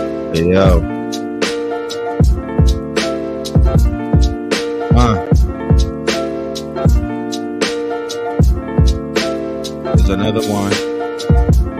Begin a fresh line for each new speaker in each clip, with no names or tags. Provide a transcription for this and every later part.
Yo. Uh. There's another one.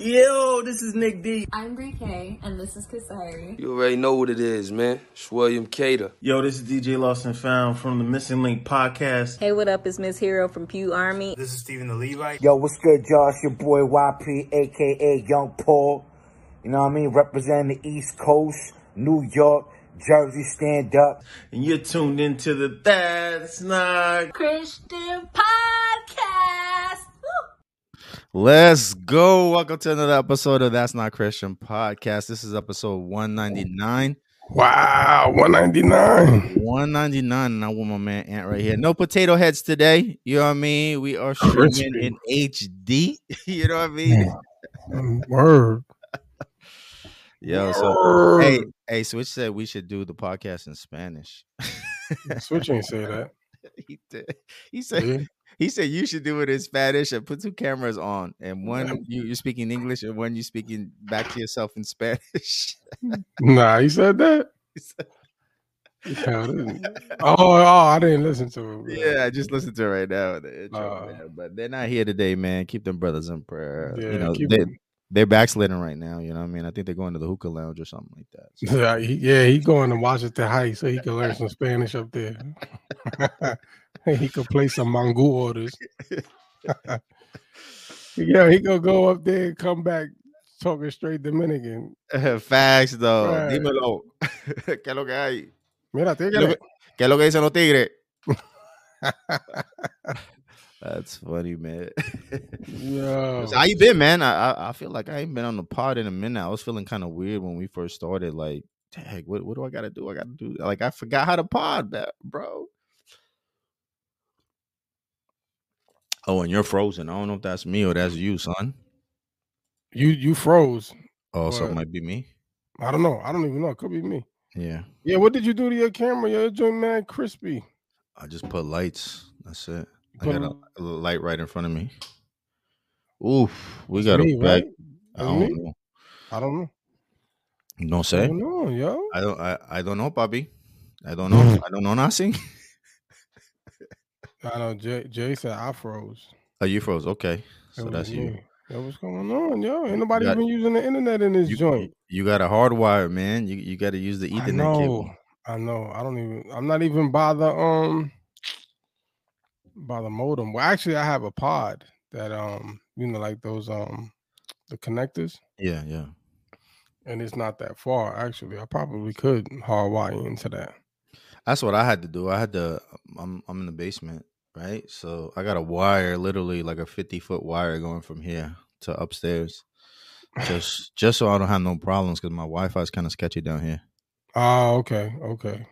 Yo, this is Nick D.
I'm Brie K, and this is Kasari.
You already know what it is, man. It's William Cater.
Yo, this is DJ Lost and Found from the Missing Link podcast.
Hey, what up? It's Miss Hero from Pew Army.
This is Stephen the Levite.
Yo, what's good, Josh? Your boy YP, aka Young Paul. You know what I mean? Representing the East Coast, New York, Jersey, stand up.
And you're tuned into the That's Not
Christian Podcast.
Let's go. Welcome to another episode of That's Not Christian Podcast. This is episode 199.
Wow, 199.
199. And I want my man Ant right here. No potato heads today. You know what I mean? We are streaming
Crispy.
in HD. you know what I mean?
Word.
Yo, so hey, hey, Switch said we should do the podcast in Spanish.
Switch ain't say that.
he did. He said
dude.
he said you should do it in Spanish and put two cameras on, and one you, you're speaking English, and one you speaking back to yourself in Spanish.
Nah, he said that.
He said-
Yeah, I didn't. Oh, oh, I didn't listen to it.
yeah, I just listened to it right now. the intro,
Uh,
man, but they're not here today, man. Keep them brothers in prayer.
Yeah,
you know
keep
they
him-
they're backsliding right now. You know what I mean? I think they're going to the hookah lounge or something like that. So,
yeah, he, yeah, he going to Washington Heights so he can learn some Spanish up there. And he could play some Mongo orders. yeah, he gonna go up there and come back talking straight Dominican.
Facts though.
Right.
Dímelo. ¿Qué es lo que hay?
Mira, take
¿Qué es lo
it.
que- qué es lo que dicen los tigres? That's funny, man.
Yo,
So how you been, man? I, I I feel like I ain't been on the pod in a minute. I was feeling kind of weird when we first started. Like, dang, what what do I gotta do? I gotta do like I forgot how to pod, ba- bro. Oh, and you're frozen. I don't know if that's me or that's you, son.
you you froze.
Oh, so it
What?
might be me.
I don't know. I don't even know. It could be me.
Yeah,
Yeah, what did you do to your camera? Yo, your joint mad crispy.
I just put lights. That's it. I
Put
got a,
on-
a light right in front of me. Oof, we got
me,
a back.
right?
I
It's
don't
me?
know.
I don't know.
No
I
say.
don't know, yo.
I don't. I, I don't know, Bobby. I don't know. I don't know nothing.
I know Jay, Jay said I froze.
Oh, you froze. Okay, so
That
that's
was
you.
me. Yo, what's going on, yo? Ain't nobody
got-
been using the internet in this
You,
joint.
you got a hard wire, man. You you got to use the
I
Ethernet
know.
cable.
I know. I don't even I'm not even by the um by the modem. Well, actually I have a pod that um, you know, like those um the connectors,
Yeah, yeah.
and it's not that far actually. I probably could hardwire into that.
That's what I had to do. I had to. I'm I'm in the basement, right? So I got a wire, literally like a 50 foot wire, going from here to upstairs, just just so I don't have no problems because my Wi-Fi is kind of sketchy down here.
Oh, okay, okay.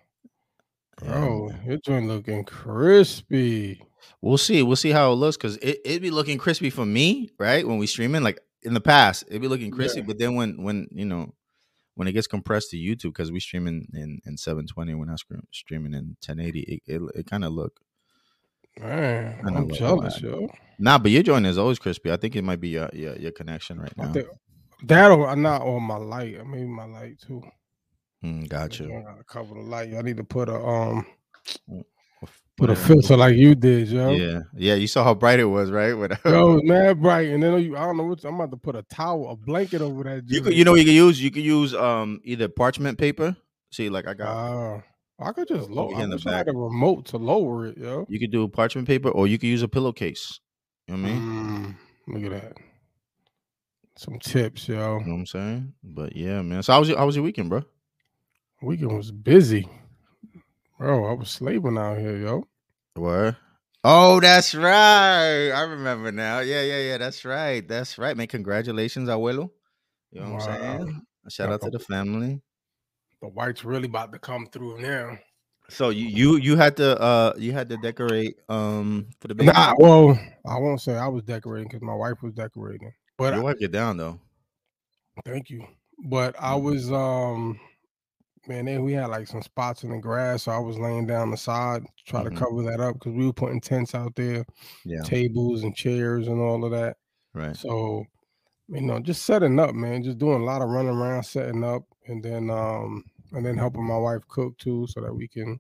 Yeah,
Bro,
man.
your joint looking crispy.
We'll see. We'll see how it looks because it it be looking crispy for me, right? When we streaming, like in the past, it be looking
Yeah.
crispy. But then when when you know when it gets compressed to YouTube because we streaming in in 720, we're not scre- streaming in 1080. It it, it kind of look
Man,
I know
I'm
what-
jealous, yo.
nah. But your joint is always crispy. I think it might be your your, your connection right
I
now.
think that or uh, not on my light. uh, Maybe my light too.
Mm,
I
gotcha.
gotta cover the light. I need to put a um put
Put
a
it-
filter like you did, yo.
Yeah, yeah. You saw how bright it was, right? When I-
Yo, it's mad bright, and then you, I don't know what I'm about to put a towel, a blanket over that.
you
joint.
could, you know, what you could use you could use um either parchment paper. See, like I got.
Ah, I could just
Over
lower.
here
I
in the
wish I had a remote to lower it, yo.
You could do parchment paper, or you could use a pillowcase. You know what I mean?
Mm, look at that. Some tips, yo.
You know what I'm saying? But yeah, man. So how was your how was your weekend, bro?
Weekend was busy, bro. I was slaving out here, yo.
Where? Oh, that's right. I remember now. Yeah, yeah, yeah. That's right. That's right, man. Congratulations, abuelo. You know what I'm
Wow.
saying? Shout out to the family.
The whites really about to come through now.
So you you you had to uh you had to decorate um for the baby.
Nah, well, I won't say I was decorating because my wife was decorating, but
Your wife get down though.
Thank you. But I was um man, they, we had like some spots in the grass, so I was laying down the side to try
Mhm.
to cover that up because we were putting tents out there,
Yeah.
tables and chairs and all of that.
Right.
So you know, just setting up, man, just doing a lot of running around, setting up, and then um and then helping my wife cook too, so that we can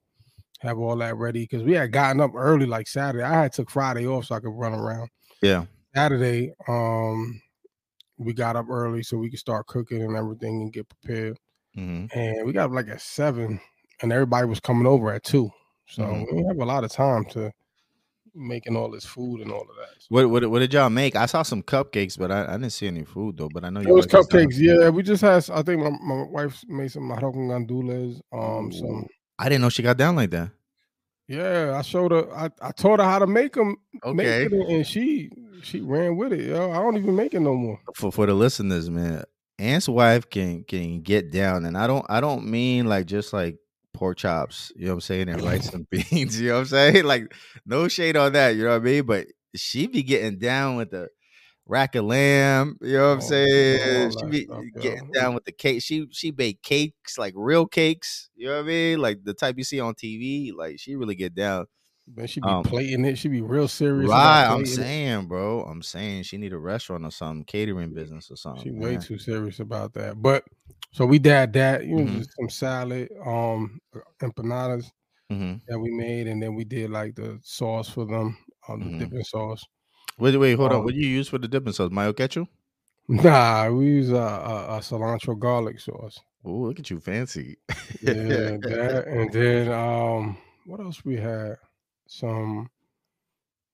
have all that ready because we had gotten up early like Saturday. I had took Friday off so I could run around.
Yeah.
Saturday, um, we got up early so we could start cooking and everything and get prepared.
hmm
And we got up like at seven, and everybody was coming over at two, so
Mhm.
we didn't have a lot of time to making all this food and all of that.
What, what what did y'all make? I saw some cupcakes, but I, I didn't see any food though. But I know
it was
guys done-
cupcakes, yeah. We just had, I think my, my wife made some marocan gandules, um, some.
I didn't know she got down like that.
Yeah, I showed her. I, I taught her how to make them, make
Okay.
it, and she she ran with it. Yo, I don't even make it no more.
for for the listeners, man, Ant's wife can can get down, and I don't I don't mean like just like pork chops, you know what I'm saying, and rice and beans, you know what I'm saying? Like no shade on that, you know what I mean? But she be getting down with the rack of lamb, you know what I'm
Oh,
saying?
all
She
that
be
stuff,
getting
yo.
down with the cake. She she bake cakes like real cakes, you know what I mean? Like the type you see on TV. Like she really get down.
Man, she be
Um,
plating it. She be real serious.
Right,
about
I'm
plating it.
saying, bro. I'm saying she need a restaurant or something, catering business or something.
She way
oh, man.
too serious about that. But so we did that. You know,
Mhm.
just some salad, um, empanadas
Mhm.
that we made, and then we did like the sauce for them, um,
Mhm.
the dipping sauce.
Wait, wait, hold on.
Um,
What do you use for the dipping sauce? Mayo ketchup?
Nah, we use a, a, a cilantro garlic sauce.
Ooh, look at you, fancy.
Yeah, that, and then um, what else we had? Some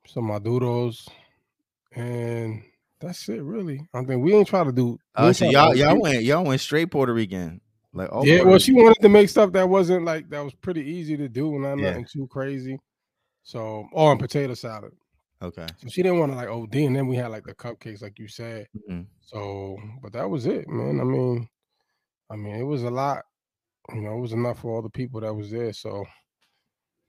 some maduros, and that's it. Really, I think we ain't try to do. we
Uh,
ain't
so
try to
y'all,
overdo-
y'all went, y'all went straight Puerto Rican. Like, oh,
yeah,
Puerto
well,
Rican.
she wanted to make stuff that wasn't like that was pretty easy to do, and not
Yeah.
nothing too crazy. So, oh, and potato salad.
okay.
So she didn't want to like OD, and then we had like the cupcakes, like you said.
Mhm.
So, but that was it, man. I mean, I mean, it was a lot. You know, it was enough for all the people that was there. So,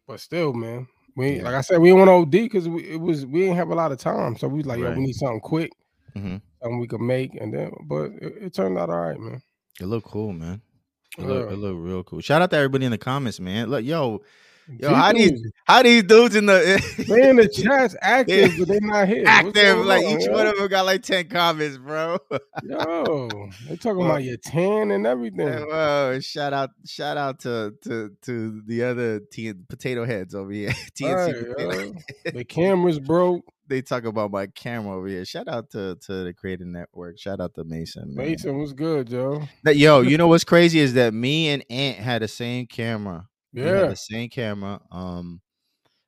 but still, man, we
Yeah.
like I said, we didn't want to OD because we it was we didn't have a lot of time. So we was like, yo,
Right.
we need something quick,
Mhm.
something we could make, and then but it, it turned out all right, man.
It looked cool, man. It looked,
Yeah.
it looked real cool. Shout out to everybody in the comments, man. Look, yo, Yo,
G
how these-
dudes,
how these dudes in the
They in the chat's active, but they not here. What's
active?
going
Like
on,
each
yo?
one of them got like ten comments, bro.
Yo, they talking
Well-
about your tan and
And,
everything.
whoa, shout out, shout out to to to the other T- potato heads over here. TNC
Right,
potato.
yo. The cameras broke.
they talk about my camera over here. Shout out to to the Creative Network. Shout out to Mason. Man.
Mason was good, yo.
That- yo, you know what's crazy is that me and Ant had the same camera. We had
Yeah,
the same camera. Um,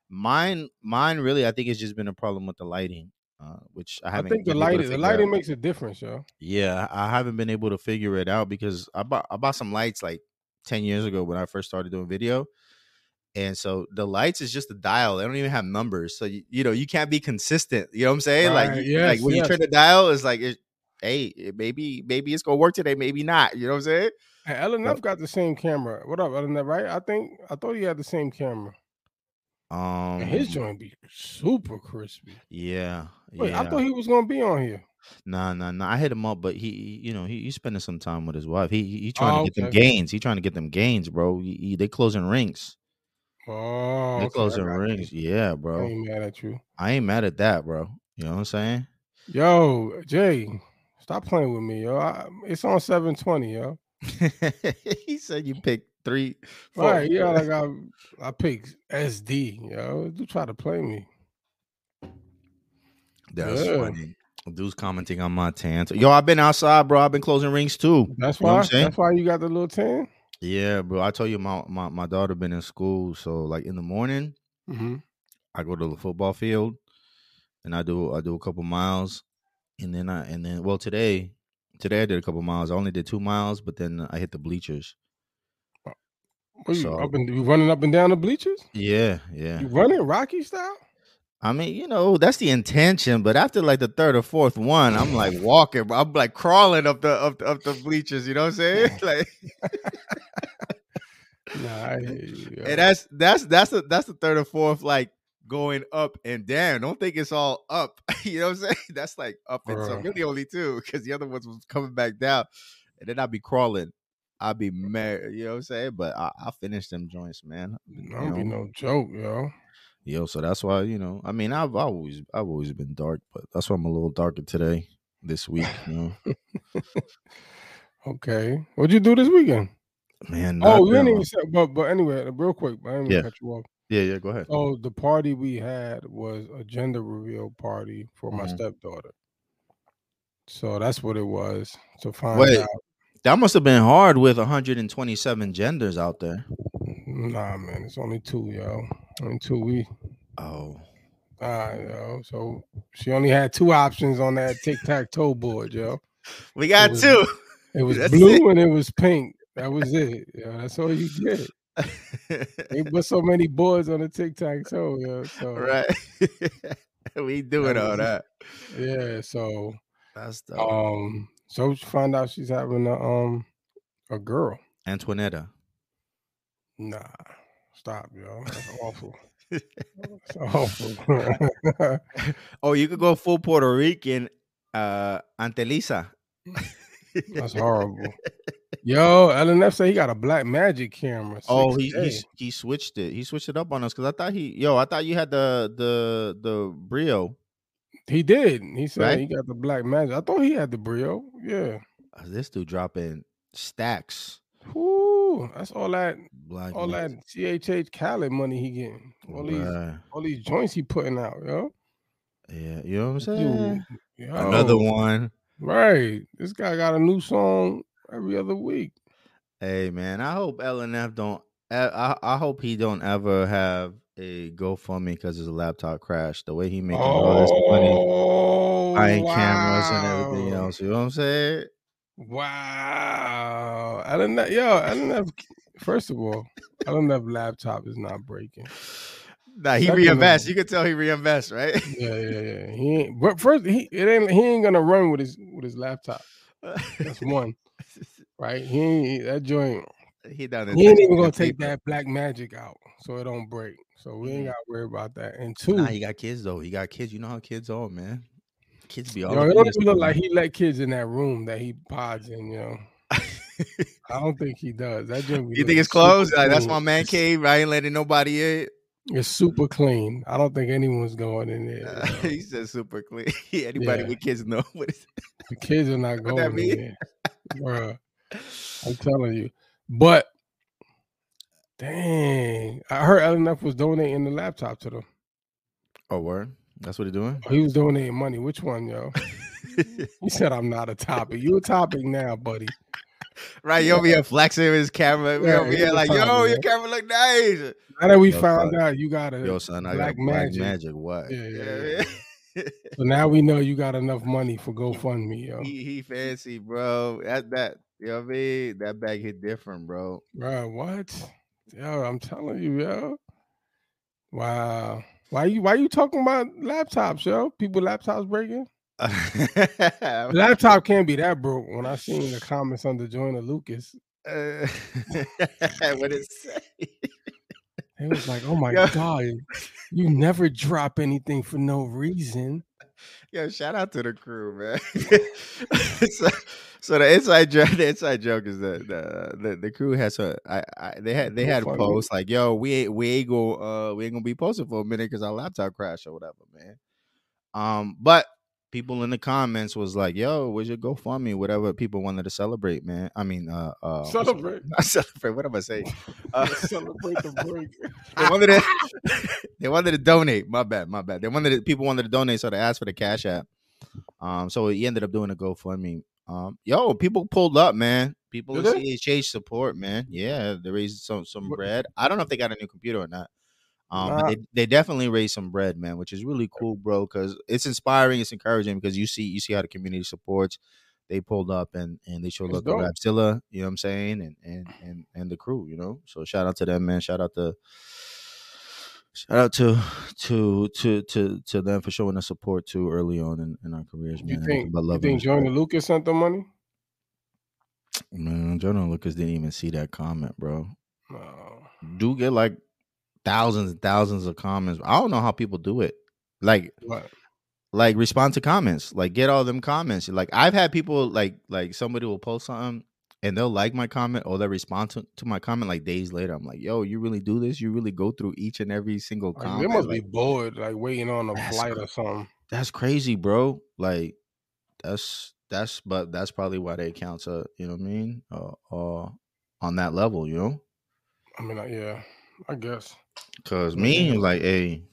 mine, mine really, I think it's just been a problem with the lighting, uh, which I
I
haven't.
think the
been able to
lighting, the
figure out.
lighting makes a difference, yo.
Yeah, I haven't been able to figure it out because I bought I bought some lights like 10 years ago when I first started doing video. And so the lights is just a dial. They don't even have numbers. So you, you know, you can't be consistent. You know what I'm saying? like
Right,
you, like
yes,
when
yes.
you turn the dial, it's like it, hey, it maybe maybe it's gonna work today, maybe not. You know what I'm saying?
And Ellen
Yep.
F got the same camera. What up, Ellen F? Right? I think I thought he had the same camera.
Um
And his
Mm-hmm.
joint be super crispy.
yeah.
Wait,
yeah.
I thought he was gonna be on here.
Nah, nah, nah. I hit him up, but he, he- you know, he, he's spending some time with his wife. He, he, he trying
Oh,
to get them
okay.
gains. He trying to get them gains, bro. He, he- they closing rings.
Oh,
They
okay, I
closing
got you.
rings. Yeah, bro.
I ain't mad at you.
I ain't mad at that, bro. You know what I'm saying?
Yo, Jay, stop playing with me, yo. I, it's on 720, yo.
he said you picked three, four.
Right, yeah, like I I picked SD, yo. You try to play me.
That's
Yeah.
funny. Dude's commenting on my tan. Yo, I've been outside, bro. I've been closing rings too.
That's
You know what I'm
why
saying?
that's why you got the little 10.
Yeah, bro. I told you my, my my daughter been in school, so like in the morning,
Mm-hmm.
I go to the football field and I do I do a couple miles, and then I and then well today today I did a couple miles. I only did two miles, but then I hit the bleachers.
What you
So-
up and you running up and down the bleachers?
Yeah, yeah.
You running Rocky style?
I mean, you know, that's the intention, but after like the third or fourth one, I'm like walking, bro. I'm like crawling up the up the, up the bleachers. You know what I'm saying? Like,
Nah, I hear you, yo.
and that's that's that's the that's the third or fourth like going up and down. Don't think it's all up. you know what I'm saying? That's like up and some.
Bruh.
You're the only two because the other ones was coming back down, and then I'd be crawling. I'd be mad. You know what I'm saying? But I, I finished them joints, man.
I don't be no joke, yo.
Yo, so that's why you know. I mean, I've always I've always been dark, but that's why I'm a little darker today, this week. You know,
Okay, what'd you do this weekend?
man.
oh,
not
we
that
didn't even
long.
say, but but anyway, real quick, I didn't mean to
Yeah.
cut you off.
yeah, yeah. Go ahead.
So the party we had was a gender reveal party for my
Mhm.
stepdaughter. So that's what it was to find
Wait.
out.
That must have been hard with 127 genders out there.
Nah, man, it's only two, yo. Only two. We
Oh,
Ah, yo. So she only had two options on that tic tac toe board, yo.
we got
was-
two.
It was
That's
blue and it was pink. That was it. Yo. That's all you get. They put so many boards on the tic tac toe, yo. So
right. we doing all
was-
that.
yeah, so
That's the
um, so she found out she's having a um a girl.
Antoinetta.
Nah, stop, yo. That's awful. That's awful.
Oh, you could go full Puerto Rican, uh, Antelisa.
Mm. That's horrible. Yo, LNF said he got a black magic camera.
Oh, he, he
6K.
s- he switched it. He switched it up on us because I thought he yo, I thought you had the the the Brio.
He did. He said
Right?
he got the black magic. I thought he had the Brio. Yeah.
Uh, This dude dropping stacks.
Whoo, that's all that
Black
all that
Magic.
CHH Khaled money he getting. All these
Bruh.
all these joints he putting out, yo.
Yeah, you know what I'm
Dude,
saying?
yo.
Another one.
Right. This guy got a new song every other week.
Hey man, I hope LNF don't. I I I hope he don't ever have a GoFundMe because his laptop crashed. The way he making all this money,
oh,
buying cameras and everything
wow.
else. You know what I'm saying?
Wow. LNF, yo, LNF, first of all, LNF laptop is not breaking.
Nah, he
Second of
reinvests.
all-
You can tell he reinvests, right?
Yeah, yeah, yeah. He ain't, but first he it ain't he ain't gonna run with his with his laptop. That's one, right? He ain't that joint.
he down there
He ain't
texting
even gonna
the
take
people.
that black magic out so it don't break. So we
Mhm.
ain't gotta worry about that. And two,
Nah, he got kids though. He got kids. You know how kids are, man. Kids be all.
yo,
up
it
in
don't
this
even look
thing.
like he let kids in that room that he pods in, yo. I don't think he does. That joint be
you think
looking
it's closed?
super
Like, that's
clean.
my man
It's-
cave. I ain't letting nobody in.
It's super clean. I don't think anyone's going in there.
Uh,
yo.
he said super clean. Anybody
Yeah.
with kids know what it's
The kids are not
What that
going
mean?
in there. Bruh. I'm telling you. But dang, I heard LNF was donating the laptop to them.
Oh, word. That's what he's doing.
Oh, He was donating money. Which one, yo? He said, I'm not a topic. You a topic now, buddy.
right, you over here flexing with his camera. We
Yeah,
over here
he's
like, yo,
fine,
your
man.
camera look nice.
Now that we
Yo,
found
son.
out you got
Yo,
a
son, I
Black
got black
magic.
magic. What?
Yeah, yeah,
Yeah,
yeah.
man.
so now we know you got enough money for GoFundMe, yo.
he, he fancy, bro. That that you know what I mean? That bag hit different, bro.
Bruh, what? Yo, I'm telling you, yo. Wow. Why you why you talking about laptops, yo? People laptops breaking? The
Uh,
laptop can't be that broke when I seen the comments under Joyner Lucas.
what it say?
It was like, oh my
Yo.
god, you never drop anything for no reason.
Yo, shout out to the crew, man. so, so the inside joke, the inside joke is that the the, the crew has a I, I they had they had
GoFundMe.
posts like, yo, we ain't we ain't gonna uh we ain't gonna be posted for a minute because our laptop crashed or whatever, man. Um, but people in the comments was like, yo, where's your GoFundMe? Whatever people wanted to celebrate, man. I mean, uh, uh what's it-
Celebrate.
not celebrate. What am I saying? Uh,
Celebrate the break.
they wanted to
Ah.
they wanted to donate. My bad, my bad. They wanted to, people wanted to donate, so they asked for the cash app. Um, so he ended up doing a GoFundMe. Um, yo, people pulled up, man. People in
Did they?
CHH support, man. Yeah, they raised some some
What-
bread. I don't know if they got a new computer or not. Um,
Nah.
but they, they definitely raised some bread, man, which is really cool, bro. Because it's inspiring, it's encouraging. Because you see, you see how the community supports. They pulled up and and they showed
That's
love to
dope.
Rapzilla. You know what I'm saying? And and and and the crew, you know. So shout out to them, man. Shout out to shout out to to to to to them for showing us support too early on in, in our careers,
You
man.
think
but
you think Joyner Lucas sent the money?
man, Jonah Lucas didn't even see that comment, bro.
No.
Do get like thousands and thousands of comments. I don't know how people do it. Like
But
like respond to comments like get all them comments like i've had people like like somebody will post something and they'll like my comment or they'll respond to, to my comment like days later i'm like yo you really do this you really go through each and every single
like,
comment
they must be
Like,
bored, like waiting on a
That's
flight
cra-
or something.
that's crazy bro like that's that's but that's probably why they accounts are you know what i mean uh, uh on that level you know
I mean, like, yeah, I guess.
because me like hey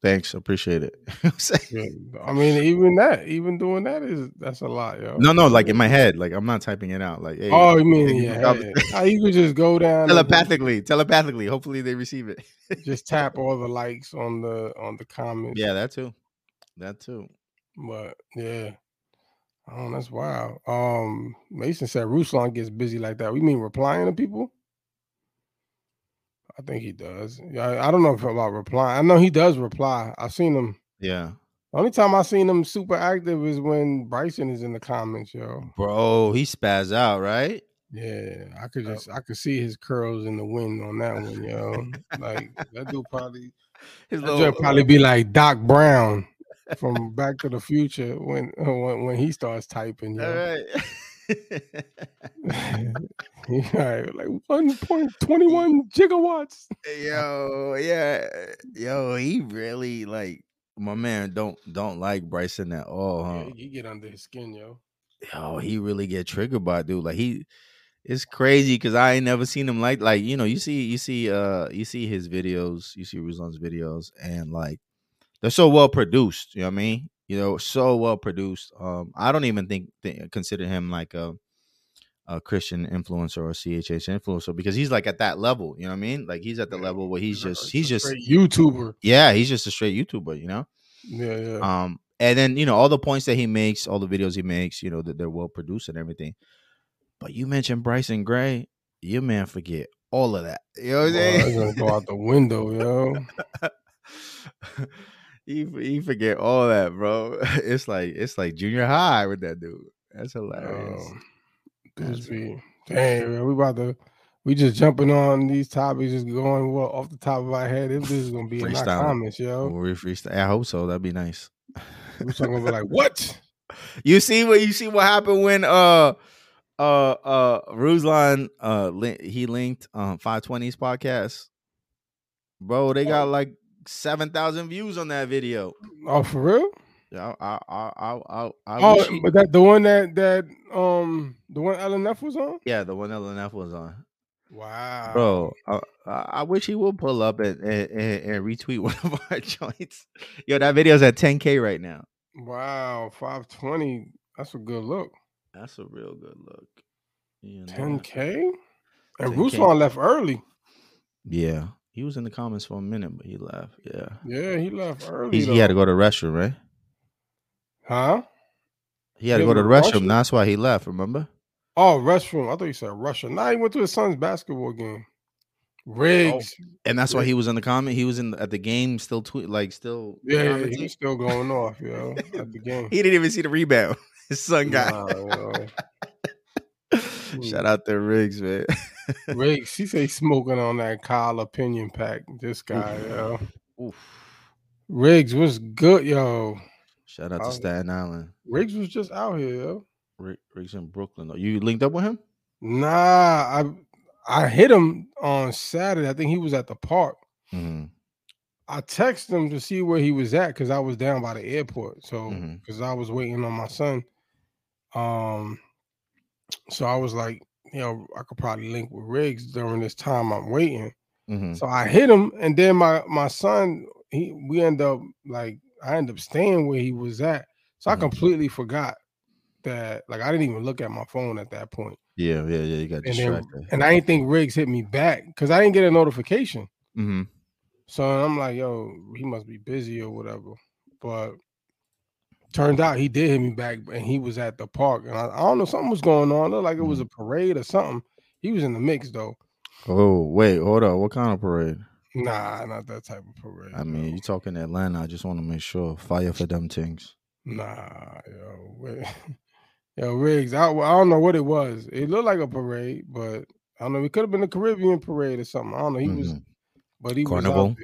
thanks appreciate it You know what I'm saying?
Yeah. I mean, even that, even doing that is that's a lot, yo.
no no like in my head like i'm not typing it out like hey
Oh, you mean
you
yeah?
got-
you could just go down and just-
telepathically telepathically hopefully they receive it
Just, tap all the likes on the on the comments.
yeah that too that too
but yeah. Oh, that's wild. Um, Mason said Ruslan gets busy like that. We mean replying to people? I think he does. Yeah, I, I don't know if about replying. I know he does reply. I've seen him.
yeah
The only time I've seen him super active is when Bryson is in the comments, yo.
bro he spazzed out right
Yeah, I could just I could see his curls in the wind on that one, yo. Like that dude probably
his
that dude
uh,
probably be like Doc Brown from Back to the Future when when, when he starts typing,
all
yo.
right
He like, like one point twenty one gigawatts.
yo yeah yo he really like my man don't don't like bryson at all huh
Yeah, you get under his skin, yo.
yo, he really get triggered by it, dude. Like he, it's crazy because I ain't never seen him like like you know you see you see uh you see his videos you see Ruslan's videos and like they're so well produced. You know what I mean? You know, so well produced. Um, I don't even think th- consider him like a a Christian influencer or CHH influencer because he's like at that level. You know what I mean? Like he's at the
Yeah,
level where he's
Like,
just he's
a
just
straight YouTuber.
yeah he's just a straight YouTuber. You know.
Yeah, yeah.
Um, and then you know all the points that he makes, all the videos he makes, you know that they're well produced and everything. But you mentioned Bryson Gray, your man forget all of that. You know what I'm
Boy, that's
saying?
gonna go out the window, yo.
he he forget all that, bro. It's like it's like junior high with that dude. That's hilarious.
Um,
That's
just be, dang, man, we about to, we just jumping on these topics, just going well off the top of our head. If this is gonna be in our
Freestyling.
comments,
When
yo,
we freestyle- I hope so. That'd be nice.
we're talking about like what?
You see what you see what happened when uh uh uh Ruslan uh lin- he linked um 520's podcast. Bro, they got like 7,000 views on that video.
Oh, for real?
I I I I, I, I
Oh,
wish he-
but that the one that that um the one LNF was on.
yeah, the one LNF was on.
Wow,
Bro, I, I I wish he would pull up and, and, and, and retweet one of our joints. Yo, that video's at 10k right now.
wow, five twenty. That's a good look.
That's a real good look. You know?
Ten k. And
10K.
Ruslan left early.
Yeah. He was in the comments for a minute, but he left. Yeah.
Yeah, he left early.
He's, he had to
though.
go to the restroom, right?
huh?
He had to
He
go
had
to
to
the
go to the
restroom.
restroom?
That's why he left. Remember?
Oh, restroom. I thought you said Russia. Nah, he went to his son's basketball game.
Oh,
Riggs.
And that's why
Yeah.
he was in the comment. He was in at the game, still tweet, like still.
Yeah, yeah,
commenting.
he was still going off, yo, at the game.
he didn't even see the rebound. His son got.
Nah, Hmm. yo.
Shout out to Riggs, man.
Riggs, he say he's smoking on that Kyle opinion pack. This guy, yo.
Oof.
Riggs was good, yo.
Shout out to
Oh.
Staten Island.
Riggs was just out here, yo.
Rig- Riggs in Brooklyn. though. You linked up with him?
Nah, I I hit him on Saturday. I think he was at the park.
Mhm.
I texted him to see where he was at because I was down by the airport. So
Mhm.
because I was waiting on my son. Um so I was like, you know, I could probably link with Riggs during this time I'm waiting.
Mhm.
So I hit him and then my my son, he we end up like I end up staying where he was at. So
Mhm.
I completely forgot that like I didn't even look at my phone at that point.
Yeah, yeah, yeah. You got
And then,
distracted.
and I didn't think Riggs hit me back because I didn't get a notification.
hmm
So I'm like, yo, he must be busy or whatever. But turned out he did hit me back and he was at the park. And I, I don't know, something was going on. Looked like it was a
Mm-hmm.
parade or something. He was in the mix though.
Oh wait, hold on. What kind of parade?
Nah, not that type of parade.
I mean,
yo.
you talking Atlanta? I just want to make sure. Fire for them things.
nah, yo. wait. Yo, Riggs, I, I don't know what it was. It looked like a parade, but I don't know. It could have been a Caribbean parade or something. I don't know. He was
Mhm.
But he was out
Carnival.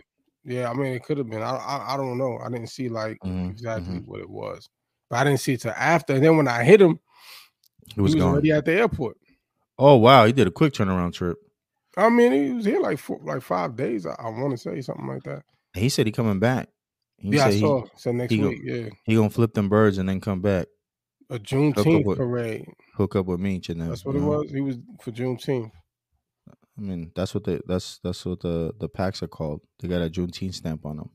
there. Yeah, I mean it could have been. I, I I don't know. I didn't see like
Mhm,
exactly what it was, but I didn't see it till after. And then when I hit him,
He was
he was
gone.
already at the airport.
Oh wow, he did a quick turnaround trip.
I mean, he was here like four, like five days. I, I want to say something like that.
He said he coming back. He
yeah, I
said he,
saw. So next
he go-
week, yeah,
he gonna flip them birds and then come back.
a Juneteenth
with-
parade.
Hook up with me and them.
That's what
you
it
know?
was. He was for Juneteenth.
I mean, that's what the that's that's what the the packs are called. They got a Juneteenth stamp on them.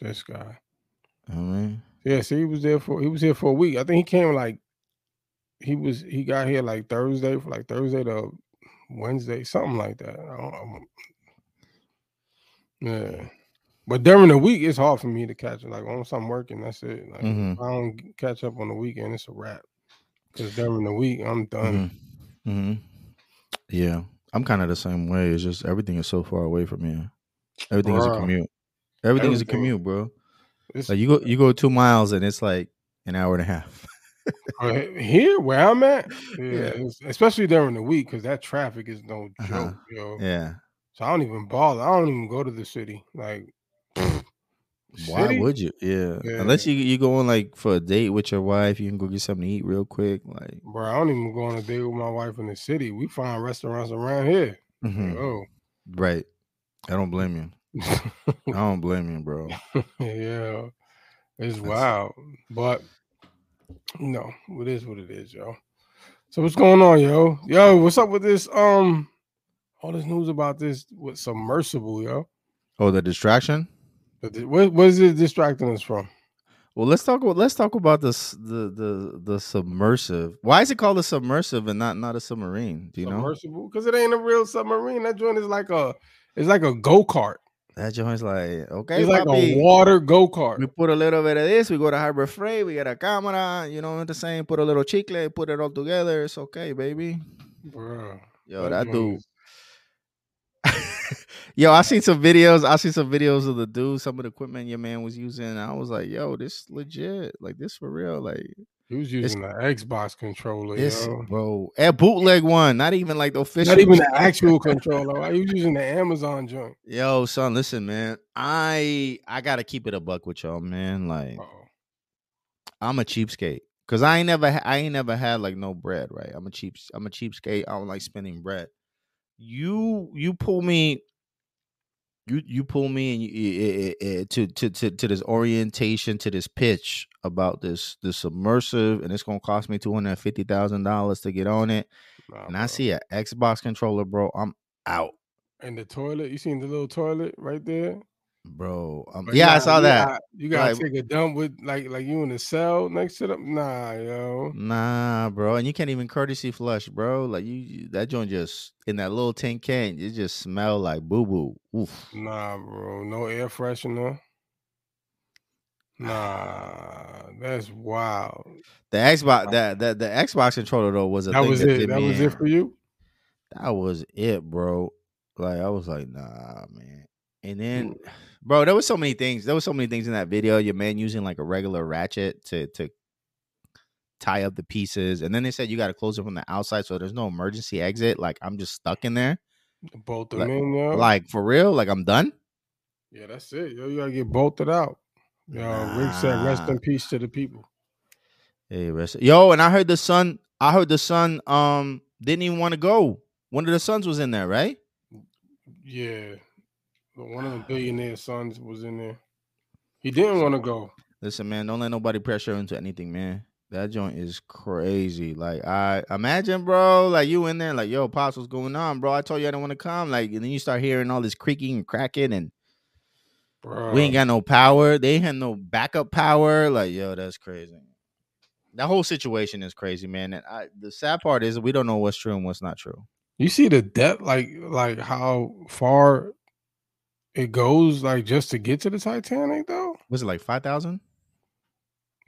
This guy.
You know what I mean,
Yeah, so he was there for he was here for a week. I think he came like he was he got here like Thursday for like Thursday to Wednesday, something like that. I don't, I'm- yeah, but during the week it's hard for me to catch it. Like once I'm working, that's it. Like
Mhm.
if I don't g- catch up on the weekend, it's a wrap. Because during the week I'm done.
mm-hmm. yeah, I'm kind of the same way. It's just everything is so far away from here. Everything is a
Bruh.
commute. Everything, is a
Everything.
commute, bro.
It's-
Like Mm-hmm. you go you go two miles and it's like an hour and a half.
uh, here where I'm at, yeah,
Yeah.
it's- especially during the week because that traffic is no joke,
Uh-huh.
yo.
yeah.
So I don't even bother. I don't even go to the city. Like,
Why
city?
would you? Yeah.
Yeah.
Unless you you go on like for a date with your wife, you can go get something to eat real quick. Like,
Bro, I don't even go on a date with my wife in the city. We find restaurants around here.
mhm.
Oh,
right? I don't blame you. I don't blame you, bro.
yeah, it's
That's-
wild. But you know, it is what it is, yo. So what's going on, yo? Yo, what's up with this? Um, all this news about this with submersible, yo.
Oh, the distraction.
But th- What, what is it distracting us from?
Well, let's talk. About, let's talk about this the the the submersive. Why is it called a submersive and not not a submarine? Do you know
submersible? Because it ain't a real submarine. That joint is like a, it's like a go kart.
that joint's like okay,
It's like
papi,
a water go
We
kart.
put a little bit of this. We go to Harbor Freight. We get a camera. You know what I'm saying? Put a little chicle. Put it all together. It's okay, baby.
Bro,
Yo, that
joint
dude.
is-
Yo, I seen some videos. I seen some videos of the dude, some of the equipment your man was using. and I was like, yo, this legit. Like this for real. Like
He was using the Xbox controller,
this,
yo.
bro. At bootleg one, not even like the official.
Not even the actual controller. right? He was using the Amazon joint.
Yo, son, listen, man. I I gotta keep it a buck with y'all, man. Like
Uh-oh.
I'm a cheapskate. Cause I ain't never ha- I ain't never had like no bread, right? I'm a cheap I'm a cheapskate. I don't like spending bread. You you pull me you you pull me and you, eh, eh, eh, eh, to, to to to this orientation to this pitch about this this submersive and it's gonna cost me two hundred fifty thousand dollars to get on it
Nah,
and I
bro.
see an Xbox controller, bro. I'm out,
And the toilet. You seen the little toilet right there?
bro. Um,
But
yeah, I
nah,
saw
you
that.
gotta- you gotta
Like-
take a dump with like like you in the cell next to them. Nah, yo.
Nah, bro, and you can't even courtesy flush, bro. Like you, you- that joint just in that little tin can, it just smell like boo boo. Oof.
Nah, bro. No air freshener. Nah, that's wild.
The Xbox, that that the Xbox controller though was a
That
thing
was
that,
it.
did
That
me
was
in.
it for you.
That was it, bro. Like I was like, nah, man. And then, bro, there was so many things. There was so many things in that video. Your man using like a regular ratchet to to tie up the pieces, and then they said you got to close it from the outside, so there's no emergency exit. Like I'm just stuck in there.
Bolt them
Like-
in, yo.
Like for real, like I'm done.
yeah, that's it. Yo, you gotta get bolted out. Yo, Rick said, rest
Nah.
in peace to the people.
Hey, rest. Yo, and I heard the son. I heard the son. Um, didn't even want to go. One of the sons was in there, right?
Yeah. But one of the billionaire sons was in there. He didn't want to go.
Listen, man, don't let nobody pressure you into anything, man. That joint is crazy. Like, I imagine, bro, like you in there, like, yo, pops, what's going on, bro? I told you I didn't want to come. Like, and then you start hearing all this creaking and cracking, and
Bro.
we ain't got no power. They ain't had no backup power. Like, yo, that's crazy. That whole situation is crazy, man. And I, the sad part is we don't know what's true and what's not true.
you see the depth, like like how far it goes, like just to get to the Titanic though?
Was it like five thousand?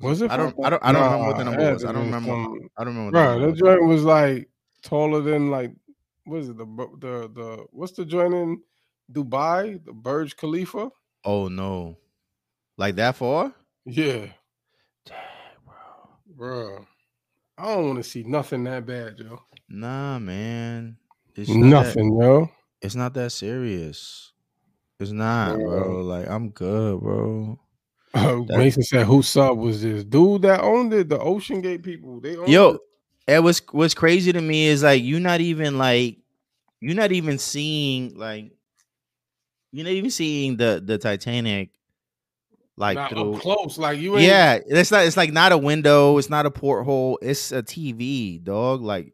Was it?
I don't-
five
I don't- I don't remember what the
thou-
number
it had
was.
to
I don't
be
remember.
some-
I don't remember.
Bro,
the
that
number.
joint was like taller than like what is it? The bu- the the what's the joint in Dubai? The Burj Khalifa?
Oh no, like that far?
Yeah. Bro. I don't want to see nothing that bad, yo.
Nah, man. It's not that-
Nothing, yo.
it's not that serious. It's not,
Yeah.
bro. Like I'm good, bro.
Uh,
That-
Mason said, "Who sub was this dude that owned it? The Ocean Gate people. They owned
Yo,
it.
and what's what's crazy to me is like you're not even like you're not even seeing like you're not even seeing the the Titanic like
Not
through.
up close. Like you ain't.
Yeah, it's not. It's like not a window. It's not a porthole. It's a TV, dog. Like,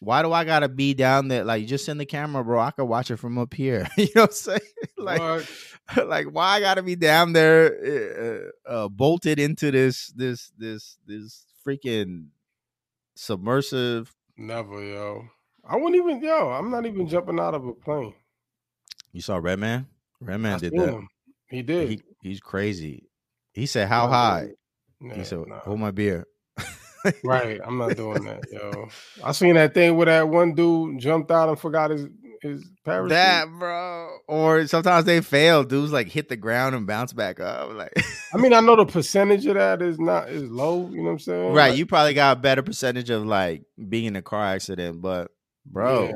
why do I gotta be down there? Like, just send the camera, bro. I could watch it from up here. you know what I'm saying? Like,
Like,
like why I gotta be down there, uh, uh, bolted into this, this, this, this freaking submersive.
never, yo. I wouldn't even, yo. I'm not even jumping out of a plane.
You saw Redman? Redman
I
did
seen
that.
him. He did.
He, he's crazy. He said, "How
Nah,
high?"
Yeah,
He said,
nah.
"Hold my beer."
Right, I'm not doing that, yo. I seen that thing where that one dude jumped out and forgot his his parachute.
That bro, or sometimes they fail. Dudes like hit the ground and bounce back up. Like,
I mean, I know the percentage of that is not is low. You know what I'm saying?
right?
Like,
You probably got a better percentage of like being in a car accident, but bro,
yeah,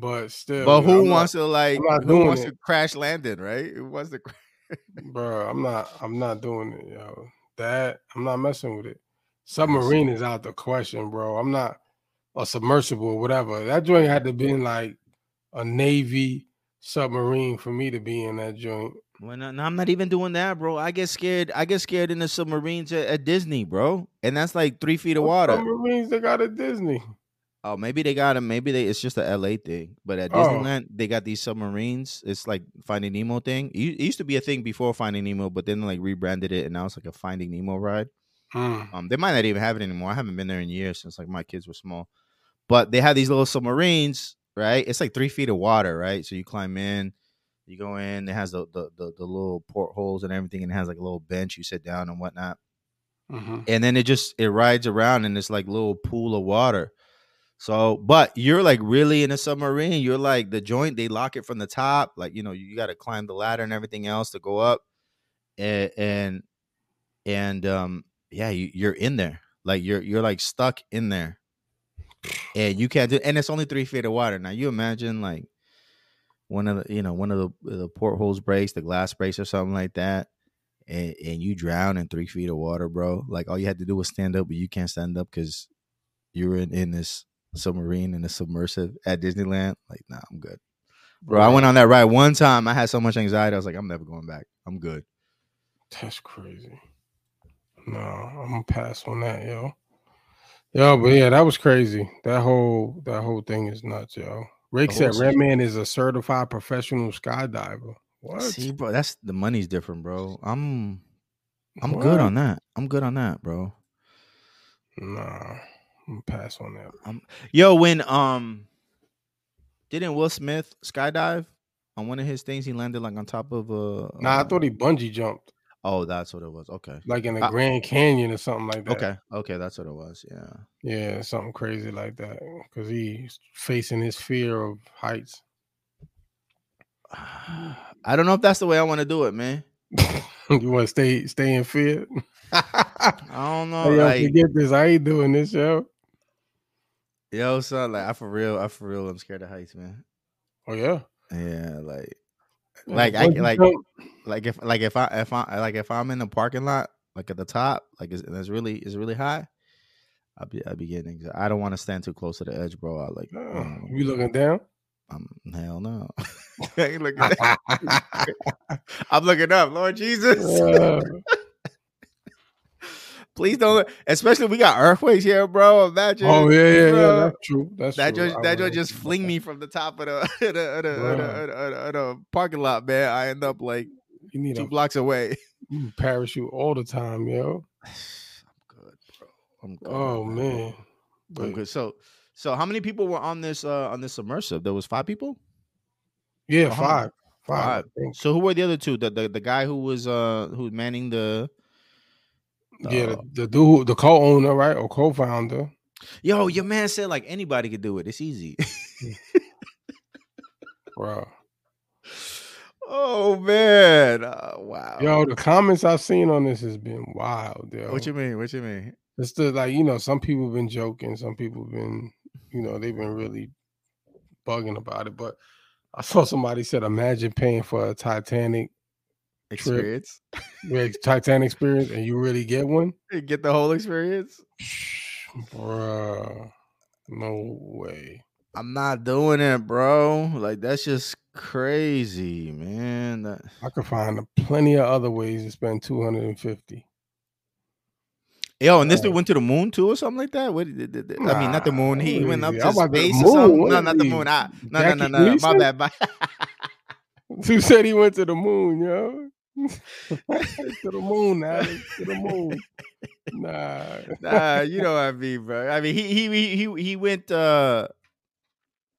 but still.
but
you know,
who
I'm not-
wants to like
I'm not
who
doing
wants
it.
to crash landing? Right? Who wants to? cra-
bro. I'm not. I'm not doing it, yo. That I'm not messing with it. Submarine is out the question, bro. I'm not a submersible or whatever. That joint had to been like a navy submarine for me to be in that joint.
Well, no, no, I'm not even doing that, bro. I get scared. I get scared in the submarines at, at Disney, bro, and that's like three feet of
What
water.
submarines they got at Disney.
Oh, maybe they got them. Maybe they. It's just a LA thing. But at
Oh.
Disneyland, they got these submarines. It's like Finding Nemo thing. It u- it used to be a thing before Finding Nemo, but then like rebranded it, and now it's like a Finding Nemo ride.
Mm.
Um, they might not even have it anymore. I haven't been there in years since like my kids were small. But they have these little submarines, right? It's like three feet of water, right? So you climb in, you go in. It has the the the, the little portholes and everything, and it has like a little bench you sit down and whatnot
hmm
and then it just it rides around in this like little pool of water. So, but you're like really in a submarine. You're like the joint. They lock it from the top. Like you know, you got to climb the ladder and everything else to go up. And and, and um, yeah, you, you're in there. Like you're you're like stuck in there, and you can't do. And it's only three feet of water. Now you imagine like one of the you know one of the the portholes breaks, the glass breaks, or something like that and and you drown in three feet of water, bro. Like all you had to do was stand up, but you can't stand up because you were in, in this submarine in a submersive at Disneyland. Like, nah, I'm good, bro. I went on that ride one time. I had so much anxiety. I was like, I'm never going back. I'm good.
That's crazy. No, I'm gonna pass on that, yo. Yo, but yeah, that was crazy. That whole that whole thing is nuts, yo. Rick
The
said
whole
Redman is a certified professional skydiver. What?
See, bro, that's the money's different, bro. I'm I'm good
What?
on that. I'm good on that, bro.
Nah, I'm gonna pass on that.
Yo, when um, didn't Will Smith skydive on one of his things? He landed like on top of a.
Nah, I
um,
thought he bungee jumped,
Oh, that's what it was. Okay.
like in the
I-
Grand Canyon or something like that.
Okay. Okay, that's what it was. Yeah.
Yeah, something crazy like that. Cause he's facing his fear of heights.
I don't know if that's the way I want to do it, man.
you wanna stay stay in fear?
I don't know.
Hey, yo,
like,
forget this. I ain't doing this, yo.
yo, son, like I for real, I for real, I'm scared of heights, man.
Oh yeah.
Yeah, like,
Yeah,
Like, I-
bungee
like-
jump.
like if, like if I, if I, like if I'm in the parking lot, like at the top, like it's, and it's really, it's really high. I'll be, I'll be getting. anxi- I don't want to stand too close to the edge, bro. I like,
Oh,
um,
you looking down?
I'm hell no. I ain't looking down. I'm looking up, Lord Jesus.
Yeah.
Please don't. Especially we got earthquakes here, bro. Imagine.
oh yeah, yeah, yeah.
bro.
That's true. That's
That
true.
just
I
that just
will.
just fling me from the top of the of the, of the, of the,
Bruh.
of the, of the, of the parking lot, man. I end up like
You need
two
a
blocks away.
f***ing parachute all the time, yo.
I'm good, bro. I'm good.
Oh man.
I'm
But-
good. So so how many people were on this uh on this submersive? There was five people.
yeah,
Oh,
five, five.
five.
I think.
So who were the other two? The the, the guy who was uh who was manning the
Yeah,
Oh.
the, the dude, the co-owner, right, or co-founder.
yo your man said like anybody could do it. It's easy.
Bro,
oh man, Uh, wow.
yo, the comments I've seen on this has been wild, yo.
what you mean? What you mean?
it's the like you know, some people been joking, some people been, you know, they've been really bugging about it. But I saw somebody said, imagine paying for a Titanic
Experience.
like, Titanic experience and you really get one,
Get the whole experience.
bruh. No way.
I'm not doing it, bro. Like that's just crazy, man. That-
I could find plenty of other ways to spend two hundred and fifty.
Yo, and this
Yeah.
dude went to the moon too, or something like that. What? did- did- did- I mean, not the moon.
Nah,
He went up
easy.
to
I'm about to-
space or
moon,
something.
what
No,
is
not the
he?
moon. I, no, no, no,
Jackie
no, no. My
Gleason?
bad. My,
Who said he went to the moon, yo? to the moon, Alex. To the moon. Nah.
nah, you know what I mean, bro. I mean, he he he he- he went. uh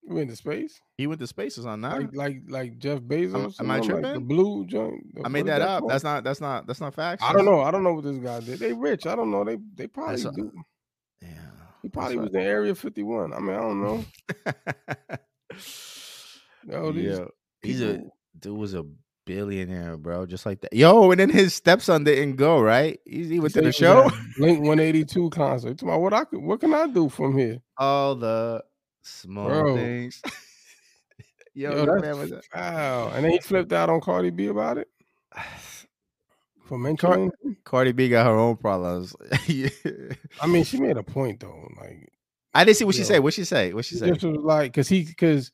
You went to space?
He went to space or something. nah?
Like like like Jeff Bezos?
am I
you know, Like the
tripping?
blue joint. the-
I
what
made
is
that up.
called?
That's not. That's not. That's not facts.
I don't know. I don't know what this guy did. They rich. I don't know. They they probably
That's a-
do.
Yeah.
He
that's
probably
what-
was in Area 51. I mean, I don't know. Yo, Oh, these
Yo, he's a
people-
dude was a billionaire, bro. Just like that. Yo, and then his stepson didn't go, right? He, he went to the
said he was
show.
at Blink 182 concert. He talking about what I could, what can I do from here?
All the small
Bro.
things. Yo, that
Yo, that's
man was a-
Wow. And then he flipped out on Cardi B about it for mentioning.
Cardi B got her own problems.
I mean, she made a point though. Like
I didn't see what she
Yo.
said. What she say? What she
she
say?
just was like, cause he, cause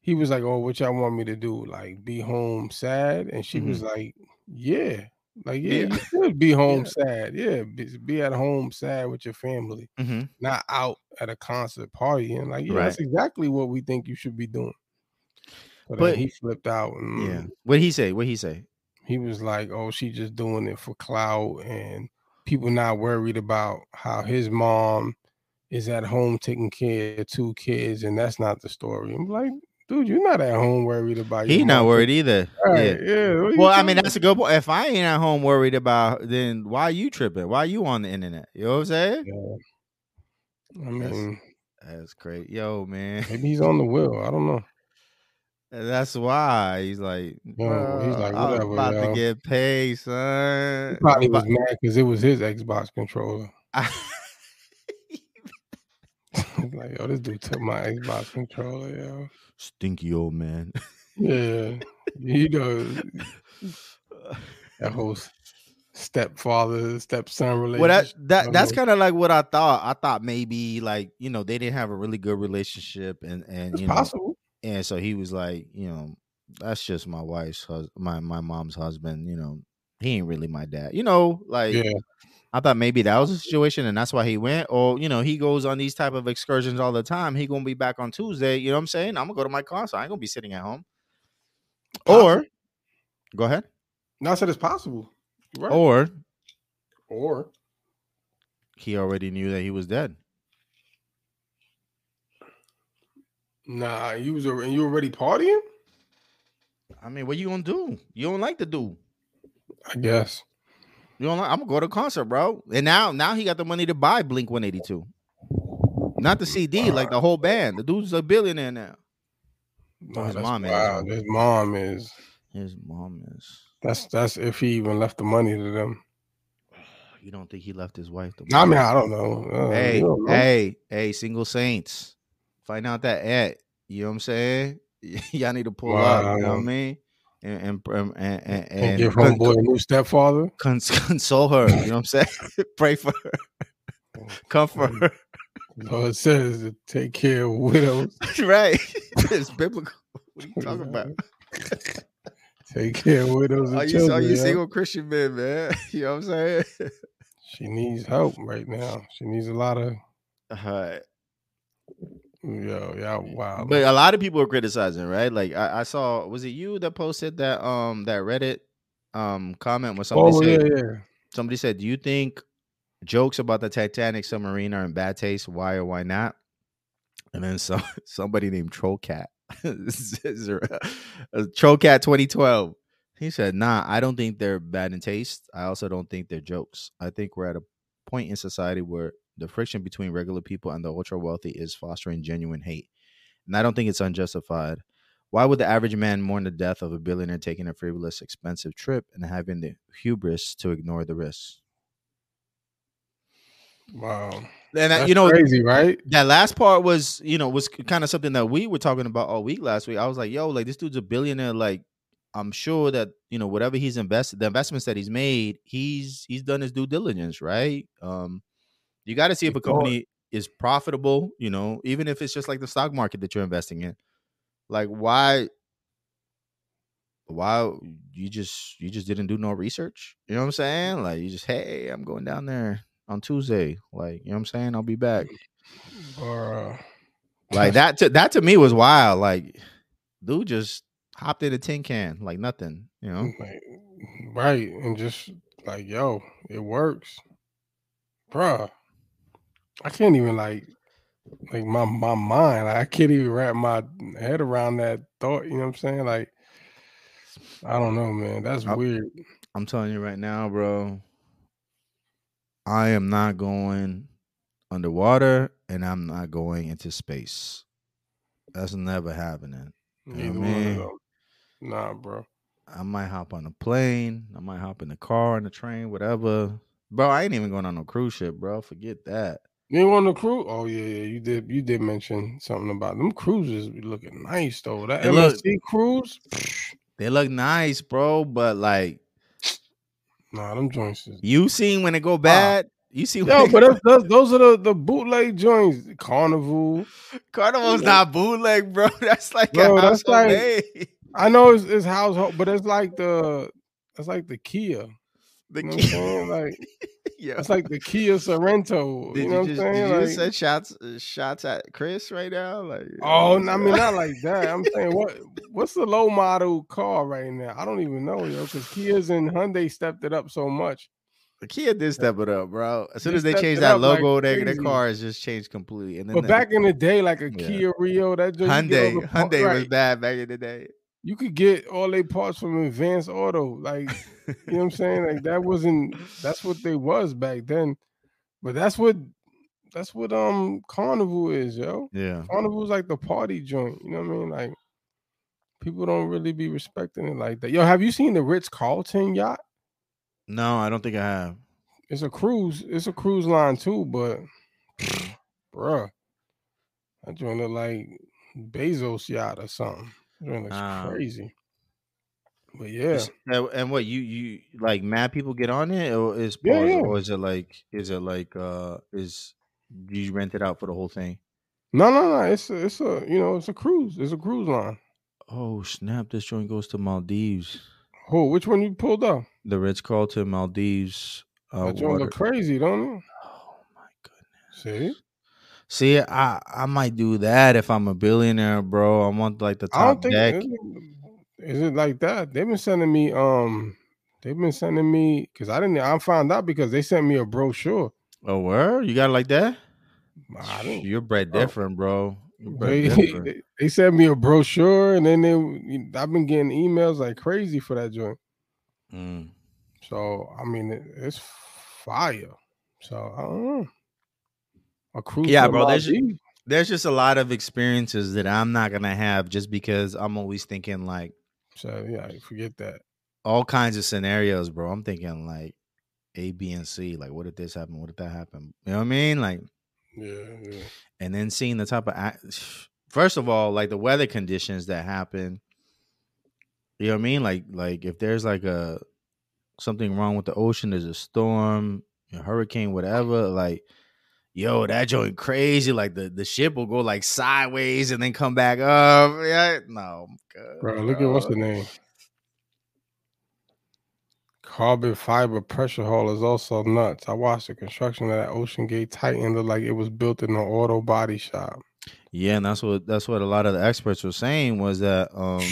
he was like, "Oh, what y'all want me to do? Like, be home sad?" And she was like, "Yeah, like yeah,
Mm-hmm. Yeah.
you should be home sad. Yeah, be, be at home sad with your family,
hmm
not out at a concert party." And like, yeah, that's exactly what we think you should be doing. But, then
But-
he flipped out. And mm,
Yeah. What he say? What he say?
he was like, "Oh, she just doing it for clout, and people not worried about how his mom is at home taking care of two kids, and that's not the story." I'm like, "Dude, you're not at home worried about
He
your
not
mom
worried either.
taking-
Yeah.
Right, yeah. what are you
Well, I mean,
talking
that's a good point. If I ain't at home worried about, then why you tripping? Why you on the internet? You know what I'm saying?
about?" Yeah. I
That's-
mean,
That's great. Yo, man.
maybe he's on the wheel. I don't know.
That's why he's like,
Yo, he's like,
"Bruh, I'm
whatever,
Uh, about
yo."
to get paid,
He
son.
probably
I'm
was
about-
mad because it was his Xbox controller. He's like, "Yo, this dude took my Xbox controller, yo."
Stinky old man.
Yeah, you know, that whole s- stepfather stepson relationship.
Well, that, that
don't
that's
know.
kind of like what I thought. I thought maybe like you know they didn't have a really good relationship, and and
It's
you know,
possible.
and so he was like, you know, that's just my wife's hus- my my mom's husband. You know, he ain't really my dad. You know, like
Yeah,
I thought maybe that was the situation, and that's why he went. Or you know, he goes on these type of excursions all the time. He gonna be back on Tuesday. You know what I'm saying? I'm gonna go to my concert. I ain't gonna be sitting at home. Or, go ahead.
no, I said it's possible. You're Right.
Or
or
he already knew that he was dead.
nah, you was alre- you already partying?
I mean, what you gonna do? You don't like the dude.
I guess.
You don't like. I'm gonna go to a concert, bro. And now, now he got the money to buy Blink 182, not the CD, like the whole band. The dude's a billionaire now.
Nah,
his
that's
mom is,
wild.
though.
His mom is.
His mom is.
That's that's if he even left the money to them.
You don't think he left his wife? The
I
money?
mean, I don't know. Uh,
hey,
you don't know.
hey, hey, single saints. Find out that at. You know what I'm saying? Y'all need to pull up. You know what I
Wow.
mean? And and and and, and,
And, give homeboy a new stepfather.
con- console her. You know what I'm saying? Pray for her.
Oh,
Comfort her.
Lord says to take care of widows.
right. it's biblical. What are you talking about?
Take care of widows and
Are you,
children.
are you
yo.
single Christian men, man? You know what I'm saying?
She needs help right now. She needs a lot of
Alright.
Yo, yeah, wow.
But uh, a lot of people are criticizing, right? Like I, I saw, was it you that posted that um that Reddit um comment where somebody
oh
said
yeah, yeah.
somebody said, "Do you think jokes about the Titanic submarine are in bad taste? Why or why not?" And then some somebody named Trollcat, uh, Trollcat twenty twelve. He said, "Nah, I don't think they're bad in taste. I also don't think they're jokes. I think we're at a point in society where the friction between regular people and the ultra wealthy is fostering genuine hate, and I don't think it's unjustified." Why would the average man mourn the death of a billionaire taking a frivolous, expensive trip and having the hubris to ignore the risks?
Wow.
and that,
That's
you know
crazy, right?
that last part was you know was kind of something that we were talking about all week last week. I was like, yo, like this dude's a billionaire. Like I'm sure that you know whatever he's invested, the investments that he's made, he's he's done his due diligence, right? Um, you got to see if a
Keep going.
company is profitable. You know, even if it's just like the stock market that you're investing in. Like why? Why you just you just didn't do no research? You know what I'm saying? Like you just hey, I'm going down there on Tuesday. Like you know what I'm saying? I'll be back
Or, uh,
like that to that to me was wild like dude just hopped in a tin can like nothing you know
Like, right, and just like, yo, it works, bruh. I can't even like, like my my mind, like, I can't even wrap my head around that thought. You know what I'm saying? Like, I don't know, man. That's
I-
weird.
i'm telling you right now bro i am not going underwater and i'm not going into space that's never happening know
Either
what I
one
mean?
of those. Nah, bro.
i might hop on a plane i might hop in the car on the train whatever bro i ain't even going on no cruise ship bro forget that
You ain't on the crew? Oh yeah, yeah. You did. You did mention something about them cruises. Be looking nice though. That
They look-
MSC cruise.
they look nice bro but like
Nah, them joints is
you seen when it go bad you see when
Yo,
it
but
go-
that's, that's, those are the, the bootleg joints. Carnival.
Carnival's not bootleg, bro. That's like
Bro,
a
that's
house
like-
made.
I know it's, it's household, but it's like the that's like the Kia.
The
You know what I'm
key-
saying? Like
Yo,
that's like the Kia Sorrento.
did
you
you,
know what I'm
just, did
saying?
you
Like,
just send shots uh, shots at Chris right now? Like,
oh, no, I mean not like that. I'm saying what what's the low model car right now? I don't even know, yo, because Kias and Hyundai stepped it up so much.
the kid did uh, step it up, bro. As soon
They
as they
stepped
changed
it
that
up like
logo, their their
crazy.
car has just changed completely. And then
But
the
back in the day, like a
Yeah.
Kia Rio, that just
Hyundai, Hyundai was bad back in the day.
You could get all they parts from Advanced Auto, like You know what I'm saying? Like that wasn't that's what they was back then. But that's what that's what um carnival is, yo.
yeah,
Carnival's like the party joint, you know what I mean? Like people don't really be respecting it like that. Yo, have you seen the Ritz Carlton yacht?
no, I don't think I have.
It's a cruise, it's a cruise line too, but bruh. That joint look like Bezos yacht or something. That joint looks
Ah.
crazy. But yeah.
It's- And, and what you you like? Mad people get on it, or is
Yeah,
or, is-
yeah.
or is it like is it like uh is do you rent it out for the whole thing?
No, no, no. It's a, it's a you know, it's a cruise. It's a cruise line.
Oh snap! This joint goes to Maldives.
Who? Which one you pulled up?
The Ritz Carlton Maldives. Uh,
That joint
water.
look crazy, don't it?
oh my goodness!
See,
See, I I might do that if I'm a billionaire, bro. I want like the
I don't
top
think
deck.
is it, is it like that. They've been sending me um, they've been sending me because I didn't. I found out because they sent me a brochure.
Oh, word? You got it like that?
I didn't.
You're bred
bro.
different, bro. You're bred
They,
different.
they, they sent me a brochure, and then they I've been getting emails like crazy for that joint.
Mm.
So I mean, it, it's fire. So I don't know. A cruise,
Yeah,
to the
bro, they should-
Maldives?
There's just a lot of experiences that I'm not gonna have just because I'm always thinking like
So yeah, forget that.
all kinds of scenarios, bro. I'm thinking like A, B, and C. Like, what if this happened? What if that happened? You know what I mean? Like.
Yeah, yeah.
and then seeing the type of ac- first of all like the weather conditions that happen you know what i mean like like if there's like a something wrong with the ocean there's a storm a hurricane whatever like yo that joint crazy like the the ship will go like sideways and then come back up yeah no I'm good,
Bro, look at what's the name. Carbon fiber pressure hull is also nuts. I watched the construction of that Ocean Gate Titan look like it was built in an auto body shop.
yeah and that's what that's what a lot of the experts were saying was that um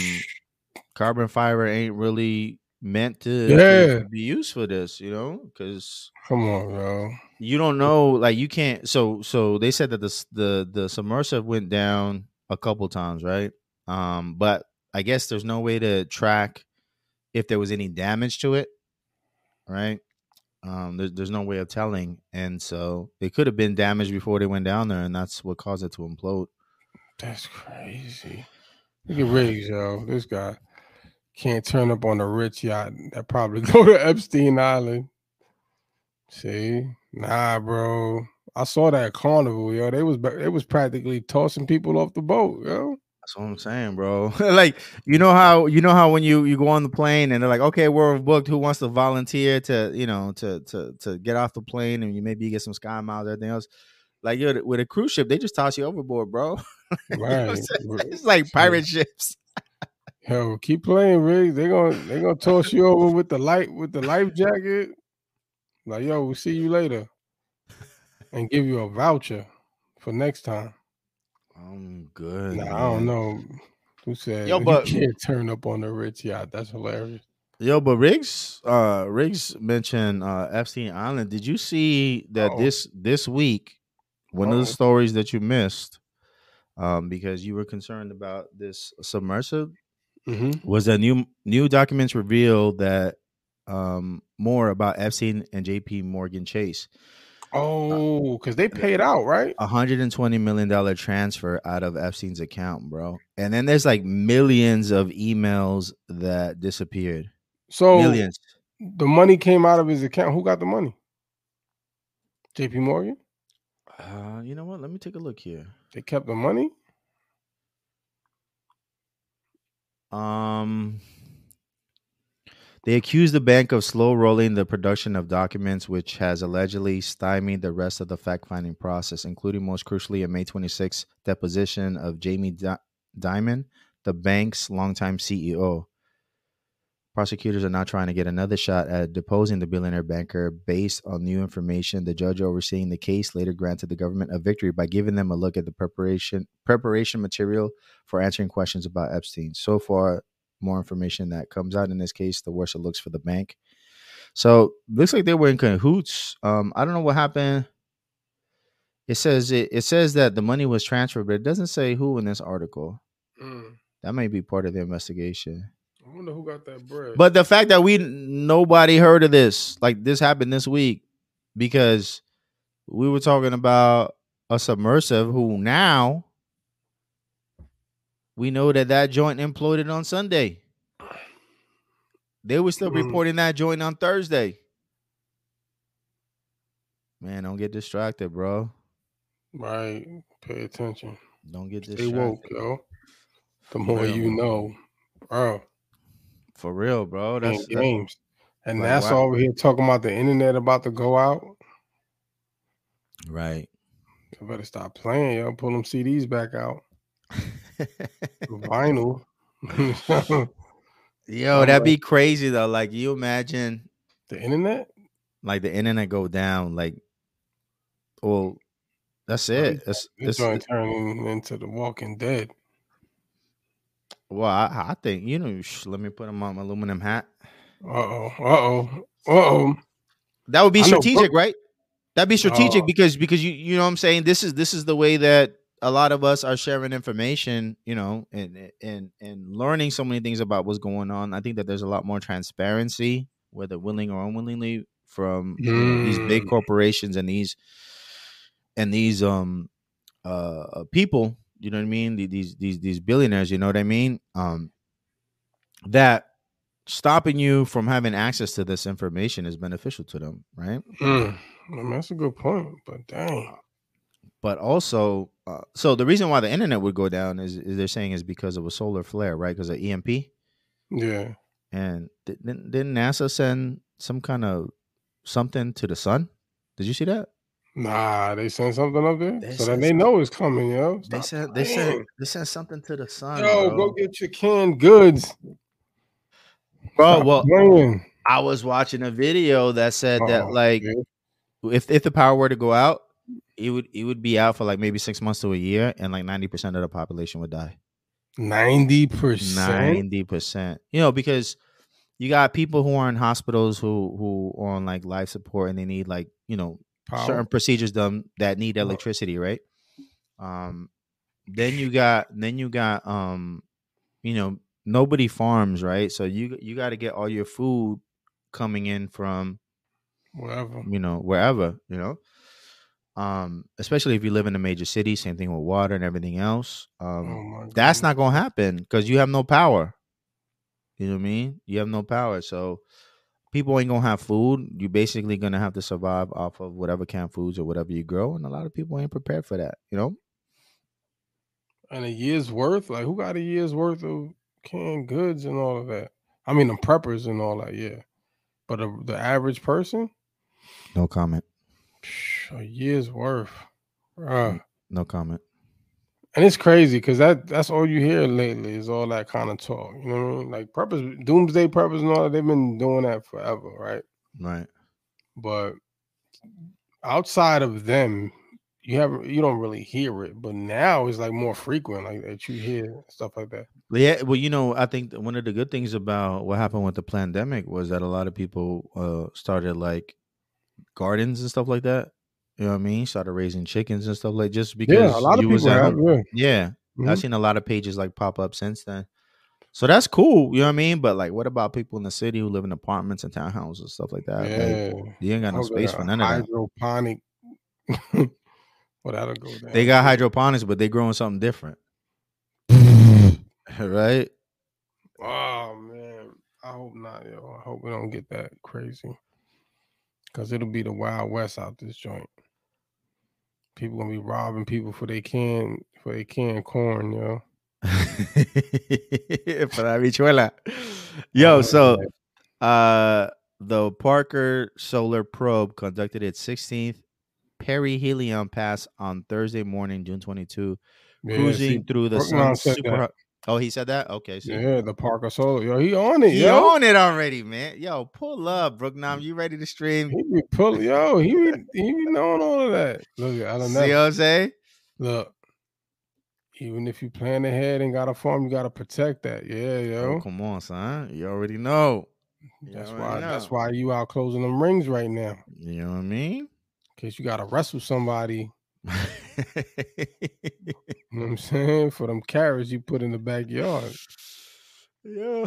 carbon fiber ain't really meant to, to-
Yeah.
to be used for this you know because
Come on, bro.
you don't know like you can't so so they said that the s- the the submersive went down a couple times right um but i guess there's no way to track if there was any damage to it right um there's, there's no way of telling and so it could have been damaged before they went down there and that's what caused it to implode
That's crazy. Look at Riggs, yo. This guy can't turn up on a rich yacht that probably go to Epstein Island. See? Nah, bro. I saw that carnival, yo. They was ba- it was practically tossing people off the boat, yo.
That's what I'm saying, bro. like you know how you know how when you you go on the plane and they're like, okay, we're booked. Who wants to volunteer to you know to to to get off the plane and you maybe you get some sky miles, everything else. Like yo, with a cruise ship, they just toss you overboard, bro. You know what I'm
Right.
saying?
Right.
it's like pirate ships.
Yo, keep playing, Riggs. They gonna they gonna toss you over with the light with the life jacket. Like, yo, we'll see you later. And give you a voucher for next time.
I'm good.
Nah, I don't
man.
know. Who said
Yo,
you
but-
can't turn up on the rich yacht? That's hilarious.
Yo, but Riggs, uh, Riggs mentioned uh, Epstein Island. Did you see that
Uh-oh.
this this week? One of
Uh-oh.
the stories that you missed, um, because you were concerned about this submersive,
Mm-hmm.
was that new new documents revealed that um, more about Epstein and J.P. Morgan Chase,
Oh, because they paid out, right?
a hundred and twenty million dollar transfer out of Epstein's account, bro. And then there's like millions of emails that disappeared.
So
millions.
the money came out of his account. Who got the money? JP Morgan?
Uh, you know what? Let me take a look here.
They kept the money?
Um, they accused the bank of slow rolling the production of documents, which has allegedly stymied the rest of the fact finding process, including most crucially a May 26 deposition of Jamie Di- Dimon, the bank's longtime CEO. Prosecutors are now trying to get another shot at deposing the billionaire banker based on new information. The judge overseeing the case later granted the government a victory by giving them a look at the preparation preparation material for answering questions about Epstein. So far, more information that comes out in this case, the worse it looks for the bank. So looks like they were in cahoots. Um, I don't know what happened. It says it, it says that the money was transferred, but it doesn't say who in this article. That may be part of the investigation.
Mm, I wonder who got that bread.
But the fact that we nobody heard of this, like this happened this week, because we were talking about a submersive who now we know that that joint imploded on Sunday. They were still
Mm.
reporting that joint on Thursday. Man, don't get distracted, bro.
right. Pay attention.
Don't get
Stay
distracted.
woke, yo. The more
real,
you
man.
know. Bro,
For real, bro.
ain't
That's, that's
games. And
like,
that's
wow.
all over here talking about the internet about to go out.
right.
I better stop playing, yo. Pull them CDs back out. Mm-hmm. Vinyl. the
Yo,
I'm
that'd
like-
be crazy though. Like you imagine
internet?
like the internet go down, like well, that's it. It's,
This
it's,
joint turning into the Walking Dead.
well, I, I think you know. Sh- let me put him on my aluminum hat.
Uh oh. Uh oh. Uh oh.
That would be
I know, bro.
strategic, right? That'd be strategic
Oh.
because because you you know what I'm saying. This is this is the way that a lot of us are sharing information, you know, and and and learning so many things about what's going on. I think that there's a lot more transparency, whether willing or unwillingly, from you know, these big
Mm.
corporations and these and these um uh uh, people. You know what I mean? The- These these these billionaires. You know what I mean? Um, that stopping you from having access to this information is beneficial to them, right?
Mm. I mean, that's a good point, but dang.
But also, uh, so the reason why the internet would go down is, is they're saying is because of a solar flare, right? Because of EMP.
Yeah.
And di- didn't, didn't NASA send some kind of something to the sun? Did you see that?
Nah, they sent something up there.
They
so that
sent
they
something.
know it's coming, yo.
They
Stop
sent they sent
playing.
they sent something to the sun.
Yo,
bro.
go get your canned goods.
Bro,
Stop
Oh, well,
playing.
I was watching a video that said that
Oh,
like
yeah.
if if the power were to go out, it would it would be out for like maybe six months to a year, and like ninety percent of the population would die.
90%.
Ninety percent, you know, because you got people who are in hospitals who who are on like life support and they need like you know
Power.
certain procedures done that need
Right.
electricity, right? Um, then you got then you got um, you know, nobody farms, right? So you you got to get all your food coming in from
Whatever.
you know wherever you know um especially if you live in a major city same thing with water and everything else
Oh,
um
my
that's
goodness.
not gonna happen because you have no power you know what i mean you have no power so people ain't gonna have food. You're basically gonna have to survive off of whatever canned foods or whatever you grow, and a lot of people ain't prepared for that. You know,
And a year's worth? Like who got a year's worth of canned goods and all of that? I mean the preppers and all that, yeah. But the, the average person,
no comment.
Psh, a year's worth.
Mm.
Bruh.
No comment.
And it's crazy because that that's all you hear lately is all that kind of talk. You know what I mean? Like preppers, doomsday preppers and all that, they've been doing that forever, right?
Right.
but outside of them you haven't you don't really hear it but now it's like more frequent like that you hear stuff like that
Yeah, well, you know, I think that one of the good things about what happened with the pandemic was that a lot of people uh started like gardens and stuff like that. You know what I mean? Started raising chickens and stuff like just because
yeah a lot of
you was
people
at
have,
home.
yeah.
Yeah. I've
Mhm.
seen a lot of pages like pop up since then. So that's cool, you know what I mean? But like what about people in the city who live in apartments and townhouses and stuff like that? Like,
yeah Oh,
you ain't got no
I'll go
space
to
for none of that.
hydroponic well that'll go down.
They got hydroponics, but they growing something different. right?
oh man i hope not yo i hope we don't get that crazy because it'll be the wild west out this joint people gonna be robbing people for they can for they can corn yo
for la bichuela.
Oh,
Yo, so uh the Parker Solar Probe conducted its 16th perihelion pass on Thursday morning, June 22,
Yeah, see,
cruising through the
Bergman
sun.
said
Super
that.
hot- Oh, he said that. Okay, so
Yeah, the Parker Solar. Yo, he on it,
he
yo.
on it already, man. Yo, pull up, Brooknam. You ready to stream?
He be pulling, yo. He be, he be knowing all of that. Look, I don't
See what
know.
I'm saying?
Look, even if you plan ahead and got a farm, you gotta protect that. Yeah,
Oh,
yo.
come on, son. You already know. You
That's
already
why. That's
know.
why you out closing them rings right now. In
You know what I mean?
case you gotta wrestle somebody. You know what I'm saying? For them carrots you put in the backyard.
Yo.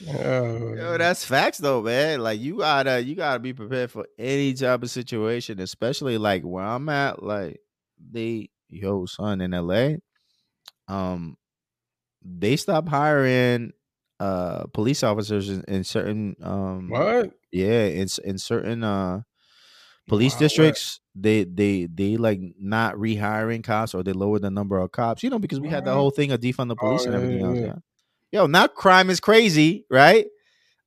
Yo,
Yo, that's facts though, man. Like you gotta you gotta be prepared for any type of situation, especially like where I'm at, like they yo son in LA. Um they stop hiring uh police officers in, in certain um
what?
yeah, in s- in certain uh police
Wild West.
districts, they they they like not rehiring cops or they lower the number of cops, you know, because we had the
Mhm.
whole thing of defund the
Oh,
police and
yeah,
everything
yeah,
else.
yeah.
Yeah. Yo, now crime is crazy, right?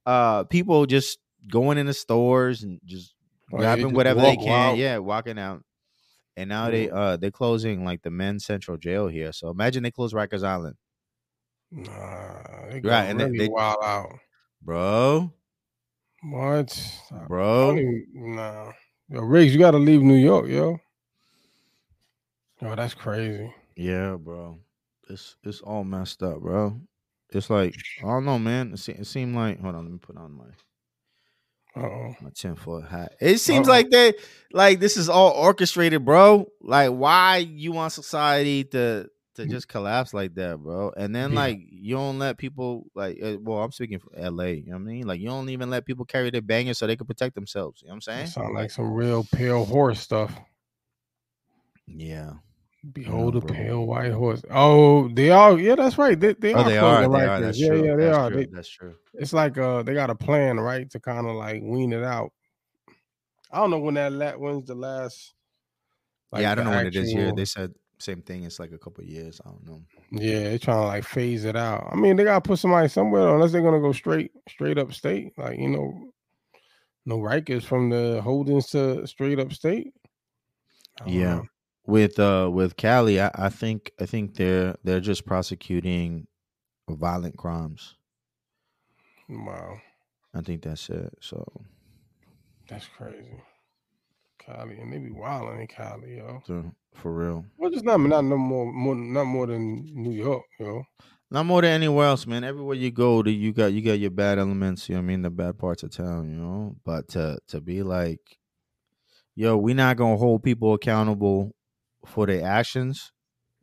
Uh people just going into stores and just
Oh, yeah, they
grabbing
just
whatever they
walk
can.
wild.
Yeah, walking out. And now they
Mhm.
uh they're closing like the men's central jail here. So imagine they close Rikers Island.
Nah, they
Right,
got
and they-
really
they-
wild out.
Bro,
What? I
bro.
don't even- nah. Yo, Riggs, you gotta leave New York, yo. Yo, that's crazy.
Yeah, bro. It's it's all messed up, bro. It's like I don't know, man. It, se- it seemed like hold on, let me put on my
Oh,
my tinfoil hat. It seems
Uh-oh.
like they like this is all orchestrated, bro. Like why you want society to to
Mm.
just collapse like that, bro? And then
Yeah.
like you don't let people like uh, well, I'm speaking for LA. You know what I mean? Like you don't even let people carry their bangers so they can protect themselves. You know what I'm saying?
that sound like some real pale horse stuff.
Yeah.
Behold
Yeah,
a
bro.
pale white horse. Oh, they are. Yeah, that's right. They they
Oh,
are
they
closing
are. They
Rikers.
are. That's
yeah,
true.
yeah, they
that's
are.
True.
They-
that's true.
it's like uh, they got a plan, right, to kind of like wean it out. I don't know when that la- when's the last.
yeah, I don't
the
know when it is here.
actual-
They said same thing. It's like a couple of years. I don't know.
Yeah, they're trying to like phase it out. I mean, they gotta put somebody somewhere unless they're gonna go straight, straight up state. Like you know, no Rikers from the holdings to straight up state. I don't
Yeah.
know.
With uh with Cali, I, I think I think they're they're just prosecuting violent crimes.
wow,
I think that's it. So
that's crazy. Cali and they be wilding in Cali, yo.
so, for real.
Well, just not not no more, more not more than New York, yo.
Not more than anywhere else, man. Everywhere you go, that you got you got your bad elements, you know what I mean, the bad parts of town, you know. But to to be like, yo, we not gonna hold people accountable for their actions,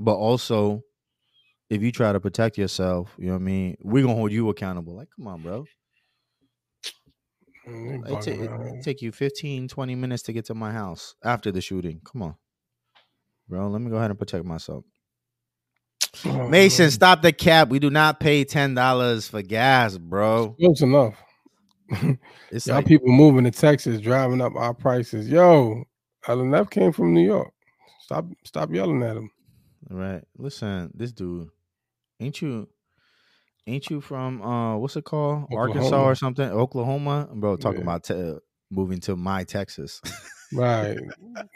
but also if you try to protect yourself, you know what I mean, we gonna hold you accountable. Like, come on, bro.
Mm, they
It, ta-
bugging
it-
out.
it take you 15, 20 minutes to get to my house after the shooting. Come on, bro. Let me go ahead and protect myself.
Oh,
Mason,
man.
stop the cap. We do not pay ten dollars for gas, bro.
Close enough.
It's
Y'all
like,
people moving to Texas, driving up our prices. Yo, LNF came from New York. Stop, stop yelling at him.
right. Listen, this dude, ain't you, ain't you from uh, what's it called, Arkansas
Oklahoma.
or something, Oklahoma, bro? Talking
Yeah.
about te- moving to my Texas.
Right.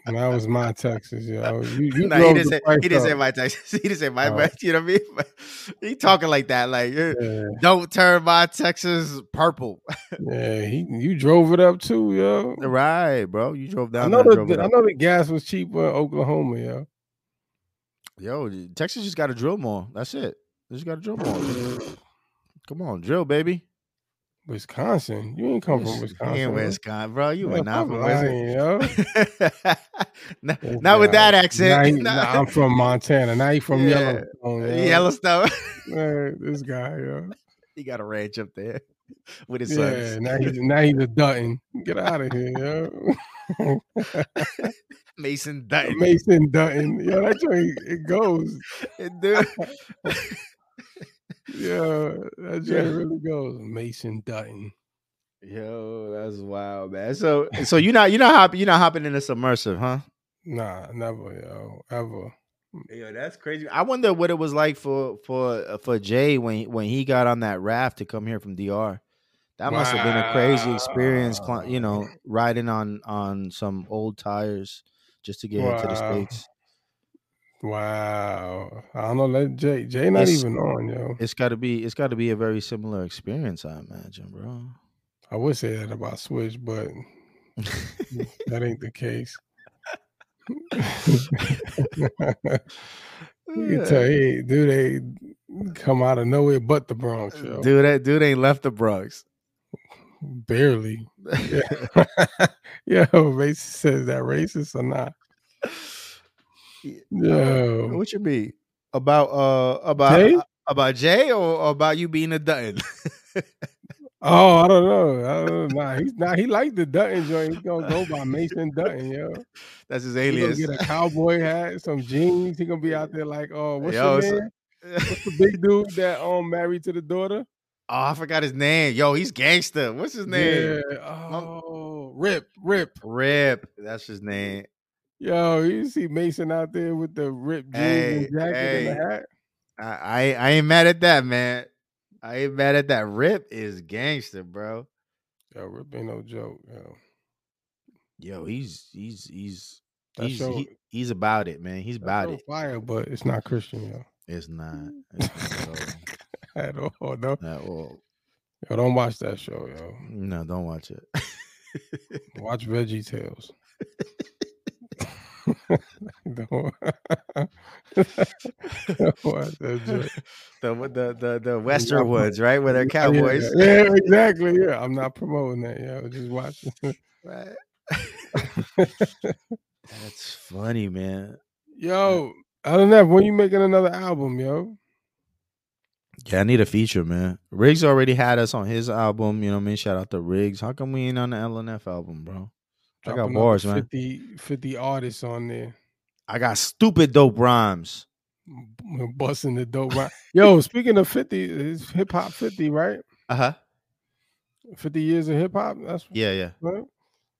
And that was my Texas, yo. You, you
Nah, he
drove
didn't
the
say
price
he didn't say
up.
my Texas. He didn't say my
Oh.
bad. You know what I mean? But he talking like that, like eh,
Yeah,
don't turn my Texas purple.
yeah. He, you drove it up too, yo.
right, bro. You drove
I
down
know
there.
the,
Drove it
I
up.
know the gas was cheaper in Oklahoma, yo.
Yo, d- Texas just got to drill more. That's it. They just got to drill more. Come on, drill, baby.
Wisconsin, you ain't come from
Yes,
Wisconsin.
He in
right?
Wisconsin, bro. You
Yeah,
were not
I'm
from
lying,
Wisconsin.
yo.
not,
This
not with
guy.
that accent.
Now he- Oh, nah, I'm from Montana. Now you from
Yeah.
Yellowstone. yo.
Yellowstone.
Yeah, this guy, yo.
he got a ranch up there with his
Yeah,
sons.
now he's now he's a Dutton. Get out of here, yo.
Mason Dutton.
Mason Dutton. Yo, that's how it it goes.
Dude.
Yeah, that's how
Yeah.
it really goes. Mason Dutton.
Yo, that's wild, man. So, so you not you not hopping you not hopping in this immersive, huh?
Nah, never, yo. Ever.
Yo, that's crazy. I wonder what it was like for for uh, for Jay when when he got on that raft to come here from DR. That must have been a crazy experience, cli- you know,
Wow.
riding on on some old tires just to get here to the
Wow.
states.
Wow. I don't know. Let Jay Jay not
It's-
even on, yo.
It's got to be it's got to be a very similar experience, I imagine, bro.
I would say that about Switch, but that ain't the case. You can tell he do they come out of nowhere but the Bronx, yo.
Uh, dude, that dude ain't left the Bronx.
Barely. Yeah. yo, racist says that racist or not.
Yeah. uh,
Yo.
What you mean about uh about
Jay?
about Jay or, or about you being a Dutton?
Oh, I don't know. I don't know. Nah, he's not. he like the Dutton joint. He's gonna go by Mason Dutton, yo.
That's his
He gonna
alias.
get a cowboy hat, some jeans. He gonna be out there like, oh, what's
Yo,
your
so-
name? What's the big dude that um married to the daughter?
Oh, I forgot his name. Yo, he's gangster. What's his name?
Yeah. Oh, Rip, Rip.
Rip. That's his name.
Yo, you see Mason out there with the Rip jeans
Hey,
and jacket and
hey.
the hat.
I, I I ain't mad at that, man. I ain't mad at that. Rip is gangster, bro.
Yo, Rip ain't no joke. Yo,
Yo, he's he's he's
That
he's
show-
he, he's about it, man. He's
That
about
show
it.
Fire, but it's not Christian, yo,
It's not it's not
at all. No,
at all. At all.
yo, don't watch that show, yo.
No, don't watch it.
Watch Veggie Tales. Don't wa- Don't watch that joint.
the the the, the Western woods, right? Where
Mm,
they're cowboys.
Yeah, yeah, exactly. Yeah, I'm not promoting that. Yeah, just watch. it.
Right. That's funny, man.
yo, I don't know when you making another album, yo.
Yeah, I need a feature, man. Riggs already had us on his album. You know what I mean? Shout out to Riggs. How come we ain't on the LNF album, bro? I got
Drop another
bars, man.
50, 50 artists on there.
I got stupid dope rhymes.
m- busting the dope rhyme. Yo, speaking of 50, it's hip hop 50, right?
Uh huh.
50 years of hip hop. That's
Yeah, yeah.
right.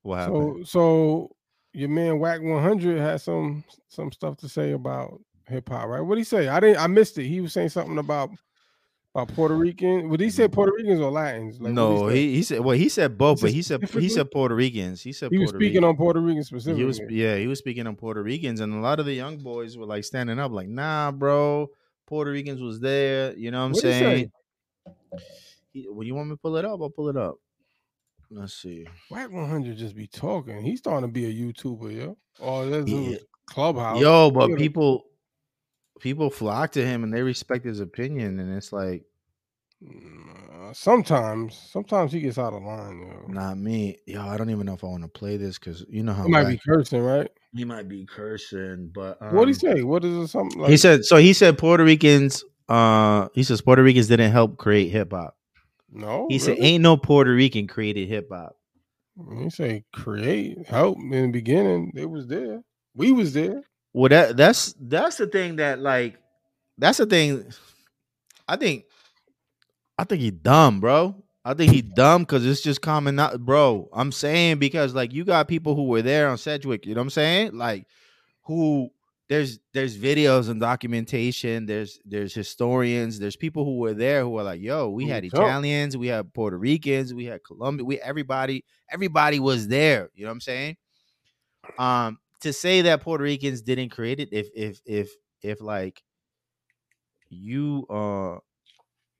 What happened?
So, so your man Whack 100 had some some stuff to say about hip hop, right? What would he say? I didn't I missed it. He was saying something about about Puerto Rican. Would he say Puerto Ricans or Latins?
Mm-hmm.
what'd
no,
say?
he, he said. Well, he said both, but he said
specifically?
he said Puerto Ricans. He said
he was
Puerto
speaking on Puerto Rican specifically.
He was yeah, he was speaking on Puerto Ricans, and a lot of the young boys were like standing up, like, nah, bro, Puerto Ricans was there. You know what I'm
What'd he say?
saying? He, well, you want me to pull it up? I'll pull it up. Let's see.
Whack 100 just be talking. He's starting to be a YouTuber, yo. Or that's
Yeah.
clubhouse.
Yo, but
Twitter.
people people flock to him and they respect his opinion, and it's like,
Mm, uh, Sometimes, sometimes he gets out of line. Yo.
not me. Yo, I don't even know if I want to play this because you know how
He might
black-
be cursing, right?
he might be cursing, but um,
what he say? What is it? Something like
he said so he said Puerto Ricans uh he says Puerto Ricans didn't help create hip hop.
no.
He said,
really?
"Ain't no Puerto Rican created hip hop."
He say create help in the beginning. They was there. We was there.
Well, that that's that's the thing that like that's the thing. I think, I think he dumb, bro. I think he dumb because it's just common, not, bro. I'm saying because like you got people who were there on Sedgwick, you know what I'm saying? Like, who there's there's videos and documentation. There's there's historians. There's people who were there who are like, yo, we
Who
had
jumped.
Italians, we had Puerto Ricans, we had Colombian, we everybody everybody was there. You know what I'm saying? Um, to say that Puerto Ricans didn't create it, if if if if like you uh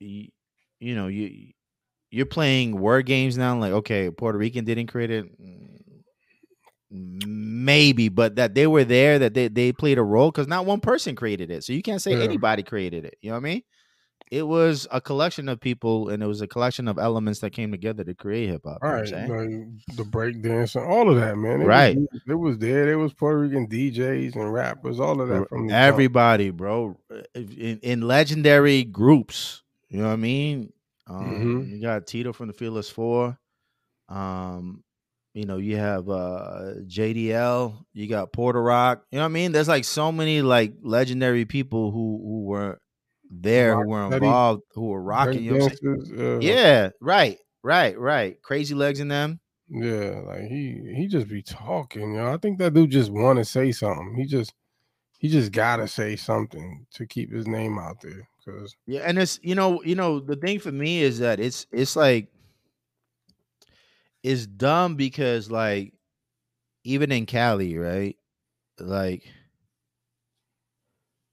you, you know you you're playing word games now like okay puerto rican didn't create it mm, maybe but that they were there that they, they played a role because not one person created it so you can't say
Yeah.
anybody created it you know what i mean it was a collection of people and it was a collection of elements that came together to create hip-hop you know what I'm
Right,
saying?
like the breakdance and all of that, man. It was-
Right.
it was there. There was Puerto Rican DJs and rappers, all of that
Bro,
from the jump.
everybody bro in, in legendary groups you know what i mean um,
Mhm.
you got tito from the fearless four um you know you have uh jdl you got porter rock you know what i mean there's like so many like legendary people who who were there who were
Rocksteady,
involved who were rocking you know what I'm
Breakdancers, uh,
saying? yeah right right right crazy legs in them
Yeah, like he he just be talking, yo. I think that dude just want to say something. He just he just gotta say something to keep his name out there. Cause
Yeah, and it's you know, you know, the thing for me is that it's it's like it's dumb because like even in Cali, right? Like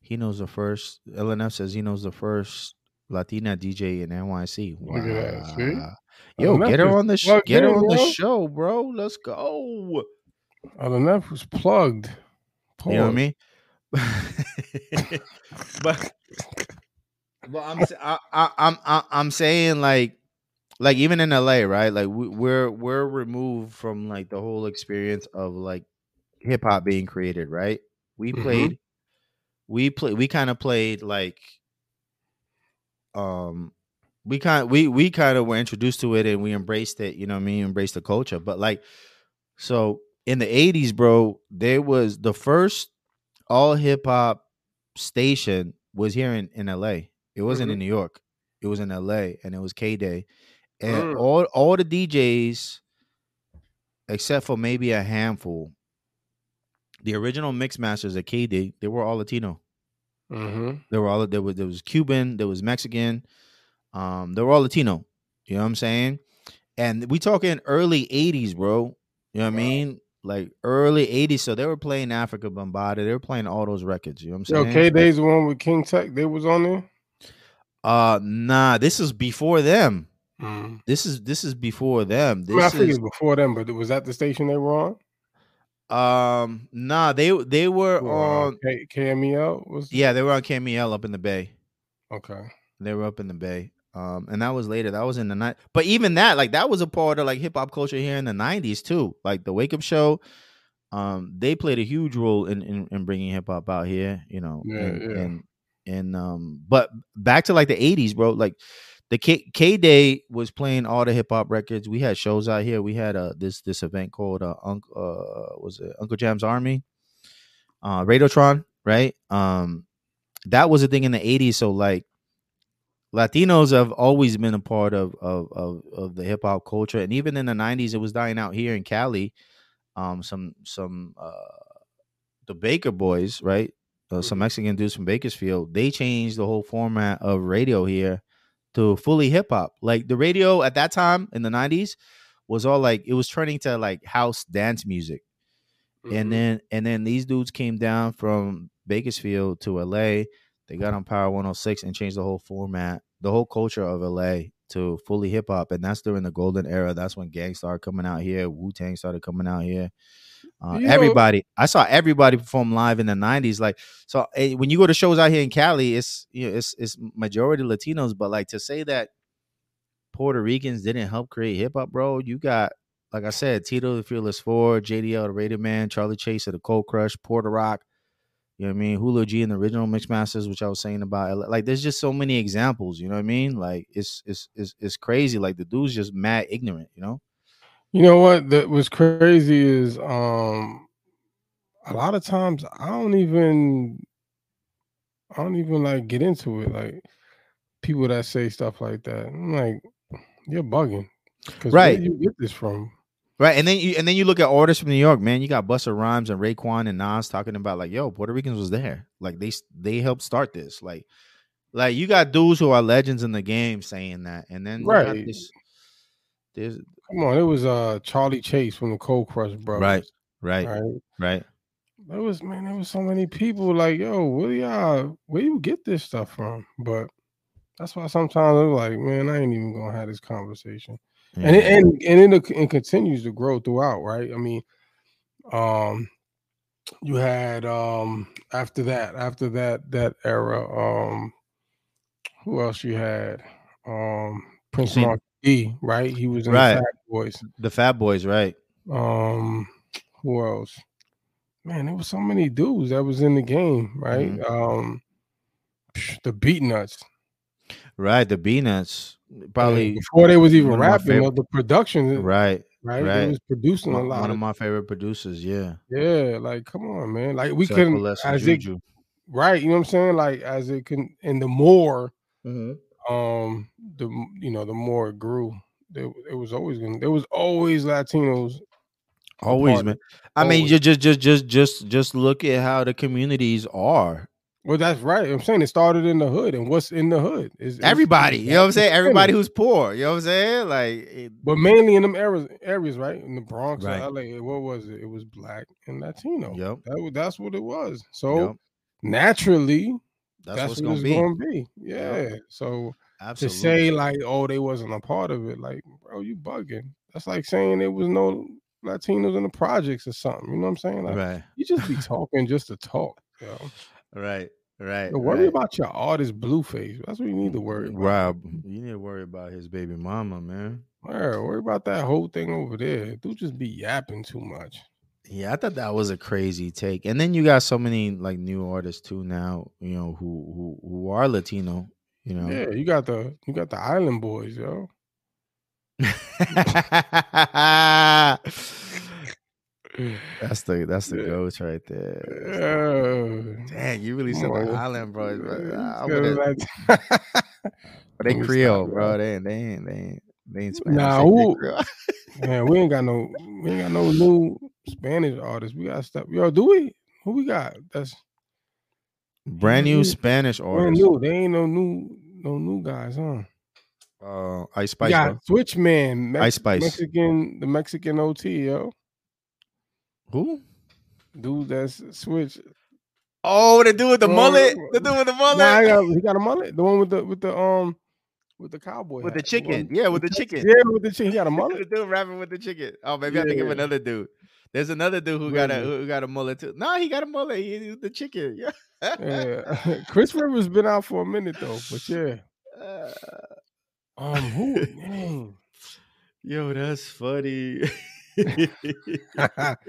he knows the first LNF says he knows the first Latina DJ in NYC. Wow.
Look at that, see?
Yo,
LNF
get her
is
on the sh-
plugged
get her
in,
on
yo.
the show, bro. Let's go.
Alanef was plugged.
You know what I
Pause.
mean? but but I'm s- I, I, I'm I, I'm saying like like even in LA, right? Like we, we're we're removed from like the whole experience of like hip hop being created, right? We
Mhm.
played we play we kind of played like um we kind we we kind of were introduced to it and we embraced it, you know what I mean? Embraced the culture. But like so in the 80s, bro, there was the first all hip hop station was here in, in LA. It wasn't in New York. It was in LA and it was K Day. And
Mm.
all all the DJs, except for maybe a handful, the original mix masters at K Day, they were all Latino.
Mm-hmm.
They were all there was there was Cuban, there was Mexican, um, they were all Latino. You know what I'm saying? And we talking early '80s, bro. You know what I mean? Like early '80s, so they were playing Africa Bombada. They were playing all those records. You know what I'm
Yo,
saying?
K Day's the one with King Tech. They was on there.
Uh, nah, this is before them.
Mm.
This is this is before them.
I, mean, I
This
figured
is
before them, but was that the station they were on?
um, nah, they they were
Or, uh,
on.
K- KMEL was
um, Yeah, they were on KML up in the Bay.
okay.
They were up in the Bay. Um, and that was later. That was in the night. But even that, like, that was a part of like hip hop culture here in the '90s too. Like the Wake Up Show, um, they played a huge role in in, in bringing hip hop out here. You know,
Yeah,
and,
yeah.
and and um, but back to like the '80s, bro. Like the K K Day was playing all the hip hop records. We had shows out here. We had uh this this event called uh, Unc uh was it Uncle Jam's Army, uh Radiotron, right? Um, that was a thing in the '80s. So like. Latinos have always been a part of of of, of the hip hop culture, and even in the '90s, it was dying out here in Cali. Um, some some uh, the Baker Boys, right? Uh, some Mexican dudes from Bakersfield, they changed the whole format of radio here to fully hip hop. Like the radio at that time in the '90s was all like it was turning to like house dance music
Mm-hmm.
and then and then these dudes came down from Bakersfield to LA. They got on Power 106 and changed the whole format, the whole culture of LA to fully hip hop, and that's during the golden era. That's when gang started coming out here, Wu Tang started coming out here. Uh,
You know-
everybody, I saw everybody perform live in the '90s. Like so, eh, when you go to shows out here in Cali, it's you know, it's it's majority Latinos, but like to say that Puerto Ricans didn't help create hip hop, bro. You got like I said, Tito the Fearless Four, JDL the Rated Man, Charlie Chase of the Cold Crush, Porter Rock. You know what I mean? Hula G and the original Mixmasters, which I was saying about. Like, there's just so many examples. You know what I mean? Like, it's it's it's, it's crazy. Like the dude's just mad ignorant. You know?
You know what? That was crazy is um a lot of times I don't even I don't even like get into it. Like people that say stuff like that, I'm like, you're bugging. 'Cause where
Right.
did you get this from?
Right, and then you and then you look at artists from New York, man. You got Busta Rhymes and Raekwon and Nas talking about like, yo, Puerto Ricans was there, like they s- they helped start this, like, like you got dudes who are legends in the game saying that, and then you got
Right.
this, this
Come on, it was uh Charlie Chase from the Cold Crush Brothers.
right, right,
Right.
right,
There was man, there was so many people like, yo, where do y'all where you get this stuff from? But that's why sometimes I'm like, man, I ain't even gonna have this conversation. And it
yeah.
and and it, it continues to grow throughout, right? I mean, um you had um after that, after that that era, um who else you had? Um Prince
seen-
Mark D, right? He was in
Right.
the Fat Boys.
the Fat Boys, right,
Um, who else? Man, there was so many dudes that was in the game, right?
Mhm.
Um, psh, the Beat Nuts.
right, the Beanuts,
I mean,
probably,
before they was even
one of my
rapping,
favorite-
uh, the production, right?
right, right.
They was producing a
one,
lot.
one of
of-
my favorite producers, yeah,
yeah, like come on, man. Like we
Chuck
couldn't,
Welles and
as it,
Juju.
right? You know what I'm saying? Like as it can, and the more,
Mhm.
um, the m- you know, the more it grew. There, it was always gonna. There was always Latinos. a
Always,
part-
man. I mean,
Always.
just, just, just, just, just, just look at how the communities are.
Well, that's right. I'm saying it started in the hood, and what's in the hood is
Everybody, you know what I'm saying? Everybody who's poor, you know what I'm saying? Like, it-
But mainly in them areas, areas right in the Bronx, or
Right.
LA. What was it? It was black and Latino.
Yep.
That wa- that's what it was.
you
So
know,
naturally,
that's,
that's,
what's
what
gonna
it's
be.
going to be. Yeah.
Yep.
So to
Absolutely.
say like, oh, they wasn't a part of it, like, bro, you bugging. That's like saying there was no Latinos in the projects or something. You know what I'm saying? Like,
right,
you just be talking just to talk. Yo.
right, right.
Yo, worry
right.
about your artist Blueface. That's what you need to worry about.
Rob, you need to worry about his baby mama, man.
Word, worry about that whole thing over there. Dude just be yapping too much.
Yeah, I thought that was a crazy take. And then you got so many like new artists too now, you know, who who who are Latino, you know.
Yeah, you got the you got the island boys, yo.
that's the that's the
Yeah.
ghost right there.
Yeah.
Dang, you really said
Come
the
on.
island bro.
Yeah,
I
you
would've-
said that.
but they
Let me stop,
Creole,
bro.
bro. They ain't they ain't they ain't, they ain't Spanish.
Nah,
they
who-
Creole.
Man, we ain't got no we ain't got no new Spanish artists. We gotta stop. Yo, do we? Who we got? That's
brand new
new-
Spanish
brand
artist.
new. They ain't no new no new guys, huh?
Uh, Ice
We
Spice.
got
bro.
Switch Man, Mex-
Ice Spice.
Mexican, the Mexican OT, yo.
Who?
Dude, that's Switch.
Oh, the dude with the
Bro,
mullet. The dude with the mullet.
Nah, I got, he got a mullet. The one with the with the um with the cowboy.
with the
hat. one-
chicken. Yeah, with the chicken.
Yeah, with the chicken. He got a
the
mullet.
dude rapping with the chicken. Oh, maybe I think of
Yeah.
another dude. There's another dude who got a
Really?
who got a mullet too. No, he got a mullet. He, he- the chicken. Yeah.
Yeah. Chris Rivers been out for a minute though, but yeah.
Uh,
Um, who? man.
yo, that's funny.
But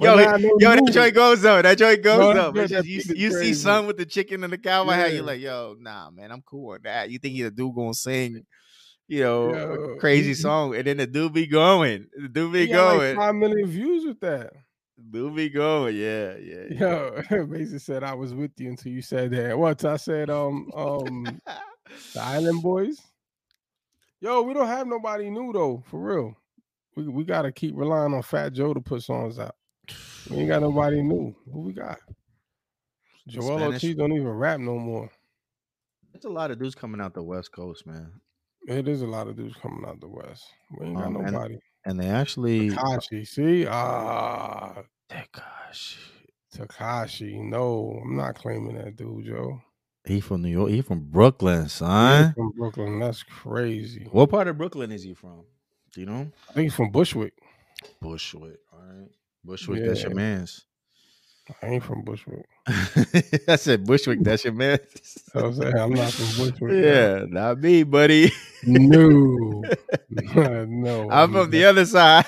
Yo,
nah, no
Yo, that
new-
joint goes up. That joint goes
No, that
up. It's
joint-
just, you
that shit is
you see
crazy.
some with the chicken and the cowboy hat,
Yeah.
you're like, yo, nah, man, I'm cool on that. You think the dude gonna sing, you know,
Yo,
a crazy
he- he-
song, and then the dude be going, the dude be
he got
going,
Like Five million views with that.
dude be going, yeah, yeah, yeah.
Yo, Mason said I was with you until you said that. What I said, um, um, the Island Boys. Yo, we don't have nobody new though, for real. We we gotta keep relying on Fat Joe to put songs out. We ain't got nobody new. Who we got? Joel
Spanish-
Ortiz don't even rap no more.
There's a lot of dudes coming out the West Coast, man,
It is a lot of dudes coming out the west. We ain't got
Um, and-
nobody.
and they actually,
Takashi, see, ah,
gosh,
Takashi. No, I'm not claiming that dude, Joe.
he from New York, he from Brooklyn, son.
From Brooklyn, that's crazy.
What part of Brooklyn is he from? Do you know?
I think he's from Bushwick.
Bushwick, all right, Bushwick, that's your
Yeah.
man's.
I ain't from Bushwick.
I said Bushwick, that's your man.
So I'm saying I'm not from Bushwick.
yeah, not me, buddy.
No, no.
I'm from the other side.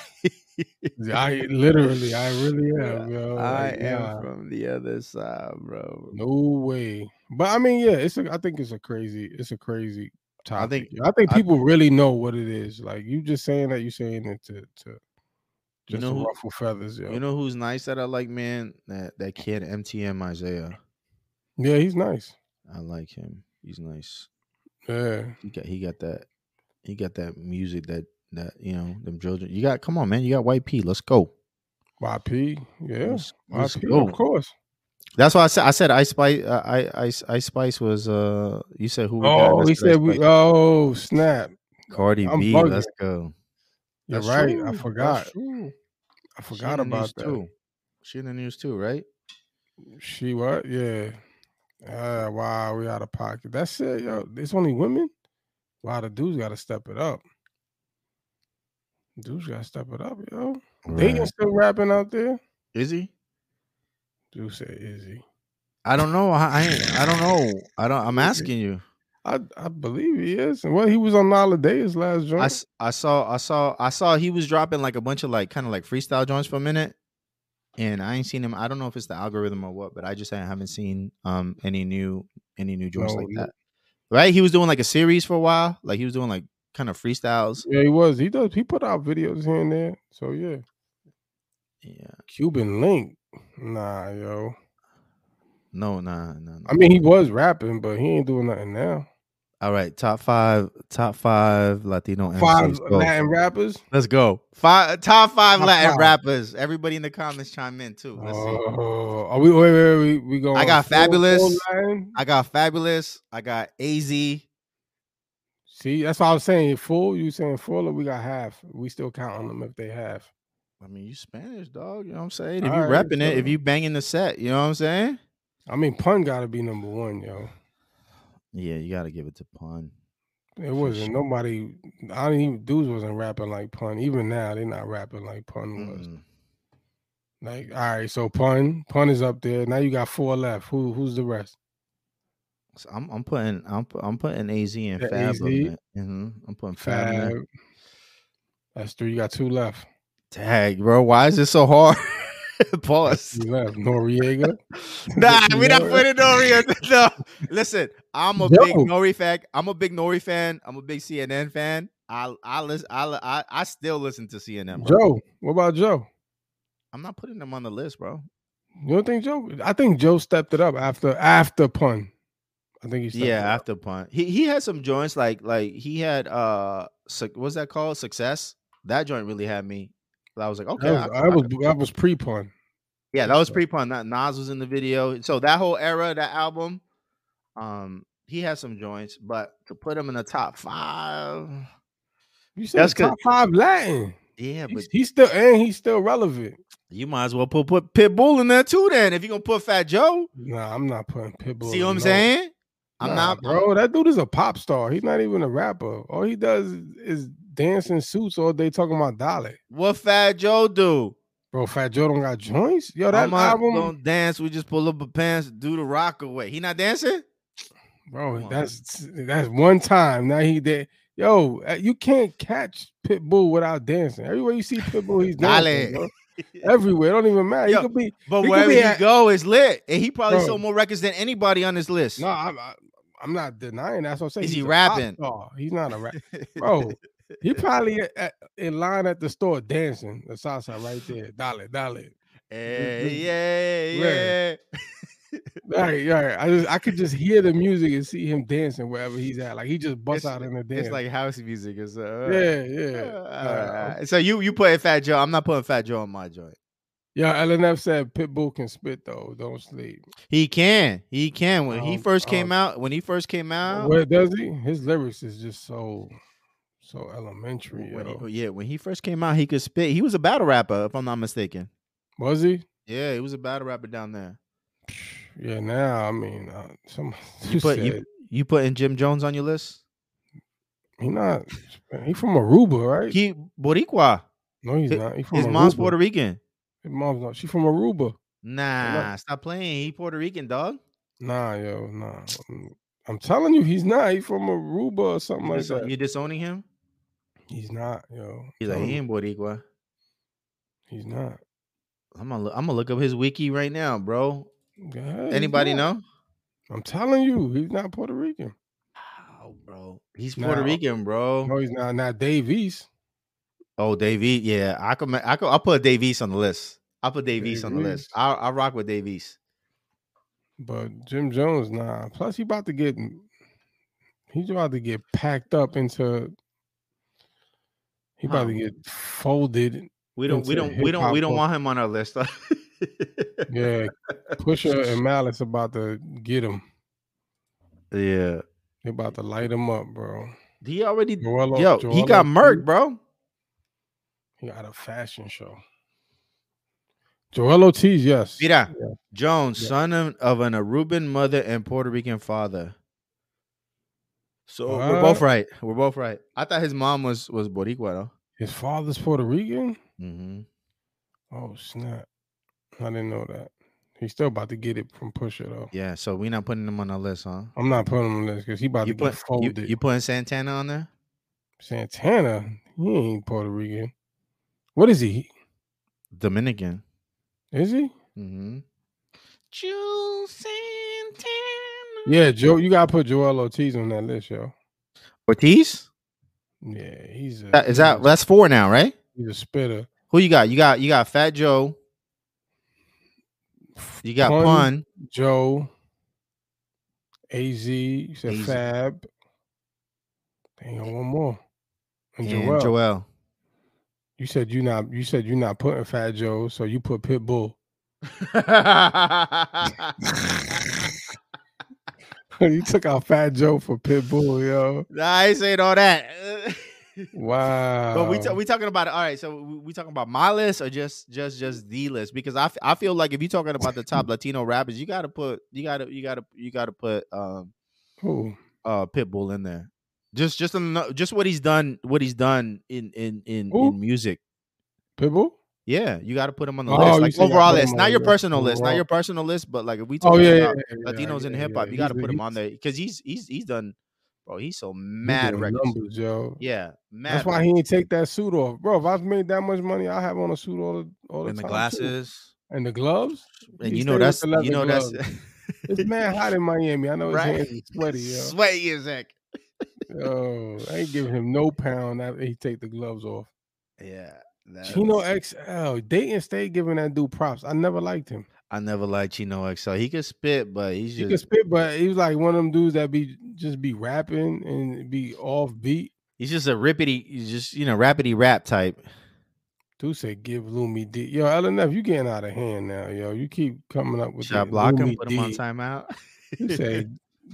the. I literally, I really am. Yo.
I
Oh, Like,
am
nah,
from the other side, bro.
No way. But I mean, yeah, it's. A, I think it's a crazy. It's a crazy. Topic. I
think-
think. I think
I-
people really know what it is. Like you just saying that. You saying it to. to
You
just
know
to
who-
ruffle feathers, yo.
You know who's nice that I like, man? That that kid MTM Isaiah.
Yeah, he's nice.
I like him. He's nice.
Yeah.
He got he got that he got that music that that you know them children. You got come on man. You got White P. Let's go.
YP. Yeah.
Let's- let's
YP,
go.
of course.
That's why I said I said Ice Spice. Uh, I Ice Ice Spice was uh. You said who? we got?
Oh,
That's
we
Ice
said we
Spice.
oh snap.
Cardi
I'm
B.
bugging.
Let's go.
You're
That's
right.
true.
I
That's
forgot.
true.
I
She
forgot
in the news
about that.
Too. She in the news too, right?
She what? Yeah. Uh, wow, we out of pocket. That's it, yo. It's only women. Wow, the dudes got to step it up. Dudes got to step it up, yo. They can
Right.
still rapping out there.
Is he?
Dude said Izzy.
I don't know. I I, ain't- I don't know. I don't. I'm asking you.
I I believe he is. And well, he was on Nala Days last
I,
joint.
s- I saw I saw I saw he was dropping like a bunch of like kind of like freestyle joints for a minute, and I ain't seen him. I don't know if it's the algorithm or what, but I just ha- haven't seen um any new any new joints
No,
like
no.
that. Right? He was doing like a series for a while. Like he was doing like kind of freestyles.
yeah, he was. He does. He put out videos here and there. So yeah,
Yeah.
Cuban Link. Nah, yo.
No, nah, nah. nah.
I mean, he was rapping, but he ain't doing nothing now.
all right. Top five. Top five Latino
Five
MCs. Go.
Latin rappers.
Let's go. Five. Top five
Top
Latin
five.
rappers. Everybody in the comments chime in too. Let's see.
Oh, are we? Wait, wait, wait. We going?
I got
full- full
Fabulous.
Latin?
I got fabulous. I got Az.
See, that's what I was saying. Full, you saying full, or we got half. We still counting them if they have.
I mean, you Spanish, dog. You know what I'm saying? If you
All right,
rapping it, if
so-
you banging the set, you know what I'm saying?
I mean, pun got to be number one, yo.
Yeah, you got to give it to Pun.
It wasn't
sure.
nobody. I didn't even dudes wasn't rapping like pun. Even now, they not rapping like pun was.
Mm-mm.
Like, all right, so pun, pun is up there. Now you got four left. Who, who's the rest?
So I'm, I'm putting I'm pu- I'm putting Az and
Yeah,
Fab.
AZ.
Mm-hmm. I'm putting Fab. in there.
Fab. That's three. You got two left.
Tag, bro. Why is it so hard? Pause.
You left Noriega.
Nah,
You
we not
know-
putting Nori. in the- No. Listen, I'm a big
Yo.
Nori fan. I'm a big Nori fan. I'm a big CNN fan. I I listen. I li- I, I still listen to CNN. Bro.
Joe. What about Joe?
I'm not putting them on the list, bro.
You don't think Joe? I think Joe stepped it up after after pun. I think he. Stepped
Yeah,
it up.
after punt. He he had some joints like like he had uh su- what's that called? Success. That joint really had me. I was like, okay,
that was
I-
I
I
was,
could-
that was pre pun.
yeah, that was pre punt. That Nas was in the video. So that whole era, that album, um, he had some joints, but to put him in the top five,
You said
That's 'cause-
top five Latin.
yeah, but
He's, he's still and he's still relevant.
you might as well put put Pitbull in there too. Then if you're gonna put Fat Joe,
Nah, I'm not putting Pitbull.
see what I'm
no.
saying? I'm
Nah,
not,
bro. that dude is a pop star. He's not even a rapper. All he does is, is dance in suits all day talking about dollar.
What Fat Joe do?
Bro, Fat Joe don't got joints. Yo, that
Mama
album,
don't dance. We just pull up a pants, do the rock away. He not dancing. Come
bro.
on.
That's that's one time. Now he did. Yo, uh, you can't catch Pitbull without dancing. Everywhere you see Pitbull, he's
Dolly.
dancing. bro. Everywhere, it don't even matter.
Yo,
he could be
But
He could
wherever
be
you
at-
go, it's lit. And he probably
Bro.
sold more records than anybody on this list.
No, I'm, I- I'm not denying that's what I'm saying.
Is he
a pop
rapping?
star. He's not a rap, bro. He probably a- a- in line at the store dancing the salsa right there. Dolly, dolly.
Eh,
dude.
yeah, yeah.
Where? All right, all right. I just I could just hear the music and see him dancing wherever he's at. Like he just busts
It's-
out in the dance.
It's like house music. It's uh,
yeah,
uh,
yeah.
uh, so you you put Fat Joe. I'm not putting Fat Joe on my joint.
Yeah, LNF said Pitbull can spit though. Don't sleep.
He can, he can. When he
Um,
first came
um,
out, when he first came out,
Where does he? His lyrics is just so so elementary.
when he-
yo.
yeah, when he first came out, he could spit. He was a battle rapper, if I'm not mistaken.
Was he?
Yeah, he was a battle rapper down there.
Yeah, now I mean, uh, some
You put you, you putting Jim Jones on your list?
He not. He from Aruba, right?
He Boricua.
no, he's
hi-
not. He from
His
Aruba.
mom's Puerto Rican.
His mom's not. She from Aruba.
Nah, stop playing. He Puerto Rican, dog.
Nah, yo, nah. Mm, I'm telling you, he's not. He from Aruba or something
You
like
disown-
that.
you disowning him?
He's not, yo.
He's like,
Telling
he
you,
ain't Boricua.
he's not.
I'm gonna look, I'm gonna look up his wiki right now, bro.
Yeah, he's
Anybody
not.
know?
I'm telling you, he's not Puerto Rican.
Oh, bro, oh. he's Puerto
Nah.
Rican, bro.
No, he's not. Not Dave East.
Oh, Dave East. Yeah, I could. ma- I could. I'll put Dave East on the list. I'll put Dave,
Dave
East on the list.
East.
I I rock with Dave East.
But Jim Jones, nah. Plus, he about to get he's about to get packed up into. He about to
Huh.
get folded.
We don't. We
Into
don't. We don't. We don't
hip-hop
want him on our list.
Yeah, Pusher and Malice about to get him.
yeah.
They about to light him up, bro.
He already.
Joel,
Yo, he got murked, bro.
He got a fashion show. Joel Ortiz, yes.
Mira, Jones,
Yeah.
son of, of an Aruban mother and Puerto Rican father. So Oh, we're both
What?
right. We're both right. I thought his mom was was Boricua though.
His father's Puerto Rican.
Mm-hmm.
Oh snap! I didn't know that. He's still about to get it from Pusher though.
Yeah. So we're not putting him on our list, huh?
I'm not putting him on this because he about
You
to
put
get
you,
folded.
you putting Santana on there?
Santana, he ain't Puerto Rican. What is he?
Dominican.
Is he?
Mm-hmm. Joe Santana.
Yeah, Joe. You gotta put Joel Ortiz on that list, yo.
Ortiz.
Yeah, he's a,
That, is that that's four now, right?
he's a spitter.
Who you got? You got you got Fat Joe. You got
Pun.
Pun.
Joe, Az, you said
AZ.
Fab. Hang on, one more. And,
and
Joel.
Joel.
You said you not. You said you not putting Fat Joe, so you put Pitbull. you took out Fat Joe for Pitbull, yo.
Nah, I ain't saying all that.
Wow.
but we ta- we talking about all right. So we, we talking about my list or just just just the list because I, f- I feel like if you're talking about the top Latino rappers, you gotta put you gotta you gotta you gotta put um
Who?
uh Pitbull in there. Just just ano- just what he's done what he's done in in in,
Who?
in music.
Pitbull.
Yeah, you got to put them on the
Oh, you
list.
say you
Like
gotta
overall
put 'em
list,
on
not
the
your
list,
personal list, not
overall.
your personal list, but like if we
Oh
talking
yeah, yeah,
about
yeah, yeah,
Latinos in
yeah,
hip hop,
yeah.
you got to
He's-
put him on
he's-
there because he's he's he's done, bro. He's so
he's
mad
doing
records.
numbers, yo.
Yeah, mad.
That's why he ain't take that suit off, bro. If I've made that much money, I have on a suit all the all the
and the
time. too.
glasses,
and the gloves.
and
He
you
stay
know
with
that's
the leather
you know that's
gloves. It's man hot in Miami. I know his
Right.
hands is sweaty, yo.
sweaty as heck.
yo. I ain't giving him no pound after he take the gloves off.
Yeah, that
Chino
was-
XL, Dayton State giving that dude props. I never liked him.
I never liked Chino XL. He could spit, but he's
He
just
could spit, but he was like one of them dudes that be just be rapping and be off beat.
he's just a rippity, he's just you know rapidy rap type.
Dude said, "Give Lumi D." Yo, LNF, you getting out of hand now, yo. You keep coming up with
Should I
that
block him?
Lumi
Put him on
D.
timeout.
You say,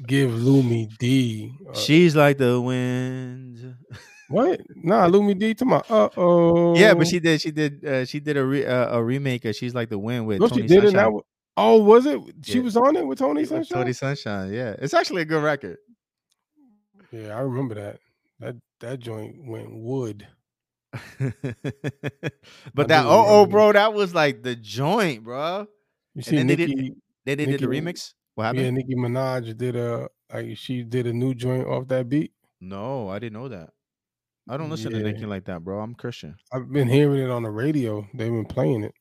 "Give Lumi D." Uh,
She's like the wind.
what? Nah, Lumi D. To my uh oh.
Yeah, but she did. She did. Uh, she did a re, uh, a remake of "She's Like the Wind" with
no, she
Tony
did it.
Sunshine.
That wa- oh, was it? She
Yeah.
was on it with Tony
With
Sunshine.
Tony Sunshine. Yeah, it's actually a good record.
Yeah, I remember that. That that joint went wood.
but
I
that
do
oh oh
remember.
bro, that was like the joint, bro.
You see,
then they did-
Nicki,
They did, did the
Nicki-
remix. What
yeah,
happened?
Nicki Minaj did a like she did a new joint off that beat.
No, I didn't know that. I don't listen to
Yeah.
Nicki like that, bro. I'm Christian.
I've been hearing it on the radio. They've been playing it,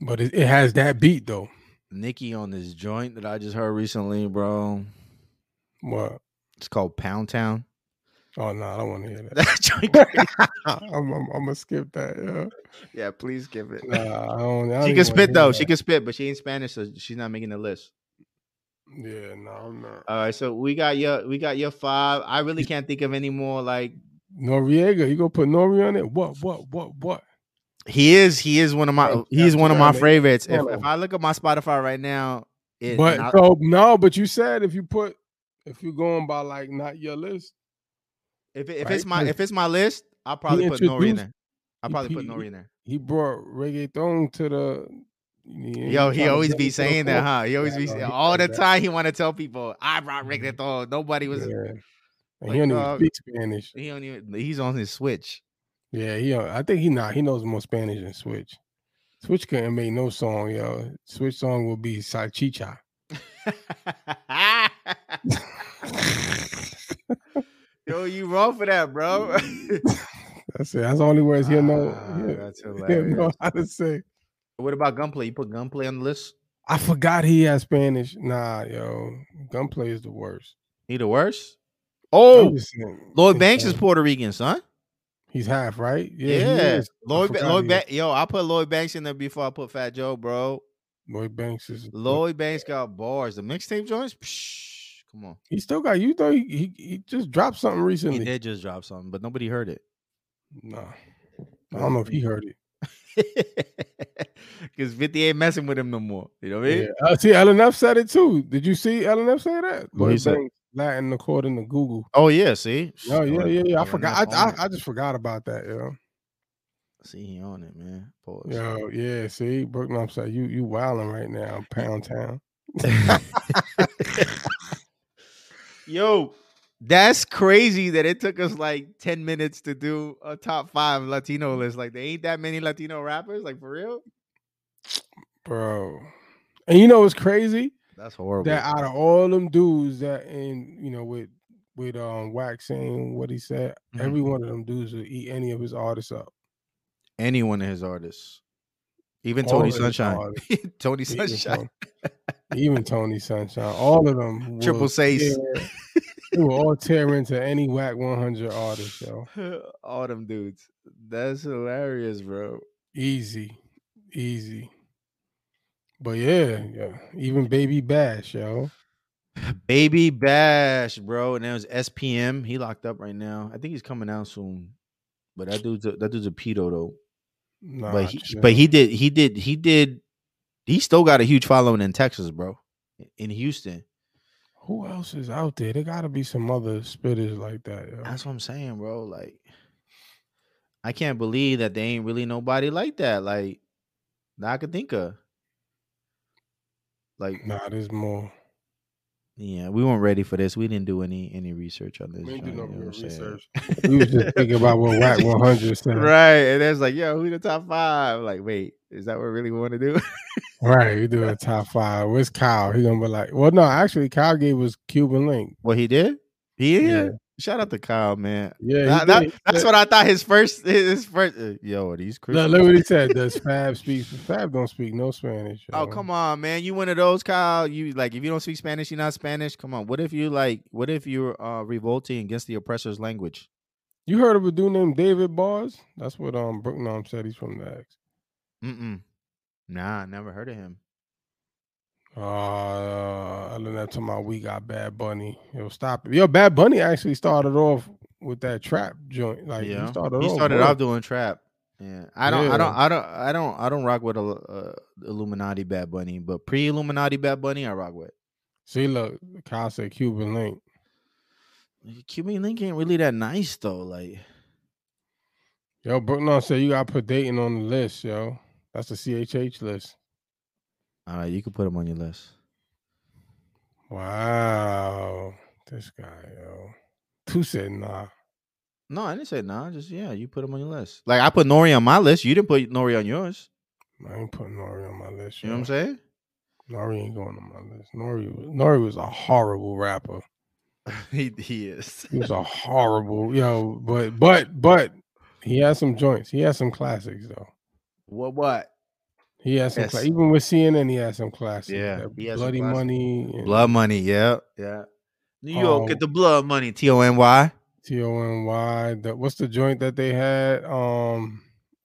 but it, it has that beat though.
Nicki on this joint that I just heard recently, bro.
What?
It's called Pound Town.
Oh no, I don't want to hear that.
That joint.
I'm, I'm, I'm gonna skip that. Yeah.
yeah, please give it.
Nah, I
She
don't. I don't even wanna
can spit
hear
though.
that.
She can spit, but she ain't Spanish, so she's not making the list.
Yeah, no, I'm not.
All right, so we got your we got your five. I really can't think of any more. Like
Noriega, you gonna put Nori on it? What? What? What? What?
he is he is one of my
Right,
he is one of my
definitely.
favorites. If,
Hold
if
on.
I look at my Spotify right now, it,
but
and I-
so, no, but you said if you put if you're going by like not your list,
if, it- if
right,
it's my
'cause
if it's my list, I'll probably put Nori in
introduced-
there. I
he-
probably put
he-
Nori in there.
he brought reggaeton to the. he
Yo,
ain't
he
tryna
always
bring
be
it to the
saying that,
forefront.
huh? He always
Yeah,
be
no,
saying,
he
all the
does that.
time. He want to tell people, "I brought Rick
Mhm.
Nobody was.
Yeah. And
Like,
he don't even
dog.
speak Spanish.
He don't even. He's on his switch.
Yeah, he. don't- I think he not. He knows more Spanish than Switch. Switch couldn't make no song, yo. Switch song will be Salchicha.
Yo, you wrong for that, bro.
That's it. That's the only words he'll know.
Ah,
he'll-
that's
he'll know
hilarious.
how to say.
What about gunplay? You put gunplay on the list?
I forgot he had Spanish. Nah, yo, Gunplay is the worst.
He the worst.
I'm
Oh,
just saying,
Lloyd
he's
Banks is
half-
Puerto Rican, son.
he's half, right?
Yeah,
he is. I
Lloyd. Ba-
forgot
Lloyd
he
ba- Yo, I put Lloyd Banks in there before I put Fat Joe, bro.
Lloyd Banks is
Lloyd Banks got bars. The mixtape joints, psh, come on.
He still got you though. He, he he just dropped something
He
recently.
did just drop something, but nobody heard it.
Nah, I don't know if he heard it.
Because 50 ain't messing with him no more. You know what I mean?
Yeah. Uh, see, LNF said it too. Did you see LNF say that?
What he
Lloyd
said?
Banks Latin according to Google.
Oh, yeah. See?
Oh yeah, yeah, yeah. I
He on
forgot.
that
I,
on it.
I I just forgot about that. Yo,
see, he on it, man. Pause.
yo, yeah. See, Brooklyn upset. You you wilding right now, Pound Town.
Yo, that's crazy that it took us like 10 minutes to do a top five Latino list. Like, there ain't that many Latino rappers. Like, for real?
bro. And you know what's crazy?
That's horrible.
That out of all them dudes that in you know with with um Wax saying what he said,
Mhm.
every one of them dudes would eat any of his artists up.
Any one of his artists, even
All
Tony
of his
Sunshine.
artists,
Tony
even
Sunshine.
Tony- Even Tony Sunshine, all of them.
Triple
will
Sace.
tear- they will all tear into any whack 100 artist, yo.
All them dudes. That's hilarious, bro.
Easy, easy. But yeah, yeah. Even Baby Bash, yo.
Baby Bash, bro. And there's SPM. He locked up right now. I think he's coming out soon. But that dude's a, that dude's a pedo though.
Nah,
but he,
chill.
but he did he did he did he still got a huge following in Texas, bro. In Houston.
Who else is out there? There gotta be some other spitters like that. Yo.
That's what I'm saying, bro. Like I can't believe that they ain't really nobody like that. Like that I could think of. Like
Nah, there's more.
yeah, we weren't ready for this. We didn't do any any research on this.
We didn't do
John,
no
you know
real
what I'm saying?
research. We was just thinking about what Whack 100 said. Right.
Right. And that's like, yo, who the top five? Like, wait, is that what we really want to do?
we do a top five. Where's Kyle? He gonna be like, well, no, actually, Kyle gave us Cuban Link.
Well, he did? He did.
Yeah.
Shout out to Kyle, man.
Yeah, he
That-
did.
that-
He
that's
said-
what I thought his first his first uh, yo, are these
Look,
Christians?
look what he said. Does Fab speak? Fab don't speak no Spanish.
Oh, come on, man. You one of those, Kyle. You like if you don't speak Spanish, you're not Spanish. Come on. What if you like what if you're uh revolting against the oppressor's language?
You heard of a dude named David Bars? That's what um Brooknum said. He's from the X.
Mm-mm. Nah, never heard of him.
Uh, I learned that to my we got Bad Bunny. Yo, stop it. Yo, Bad Bunny actually started off with that trap joint. Like
yeah.
he started
he
off.
started
with
off
it.
doing trap. Yeah, I don't,
Yeah.
I don't, I don't, I don't, I don't rock with a uh, Illuminati Bad Bunny, but pre Illuminati Bad Bunny, I rock with.
See, look, Kyle said Cuban Link.
Cuban Link ain't really that nice though. Like,
Yo, Brooknum said you gotta put Dayton on the list. Yo, that's the CHH list.
all right, you can put him on your list.
Wow, this guy, yo. Two said nah.
No, I didn't say nah. Just yeah, you put him on your list. Like I put Nori on my list. You didn't put Nori on yours.
I ain't putting Nori on my list.
You know
yo.
what I'm saying?
Nori ain't going on my list. Nori was Nori was a horrible rapper.
he he is.
He was a horrible yo, but but but he has some joints. He has some classics though.
What what?
He has some cla-
Yes.
even with CNN, he has some classics.
Yeah,
that
he has some
Bloody
classics.
Money, and
Blood money. Yeah yeah. New York
Oh.
get the blood money. T O N Y.
T O N Y. the- What's the joint that they had? Um,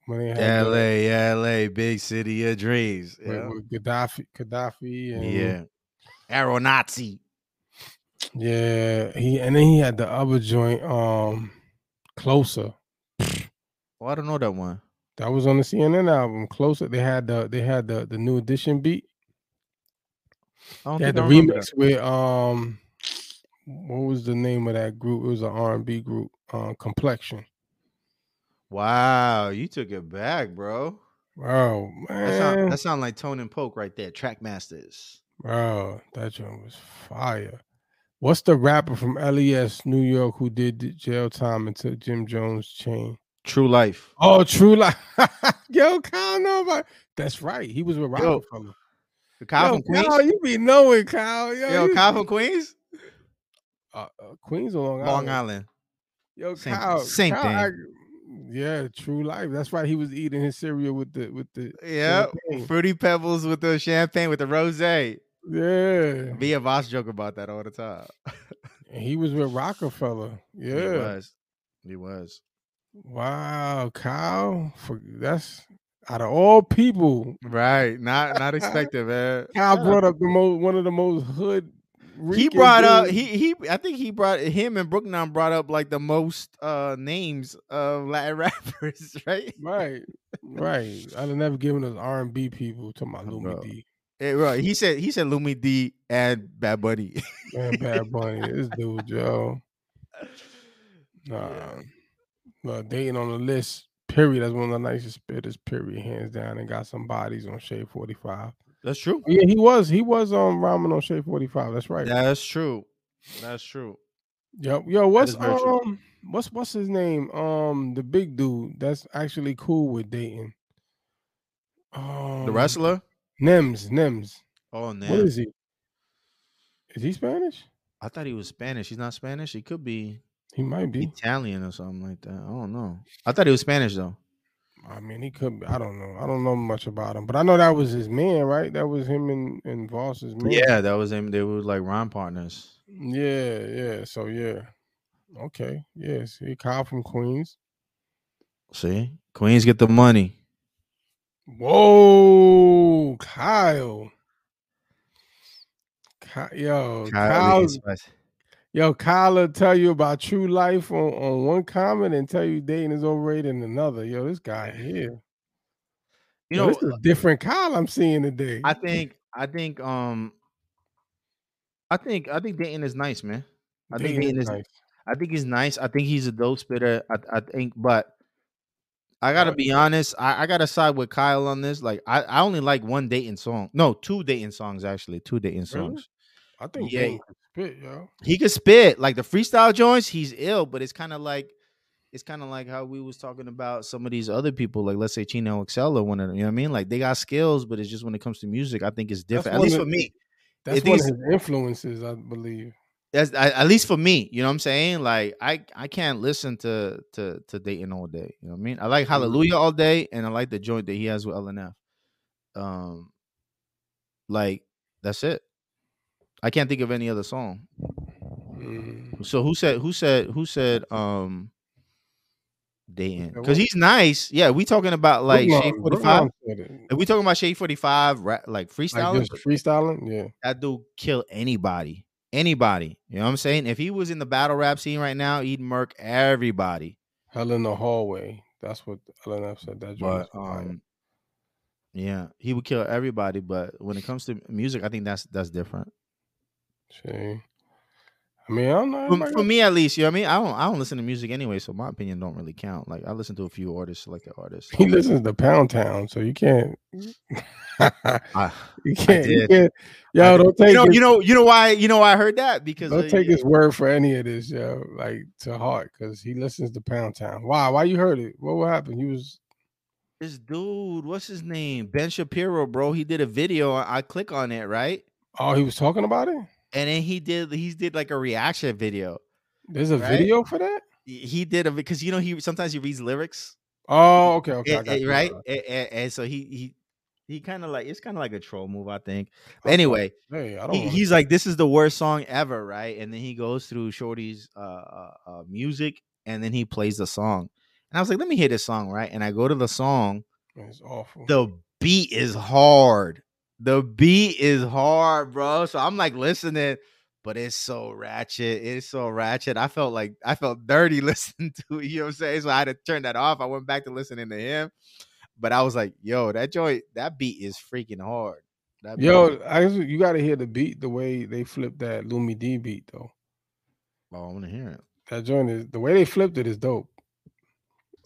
when they had the-
L A L A. Big city of dreams.
with, with Gaddafi, Gaddafi, and yeah,
Yeah. Arrow Nazi.
yeah. He and then he had the other joint, um, closer.
Oh, I don't know that one.
That was on the CNN album. Closer. They had the they had the the new edition beat.
I don't
They had
think
the
I remember that.
remix with um, what was the name of that group? It was an R and B group, um, Complexion.
Wow, you took it back, bro.
Wow,
That sound,
Oh, man,
that sound like Tone and Poke right there. Track Masters.
wow, Oh, that joint was fire. What's the rapper from LES New York who did the jail time and took Jim Jones' chain?
True Life.
Oh, True Life. Yo, Kyle, know about that's right. He was with
Yo,
Rockefeller.
Kyle
Yo,
from Queens.
Kyle, you be knowing, Kyle. Yo,
Yo,
you-
Kyle from Queens.
uh, uh, Queens or Long Island?
Long Island.
Yo,
Same-
Kyle.
same
Kyle Ag- yeah, True Life. That's right. He was eating his cereal with the with the
Yeah,
champagne.
fruity pebbles with the champagne with the rosé.
yeah.
Via Voss joke about that all the time.
And he was with Rockefeller.
He
Yeah.
was. He was.
Wow, Kyle. For, that's Out of all people,
Right. Not not expected, man.
Kyle brought up the most one of the most hood.
He
Rican
brought up
dudes.
he he I think he brought him and Brooknown brought up like the most uh names of Latin rappers, right?
right, right. I'd have never given us R and B people to my
Oh, Bro.
Lumi D
Eh, right. He said he said Lumi D and Bad Buddy.
and Bad Bunny. this dude, yo, nah.
Yeah.
But dating on the list, period. That's one of the nicest spitters, period, hands down. And got some bodies on Shade Forty Five.
That's true.
Yeah, he was. He was on Ramen on Shade Forty Five. That's right.
That's true. That's true.
Yep. Yo, what's
is very true.
um what's what's his name? Um the big dude that's actually cool with dating. Um
The wrestler?
Nims, Nims.
Oh man.
What is he? Is he Spanish?
I thought he was Spanish. He's not Spanish. He could be
He might be.
Italian or something like that. I don't know. I thought he was Spanish though.
I mean he could be. I don't know. I don't know much about him. But I know that was his man, right? That was him and, and Voss's man.
Yeah, that was him. They were like rhyme partners.
Yeah, yeah. So yeah. Okay. Yes. He Kyle from Queens.
See, Queens get the money.
Whoa, Kyle. Ky- Yo,
Kyle,
Kyle,
Reese Spice.
yo, Kyle will tell you about true life on, on one comment and tell you dating is overrated in another. Yo, this guy here.
you
Yo,
know,
this is a different Kyle I'm seeing today.
I think, I think, um, I think, I think Dayton is nice, man. I think
Dating
dating is,
nice.
I think he's nice. I think he's a dope spitter. I, I think, but I gotta
Right.
be honest. I, I gotta side with Kyle on this. Like, I, I only like one Dayton song. No, two Dayton songs actually. Two Dayton songs.
Really? I think
Yeah.
Dayton can spit, yo.
he could spit like the freestyle joints he's ill but it's kind of like it's kind of like how we was talking about some of these other people like let's say chino excel or one of them you know what i mean like they got skills but it's just when it comes to music i think it's different at
one
least
of-
for me
That's
If
one of
he's-
his influences, I believe.
that's I, at least for me you know what i'm saying like i i can't listen to to to dayton all day you know what i mean i like hallelujah all day and i like the joint that he has with lnf um like that's it i can't think of any other song Mm-hmm.
Mm.
So who said who said who said um Dayton?
Said
Because he's nice. Yeah, we talking about like
Brooklyn-
Shade Forty Five.
Brooklyn said it.
If we talking about Shade Forty Five, right, like freestyling,
Like just freestyling, yeah.
that dude kill anybody. Anybody. You know what I'm saying? If he was in the battle rap scene right now, he'd murk everybody.
Hell in the hallway. That's what LNF said. That joint
But
was fire.
um yeah, he would kill everybody. But when it comes to music, I think that's that's different.
See, I mean, I don't know.
For,
everybody
for
got-
me, at least, you know what I mean. I don't, I don't listen to music anyway, so my opinion don't really count. Like I listen to a few artists, selected artists.
he listens to Pound Town, so you can't. you
I-
can't. You
did.
can't yo,
I
don't take
you know,
his,
you know, you know why, you know why I heard that because
don't
uh,
take his word for any of this, yo. Like to heart, because he listens to Pound Town. Why? Why you heard it? What? What happened? You was
this dude, what's his name, Ben Shapiro, bro. He did a video. I I click on it, right,
oh, he was talking about it.
and then he did, he did like a reaction video.
There's a
Right?
video for that.
He- He did a because you know he sometimes he reads lyrics,
Oh, okay, okay, I
eh,
got
eh,
you,
right?
I got
Eh, eh, And, so he he he kind of like it's kind of like a troll move, I think.
you.
But anyway,
hey, I don't.
he,
wanna-
he's like, "This is the worst song ever," right? And then he goes through Shorty's uh, uh, uh, music, and then he plays the song. And I was like, "Let me hear this song," right? And I go to the song.
it's awful.
The beat is hard. The beat is hard, bro. So I'm like listening, but it's so ratchet. It's so ratchet. I felt like I felt dirty listening to it. You know what I'm saying? So I had to turn that off. I went back to listening to him, but I was like, "Yo, that joint, that beat is freaking hard." That beat
Yo,
is-
I just, you got to hear the beat the way they flipped that Lumi D beat though.
oh, I want to hear it.
That joint is the way they flipped it is dope.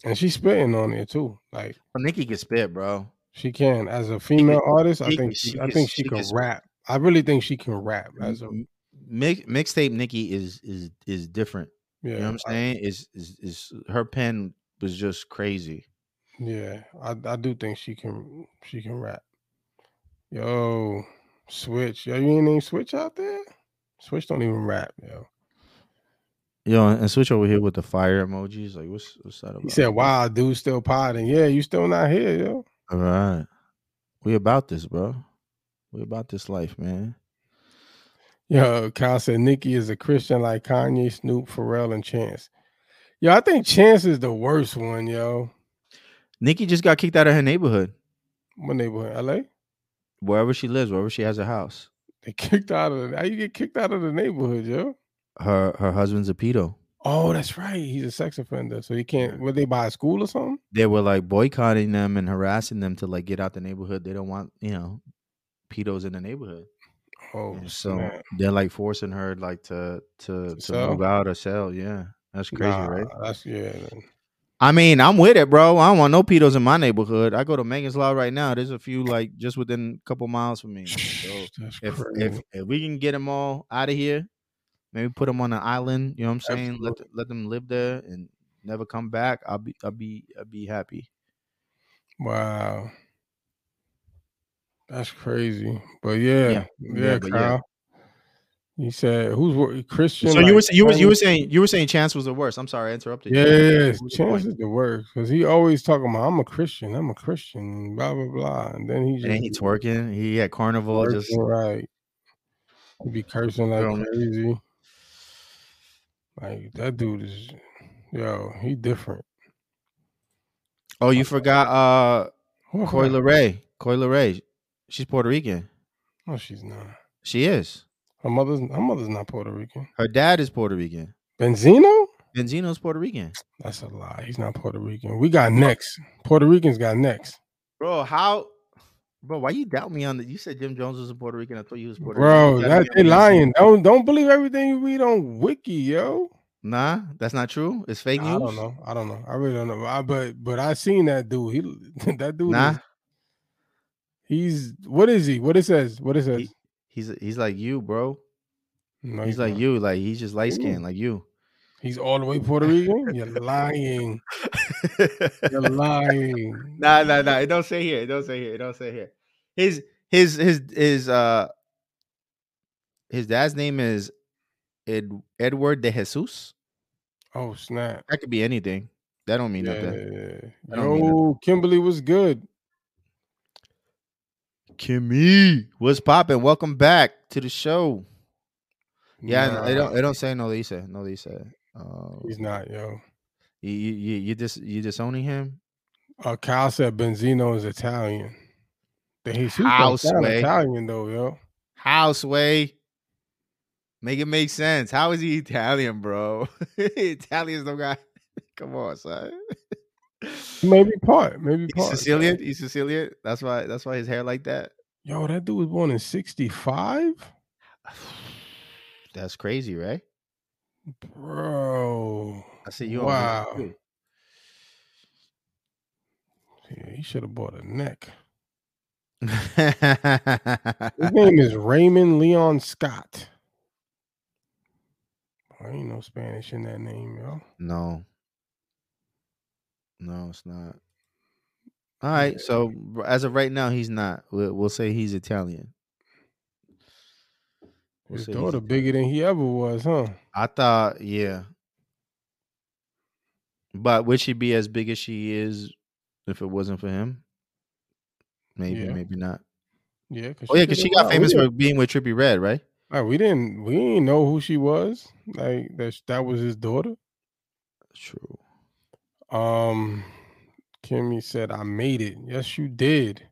And she's spitting on it too. Like
Oh, Nicki can spit, bro.
she can as a female artist. I
she
think
could-
she,
she
I
could-
think she,
she Mm-hmm.
can
could spit.
rap. I really think she can rap as a
M- Mix, mixtape Nikki is is is different.
yeah.
You know what I'm
I-
saying? Is is is her pen was just crazy.
yeah, I, I do think she can she can rap. Yo, switch. Yo, you ain't even switch out there. Switch don't even rap, yo.
Yo, and switch over here with the fire emojis. Like, what's what's that about?
He said, "Wow, dude, still podding. Yeah, you still not here, yo.
All right, we about this, bro. We about this life, man.
Yo, Kyle said Nicki is a Christian like Kanye, Snoop, Pharrell, and Chance. Yo, I think Chance is the worst one, yo.
Nikki just got kicked out of her neighborhood,
What neighborhood? LA?
wherever she lives, wherever she has a house.
They kicked out of the how you get kicked out of the neighborhood, yo.
Her her husband's a pedo.
Oh, that's right. He's a sex offender. So he can't what they buy a school or something?
They were like boycotting them and harassing them to like get out the neighborhood. They don't want you know pedos in the neighborhood.
Oh
So
snap.
they're like forcing her like to to,
To
to
sell?
move out or sell. Yeah, that's crazy,
Nah,
right?
That's yeah.
I mean, I'm with it, bro. I don't want no pedos in my neighborhood. I go to Megan's Law right now. There's a few like just within a couple miles from me. So
That's
if if
crazy.
if we can get them all out of here, maybe put them on an island. You know what I'm saying? Let th- let them live there and never come back. I'll be I'll be I'll be happy.
Wow. That's crazy. But yeah, yeah,
yeah, but yeah.
Kyle. You said who's wor- Christian?
So you were
like,
sa- you were you were
Chinese-
saying you were saying Chance was the worst. I'm sorry, I interrupted. you.
Yes,
What was your
chance
point?
is the worst because he always talking about I'm a Christian, I'm a Christian, and blah blah blah, and then he just
And then he
be
twerking. He at carnival.
cursing,
Just
right. He be cursing like
Girl, man.
crazy. Like that dude is, yo, he different.
oh, you forgot uh
What-
Coy Ray. Coy Ray. She's Puerto Rican.
No, she's not.
She is.
Her mother's her mother's not Puerto Rican.
Her dad is Puerto Rican.
Benzino?
Benzino's Puerto Rican.
That's a lie. He's not Puerto Rican. We got next. Puerto Ricans got next.
Bro, how? Bro, why you doubt me on that? You said Jim Jones was a Puerto Rican. I told you he was Puerto
Bro,
Rican. You gotta
that,
be
they
honest.
lying. Don't don't believe everything you read on Wiki, yo.
Nah, that's not true. It's fake news.
I don't know. I don't know. I really don't know. I, but but I seen that dude. He that dude.
Nah,
Is, he's what is he? What it says? What it says?
He- he's he's like you, bro.
no,
He's like
not.
you. Like he's just light skinned
Ooh.
like you.
He's all the way Puerto Rican. You're lying. You're lying.
nah, nah, nah. It don't say here. It don't say here. It don't say here. His his his his uh his dad's name is Ed, Edward de Jesus.
Oh snap!
That could be anything. That don't mean nothing.
Yeah.
I don't mean
Yo, Kimberly was good.
Kimmy, what's poppin'? Welcome back to the show. Yeah,
Nah,
it don't it don't say no Lisa. No Lisa. Uh,
He's not, yo.
you you you you dis you disowning him?
Uh, Kyle said Benzino is Italian. The Jesus don't
House
sound
way.
Italian though, yo.
How sway? Make it make sense. How is he Italian, bro? Italians don't got come on, son.
Maybe part, maybe
He's
part.
Sicilian. He's Sicilian. That's why. That's why his hair like that.
Yo, that dude was born in '65,
That's crazy, right?
bro.
I see you. on
Wow.
Vimeo too.
Yeah, he should have bought a neck. His name is Raymond Leon Scott. I ain't no Spanish in that name, yo.
no. No, it's not. All right.
Yeah.
So r- as of right now, he's not. We'll, we'll say he's Italian. We'll
His
say he's
daughter bigger than he ever was, huh?
I thought, yeah. But would she be as big as she is if it wasn't for him? Maybe,
Yeah.
maybe not.
Yeah. Cause
Oh yeah,
could've
because she
been
got
out.
famous
We
for being with Trippy Red, right?
Like we didn't we didn't know who she was. Like that sh- that was his daughter.
True.
Um Kimmy said, I made it. Yes, you did.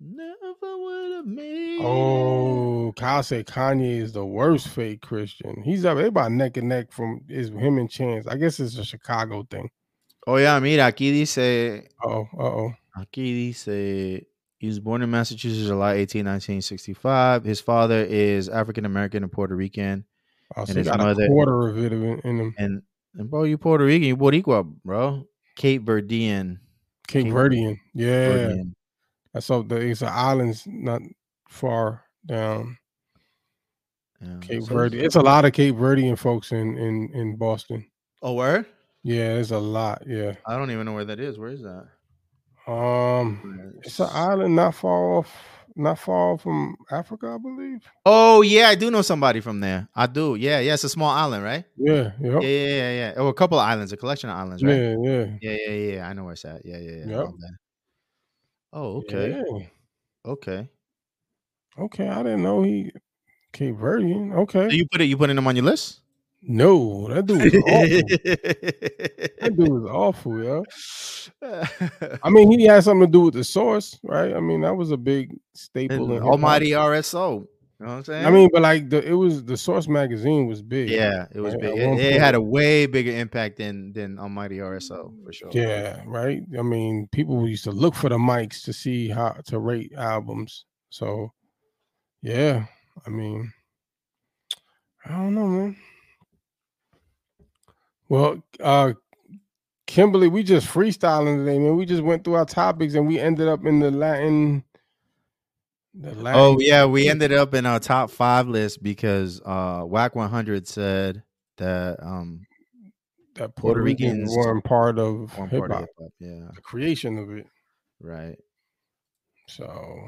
Never would have made. it.
Oh, Kyle said Kanye is the worst fake Christian. He's up they about neck and neck from is him and chance. I guess it's a Chicago thing.
Oh yeah, mira, aquí dice,
Oh, uh oh.
aquí dice. He was born in Massachusetts, July 18, 1965. His father is African American and Puerto Rican,
Oh,
And
so he
his
got
mother-
a quarter of it in, in him.
and and bro, you Puerto Rican, you Boricua, bro. Cape Verdean.
Cape
Cape
Verdean. Yeah.
Verdean.
That's up there. It's an island's not far down.
Yeah.
Cape
Uh, So-
Verde. It's a lot of Cape Verdean folks in in, in Boston.
Oh, where?
Yeah, there's a lot. Yeah.
I don't even know where that is. Where is that?
Um it's an island not far off not far from Africa, I believe.
Oh yeah, I do know somebody from there. I do. Yeah, yeah. It's a small island, right?
Yeah, yep.
Yeah, yeah, yeah, yeah. Oh, a couple of islands, a collection of islands, right?
Yeah, yeah.
Yeah, yeah, yeah. I know where it's at. Yeah, yeah, yeah.
Yep.
Okay. Oh, okay,
Yeah.
okay.
Okay, I didn't know he Cape Verdean.
So
Okay.
you put it, you putting them on your list?
No, that dude was awful. that dude was awful, yo. I mean, he had something to do with the source, right? I mean, that was a big staple. in
Almighty RSO. You know what I'm
hip-hop.
saying?
I mean, but like the it was the source magazine was big.
yeah, it was
Right,
big.
at
It,
one
it had a way bigger impact than than Almighty RSO for sure.
Yeah, right. I mean, people used to look for the mics to see how to rate albums. So, yeah, I mean, I don't know, man. Well, uh Kimberly, we just freestyling today, man. We just went through our topics and we ended up in the Latin. The Latin
Oh yeah, we ended up in our top five list because uh Whack 100 said that um
that
Puerto
Puerto Ricans
Ricans
weren't part of
one
hip
part of
hop,
hip hop. Yeah,
the creation of it.
right.
So,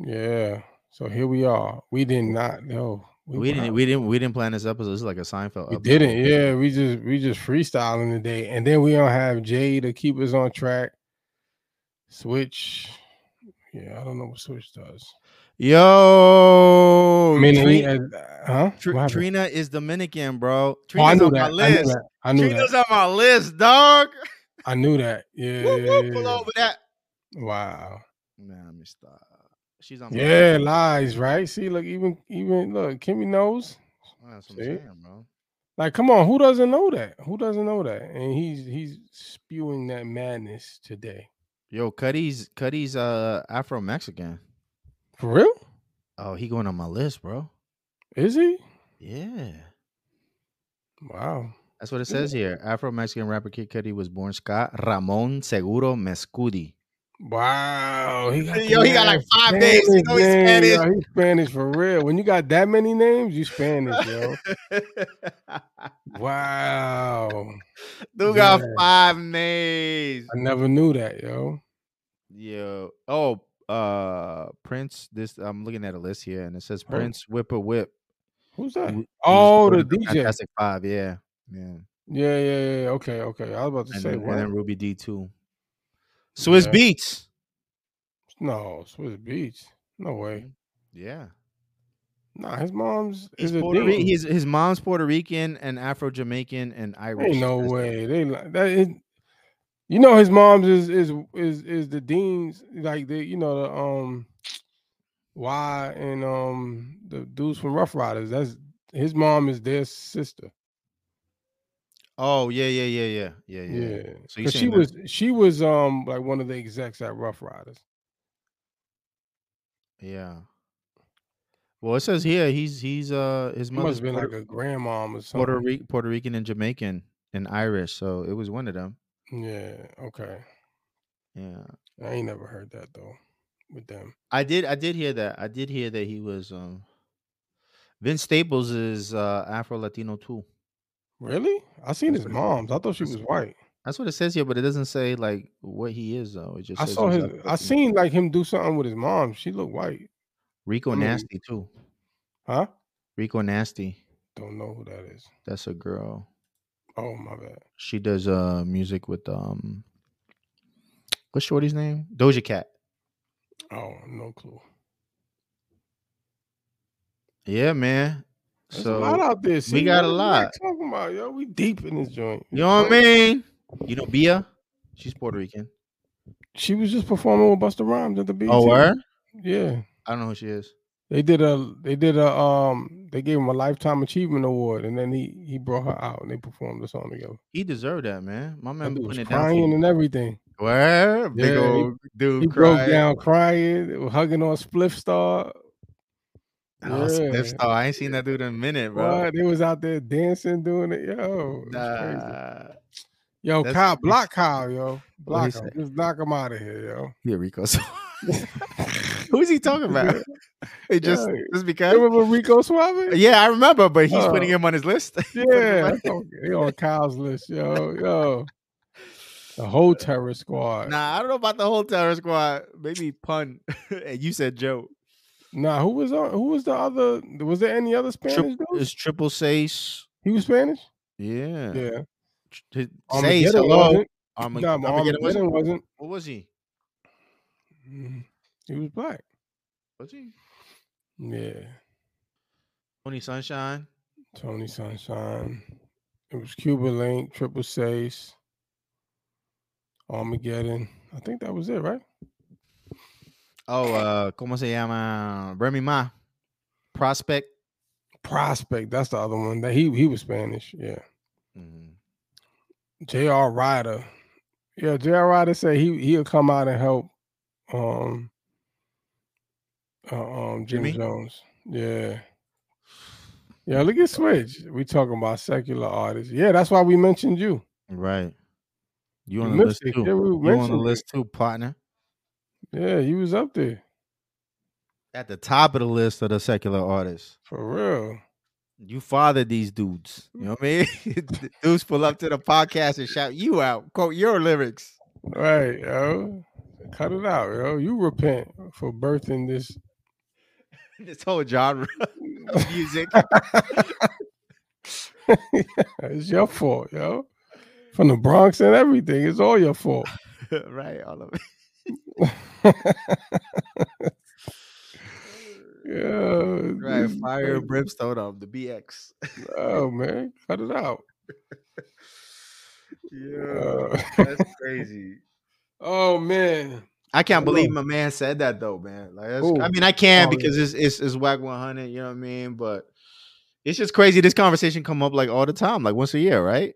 yeah. So here we are. We did not know.
We didn't.
prob-
We didn't. We didn't plan this episode. This is like a Seinfeld.
we
episode.
didn't. Yeah, we just we just freestyling today, and then we don't have Jay to keep us on track. Switch. Yeah, I don't know what Switch does.
Yo,
I mean,
Tri-
he, uh, huh?
Oh, Tr-
What happened?
Trina is Dominican, bro.
Oh, I
Trina's
knew
on my
that. I knew
list.
that. I knew
Trina's
that.
on my list, dog.
I knew that. Yeah.
Woo,
yeah,
woo,
yeah,
pull
yeah.
over that.
Wow.
Man, let me stop. She's on. my
Yeah,
list.
lies, right? See, look, even even look, Kimmy knows.
That's what
See?
I'm saying, bro.
Like, come on, who doesn't know that? Who doesn't know that? And he's he's spewing that madness today.
Yo, Cuddy's Cuddy's uh Afro Mexican.
For real?
Oh, he going on my list, bro.
Is he?
Yeah.
Wow.
That's what it
Yeah.
says here. Afro Mexican rapper Kid Cudi was born Scott Ramon Seguro Mescudi.
Wow. He got
Yo,
the
he got like
mad
five names. You know he's
name, yo.
Spanish.
He's Spanish for real. When you got that many names, you Spanish, yo. Wow.
Dude got
Yeah.
five names.
I never knew that, yo.
Yo. Oh, uh Prince. This I'm looking at a list here and it says
Oh.
Prince Whipper Whip.
Who's that?
He was
Oh, the
part of
DJ.
Fantastic Five, yeah. Yeah.
Yeah, yeah, yeah. Okay, okay. I was about to
And,
say
then, and then
what?
Ruby D too. Swiss
Yeah.
Beats.
No, Swiss Beach. No way.
Yeah. Mm.
Nah, his mom's
He's
is a
Puerto
thing.
Ri- his, his mom's Puerto Rican and Afro Jamaican and Irish.
Ain't no
That's the-
way they li- that. Is, you know his mom's is is is is the dean's like the you know the um why and um the dudes from Rough Riders. That's his mom is their sister.
Oh yeah, yeah, yeah, yeah, yeah, yeah.
Yeah,
So
'Cause
you
she was she was um like one of the execs at Rough Riders.
yeah. Well, it says here he's he's uh his
She must
mother's
have been
Puerto,
like a grandmom or
Puerto,
something.
Ri- Puerto Rican and Jamaican and Irish, so it was one of them.
Yeah. Okay.
Yeah,
I ain't never heard that though. With them.
I did I did hear that I did hear that he was um. Vince Staples is uh Afro Latino too.
Really? I seen
That's what it
his
says.
mom's. I thought she was
That's-
white.
That's what it says here, but it doesn't say like what he is though. It just
I
says
saw
he's
his.
Afro
I
Latino.
seen like him do something with his mom. She looked white.
Rico
I mean-
Nasty too.
Huh?
Rico Nasty.
Don't know who that is.
That's a girl.
Oh my bad.
She does uh music with um what's Shorty's name? Doja Cat.
Oh, no clue.
Yeah, man.
There's
so
a lot out there. see,
got a
man.
lot.
What you Talking about yo, we deep in this joint.
you know what I mean? You know Bia? She's Puerto Rican.
She was just performing with Buster Rhymes at the beach.
Oh, her?
Yeah,
I don't know who she is.
they did a. They did a. Um, they gave him a lifetime achievement award, and then he he brought her out and they performed the song together.
He deserved that, man. My
That
man
dude was
putting it down. for
crying
you.
and everything.
Where? Big
Yeah, he-
old dude
He broke
crying.
down crying, hugging on Spliff Star.
Oh, Spliff
Yeah.
Star. I ain't seen that dude in a minute, bro.
What? They was out there dancing, doing it. Yo, it was crazy.
Nah.
Yo,
That's
Kyle,
what he
block Kyle, yo. Block
say?
him. Just knock him out of here,
Yeah, Rico. Who's he talking about? It just
Yeah.
just
yo.
because.
You remember Rico Suave?
Yeah, I remember, but he's putting
Oh.
him on his list.
Yeah. that's on- They on Kyle's list, yo. Yo. The whole terror squad. Nah,
Nah, I don't know about the whole terror squad. Maybe pun, and you said Joe.
who was on who was the other was there any other Spanish dude?
It's triple Sace.
He was Spanish?
Yeah,
Yeah.
Tr- t- Sace.
Armageddon
Hello.
wasn't.
Armag-
Nah,
Armageddon was-
Armageddon wasn't.
What was he?
Mm, He was black.
Was he
Yeah.
Tony Sunshine?
Tony Sunshine. It was Cuba Link, Triple Sace, Armageddon. I think that was it, right?
Oh, uh, ¿cómo se llama? Remy Ma. Prospect.
Prospect. That's the other one. That he he was Spanish. Yeah.
Mhm.
J.R. Ryder. Yeah, J.R. Ryder said he he'll come out and help um uh, um Jim
Jimmy?
Jones. Yeah. Yeah, look at Switch. We talking about secular artists. Yeah, that's why we mentioned you.
Right. You
You
on the list
missed it.
too.
Yeah, we
you on the
mentioned it.
list too, partner.
Yeah, you was up there
At the top of the list of the secular artists.
for real.
You father these dudes. You know what I mean? dudes pull up to the podcast and shout you out. Quote your lyrics.
Right, yo. Cut it out, yo. You repent for birthing this.
This whole genre of music.
it's your fault, yo. From the Bronx and everything. It's all your fault.
right. All of it.
Yeah.
Right.
this is
Fire
crazy.
and brimstone of the BX.
Oh man, cut it out. Uh,
That's crazy.
oh man.
I can't believe
Hello.
my man said that though, man. Like, that's,
Who?
I mean, I can
Oh,
because it's it's it's whack one hundred. You know what I mean? But it's just crazy. This conversation come up like all the time, like once a year, right?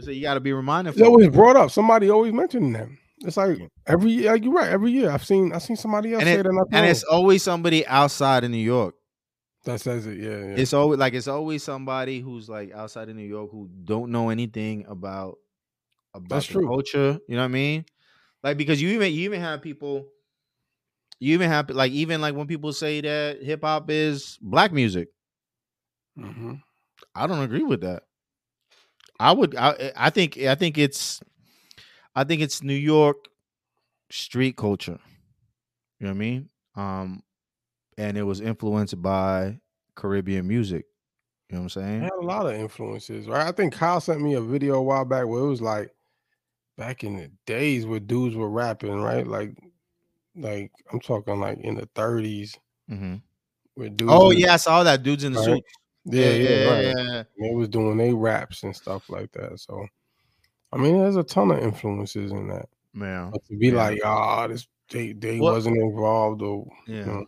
So you got to be reminded.
It's always
folks.
brought up. Somebody always mentioning them. It's like every year, like you're right, every year I've seen I've seen somebody else
And
say
it-
that and I
and
told
it's always somebody outside of New York.
them. that says it, yeah. yeah.
It's always like it's always somebody who's like outside of New York who don't know anything about about
That's
the
true.
culture. You know what I mean? Like because you even you even have people, you even have like even like when people say that hip hop is black music. Mm-hmm.
Mhm.
I don't agree with that. I would. I, eh, I think. I think it's. I think it's New York street culture. You know what I mean? Um, and it was influenced by Caribbean music. You know what I'm
It
saying?
had a lot of influences, right? I think Kyle sent me a video a while back where it was like back in the days where dudes were rapping, right? Like like I'm talking like in the 30s
Mhm.
where dudes
Oh
were-
yeah, I saw that. Dudes in the
Right.
suit.
Yeah, yeah, right.
yeah.
they was doing they raps and stuff like that. So, I mean, there's a ton of influences in that.
Man.
But to be
Yeah.
like, ah, this they they
Well-
wasn't involved or
Yeah.
Yeah.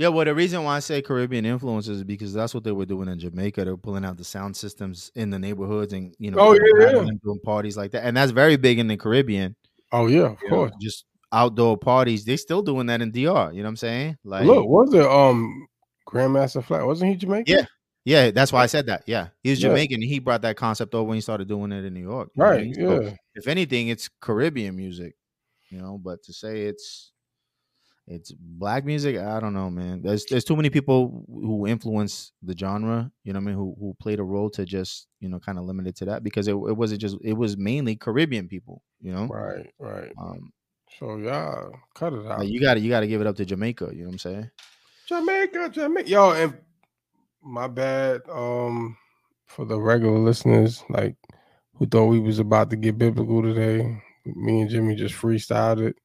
Yeah, well, the reason why I say Caribbean influences is because that's what they were doing in Jamaica. They were pulling out the sound systems in the neighborhoods and you know,
Oh,
going
yeah,
out
yeah.
and doing parties like that. And that's very big in the Caribbean.
oh yeah, of
you know,
course.
just outdoor parties. They still doing that in DR. You know what I'm saying? Like,
Look, was it um Grandmaster Flat? Wasn't he Jamaican?
Yeah. yeah, that's why I said that. Yeah, he was
Yeah.
Jamaican. and He brought that concept over when he started doing it in New York. you know what I
Right.
mean? So,
Yeah.
If anything, it's Caribbean music, you know. But to say it's it's black music, I don't know, man. There's there's too many people who influence the genre. You know what I mean? Who who played a role to just you know kind of limit it to that because it, it wasn't just it was mainly Caribbean people. You know,
Right. Right.
um,
So yeah, cut it out.
like, you got to you got to give it up to Jamaica. You know what I'm saying?
Jamaica, Jamaica. Yo, and my bad. Um, for the regular listeners, like who thought we was about to get biblical today, me and Jimmy just freestyled it.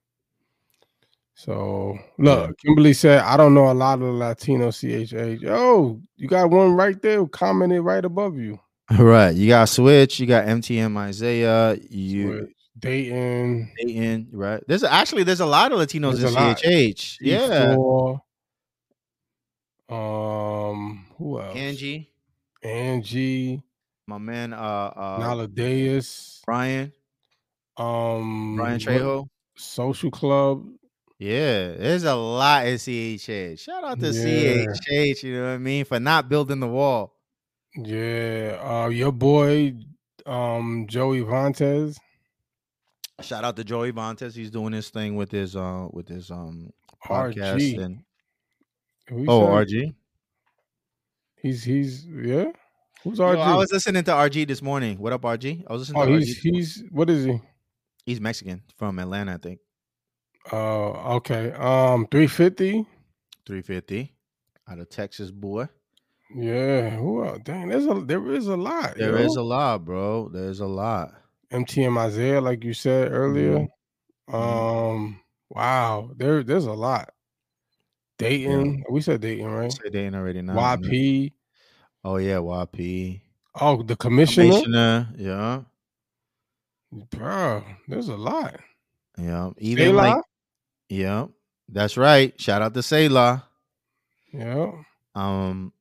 So look, Kimberly said, I don't know a lot of the Latino CHH. Yo, you got one right there commented right above you.
Right. You got Switch, you got MTM Isaiah, you
With Dayton,
Dayton, right? There's actually there's a lot of Latinos
There's a
in
lot.
CHH. Yeah.
T4, um, who else?
Angie,
Angie,
my man uh uh
Naladeus.
Brian,
Um,
Brian
what-
Trejo.
Social Club.
Mm-hmm. Yeah, there's a lot in CHH. Shout out to
Yeah.
CHH, you know what I mean, for not building the wall.
Yeah. Uh, your boy, um, Joey Vontez.
Shout out to Joey Vontes. He's doing his thing with his uh with his um podcast
RG.
and
Who he
oh
said?
RG.
He's he's yeah. Who's
Yo,
RG?
I was listening to RG this morning. What up, RG? I was listening
oh,
to RG.
he's
this morning.
he's what is he?
he's Mexican from Atlanta, I think.
Uh, okay. Um, three fifty.
350 out of Texas, boy.
Yeah. Who else? Dang, there's a there is a lot.
There is
yo.
a lot, bro. There's a lot.
MTM Isaiah, like you said earlier.
Mhm.
Um, wow. There there's a lot. Dayton. We said Dayton, right?
Say they ain't already now.
YP.
Oh yeah, YP.
Oh, the commissioner,
Commissioner. Yeah.
bro. There's a lot.
Yeah. Even
Layla?
like Yeah. That's right. Shout out to Selah.
yeah,
Um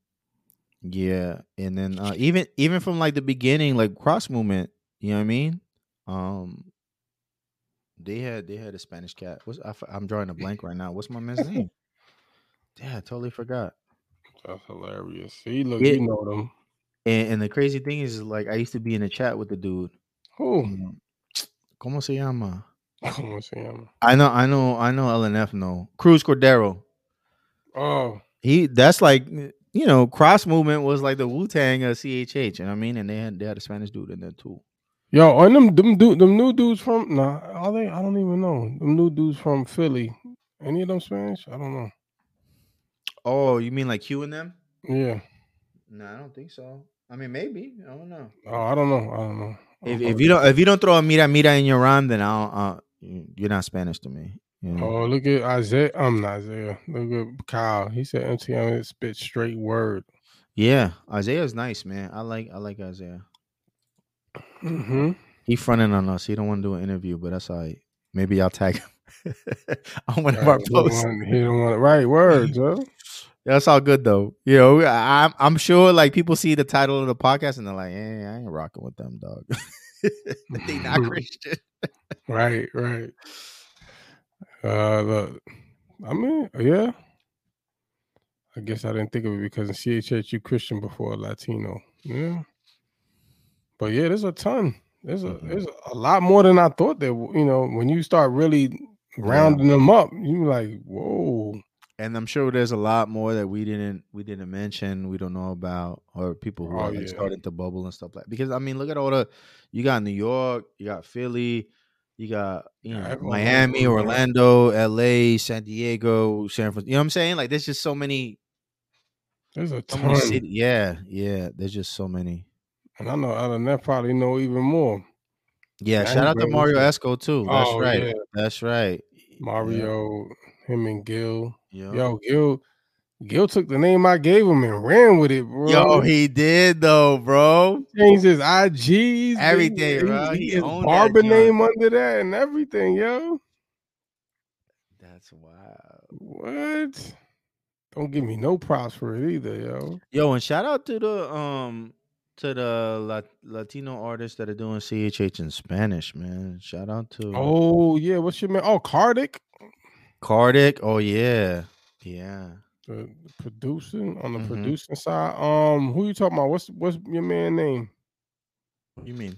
yeah, and then uh even even from like the beginning like cross movement, you know what I mean? Um they had they had a Spanish cat. What's I, am drawing a blank right now. What's my man's name? Yeah, I totally forgot.
that's hilarious. He look,
Yeah.
you know them.
And, and the crazy thing is, like, I used to be in a chat with the dude.
Who?
Um, ¿Cómo se llama?
Come on, Sam.
I know, I know, I know. LNF, no. Cruz Cordero.
Oh,
He. That's like you know, cross movement was like the Wu Tang of CHH. You know what I mean? And they had they had a Spanish dude in there too.
yo, and them them dude, them new dudes from nah, are they? I don't even know. Them new dudes from Philly. Any of them Spanish? I don't know.
Oh, you mean like Q and them?
Yeah.
No, I don't think so. I mean, maybe. I don't know.
Oh, I don't know. I don't know. I
If,
don't
if
know.
you don't if you don't throw a mira mira in your rhyme, then I don't. Uh, you- you're not Spanish to me. You know?
Oh, look at Isaiah. I'm not Isaiah. Look at Kyle. He said MTM is spit straight word.
Yeah, Isaiah's nice, man. I like I like Isaiah.
hmm
He fronting on us. He don't want to do an interview, but that's all right. Maybe I'll tag him on one of our
Right, he don't
posts.
want- he don't want right words, huh?
That's all good though. You know, I- I'm I'm sure like people see the title of the podcast and they're like, eh, I ain't rocking with them, dog. they not Christian.
Right, right. Uh, look, I mean, yeah. I guess I didn't think of it because in CHH you Christian before Latino. Yeah. But yeah, there's a ton. There's a
Mhm.
there's a lot more than I thought there. w- You know, when you start really rounding them up, you like, whoa.
And I'm sure there's a lot more that we didn't we didn't mention, we don't know about, or people who
Oh,
are like
yeah.
starting to bubble and stuff like. Because I mean, look at all the you got New York, you got Philly, you got you know
Everyone-
Miami,
everywhere.
Orlando, L.A., San Diego, San Francisco. You know what I'm saying? Like, there's just so many
There's a
So many
ton.
city- Yeah, yeah. There's just so many.
And I know other than that probably know even more.
Yeah,
Yeah, I
shout out to
agree with
Mario
you.
Esco too. That's
Oh,
right.
yeah.
That's right. Yeah,
Mario, him and Gil.
Yeah.
Yo, Gil, Gil took the name I gave him and ran with it, bro.
Yo, he did though, bro.
changed his IGs,
Everything,
he,
bro.
He,
He
his
owned that
barber
joint.
name under that and everything, yo.
That's wild.
What? Don't give me no props for it either, yo.
Yo, and shout out to the um to the La- Latino artists that are doing CHH in Spanish, man. Shout out to
Oh yeah, what's your man? Oh, Cardick,
Cardick. Oh yeah, yeah.
the producing on the
Mhm.
producing side. Um, who you talking about? What's what's your man name?
You mean?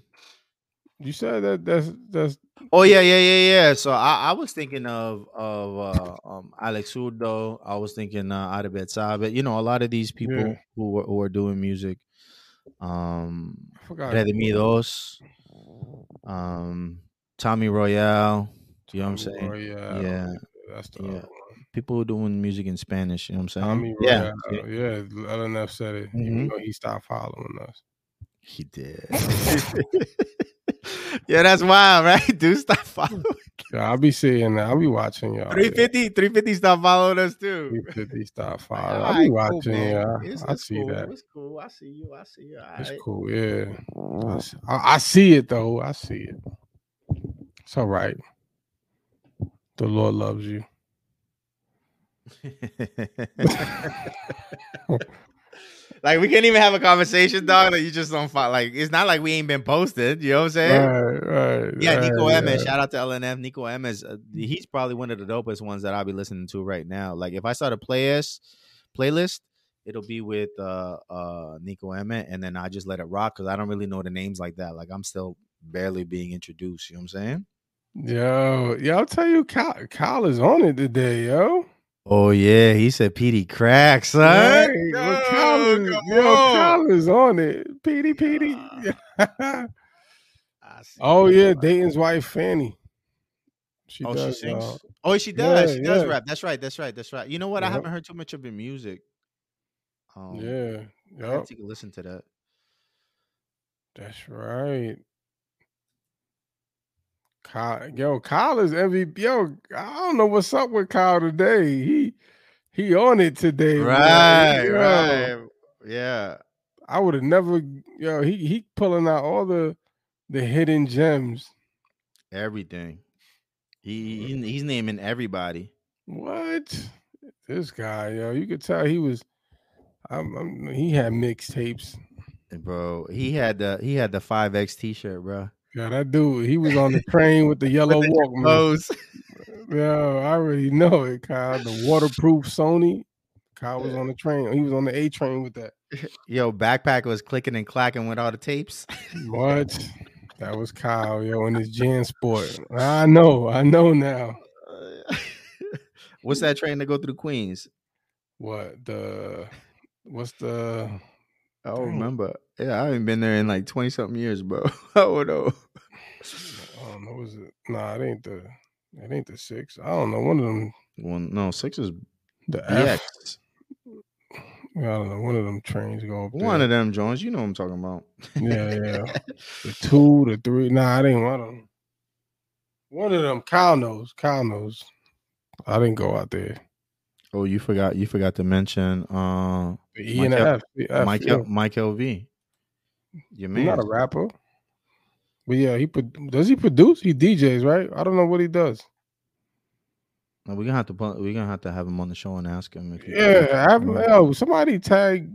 You said that that's that's
Oh yeah, yeah, yeah, yeah. So I, I was thinking of of uh, um, Alex Urdo. I was thinking uh, Adebet Sabe. You know, a lot of these people
Yeah.
who are, who are doing music. Um,
I forgot.
Redimidos, um, Tommy Royale. You know what I'm saying?
Oh, yeah,
Yeah.
that's the
Yeah.
other one.
People who doing music in Spanish. You know what I'm saying?
Tommy
yeah,
Royale. Yeah, LNF said it. Even
Mhm.
though he stopped following us.
he did. yeah, that's wild, right? Dude,
Oh,
stop following.
Yeah, I'll be seeing that. I'll be watching y'all. yeah.
350, 350, stop following us too.
350 stop
Like,
five. I'll
alright,
be
cool,
watching.
man.
yeah,
It's-
I
it's
see
cool,
that.
It's cool. I see you. I see you.
It's
alright.
cool. Yeah, I, s- I- I see it though. I see it. It's all right. The Lord loves you.
like we can't even have a conversation, dog. Like you just don't fight. Like it's not like we ain't been posted. You know what I'm saying?
Right, right.
Yeah, Nico
right,
Emmett.
right.
Shout out to LNF. Nico Emmett. Uh, he's probably one of the dopest ones that I'll be listening to right now. Like if I start a playlist, playlist, it'll be with uh uh Nico Emmett, and then I just let it rock because I don't really know the names like that. Like I'm still barely being introduced. You know what I'm saying?
Yo, yo, I'll tell you, Kyle, Kyle is on it today, yo.
Oh yeah, he said PD cracks, son.
Right.
Yo,
Yo, Kyle is,
come
yo,
on.
Kyle is on it. Petey, Petey.
I see
oh,
you.
yeah. Dayton's wife, Fanny. She
oh,
does.
she sings.
uh,
oh, she does.
yeah,
she does
yeah.
rap. That's right. That's right. That's right. You know what? I
Yep.
haven't heard too much of your music. Um,
yeah.
I gotta
Yep.
take a listen to that.
That's right. Kyle, yo, Kyle is MVP. Yo, I don't know what's up with Kyle today. He he on it today. man.
Right.
Yo,
Right. Yeah.
I would have never. Yo, he he pulling out all the the hidden gems.
Everything. He, he- he's naming everybody.
What this guy? Yo, you could tell he was. I'm, I'm, he had mixtapes.
Bro, he had the he had the five X T shirt, bro.
Yeah, that dude. He was on the train with the yellow
the
Walkman.
Those.
Yo, I already know it, Kyle. The waterproof Sony. Kyle was on the train. He was on the A train with that.
Yo, backpack was clicking and clacking with all the tapes.
What? That was Kyle, yo, in his Jan sport. I know, I know now.
What's that train to go through Queens?
What the? What's the?
I don't
Dang.
remember. Yeah, I haven't been there in like twenty something years, bro. oh no.
I don't know. um, Was it? Nah, it ain't the. It ain't the six. I don't know. One of them.
Well, no, six is
The F.
BX.
I don't know. One of them trains go up
One
there.
of them Jones, you know what I'm talking about.
yeah, yeah. The two, the three. Nah, I didn't want them. One of them. Kyle knows. Kyle knows. I didn't go out there.
Oh, you forgot you forgot to mention uh
The E and the
Michael-
F. The F,
Mike
yeah.
L- Mike LV. Your
He's
man.
not a rapper. But yeah, he pro- does he produce? He DJs, right? I don't know what he does.
Now, we're gonna have to put, we're gonna have to have him on the show and ask him if he
Yeah, I have,
Yeah.
yo, somebody tag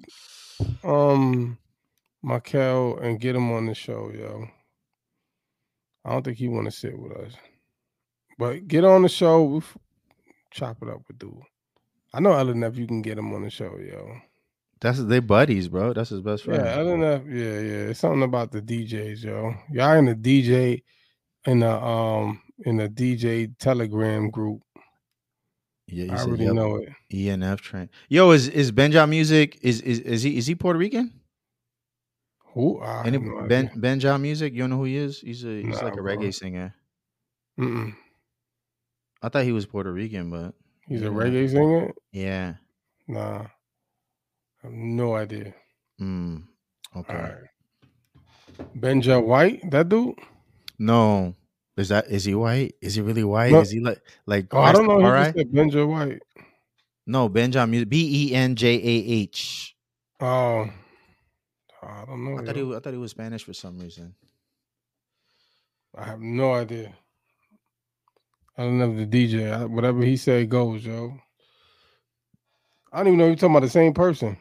um Mikel and get him on the show, yo. I don't think he want to sit with us, but get on the show. We'll f- chop it up with dude. I know Ellen F. You can get him on the show, yo.
That's they buddies, bro. That's his best friend.
Yeah, Ellen F. Yeah, yeah. It's something about the DJs, yo. Y'all in the DJ in the um in the DJ Telegram group.
yeah he
I
said,
already
yep,
know it.
ENF train. Yo, is is Benja music? Is is is he is he Puerto Rican?
Who? I have
Any
no
Ben
idea.
Benja music? You don't know who he is? He's a he's
Nah,
like a
bro.
reggae singer.
Mm-mm.
I thought he was Puerto Rican, but
He's a
Yeah.
reggae singer.
yeah.
Nah, I have no idea.
Mm, okay.
All right. Benja White, that dude.
No, is that is he white? Is he really white?
No.
Is he like like?
Oh, I don't know. He
All
just
right.
said Benja White.
No, Benja music. B E N J A H.
Oh, I don't know.
I thought he
yo.
wa- I thought he was Spanish for some reason.
I have no idea. I don't know the DJ. I, whatever he said goes, yo. I don't even know if you're talking about the same person.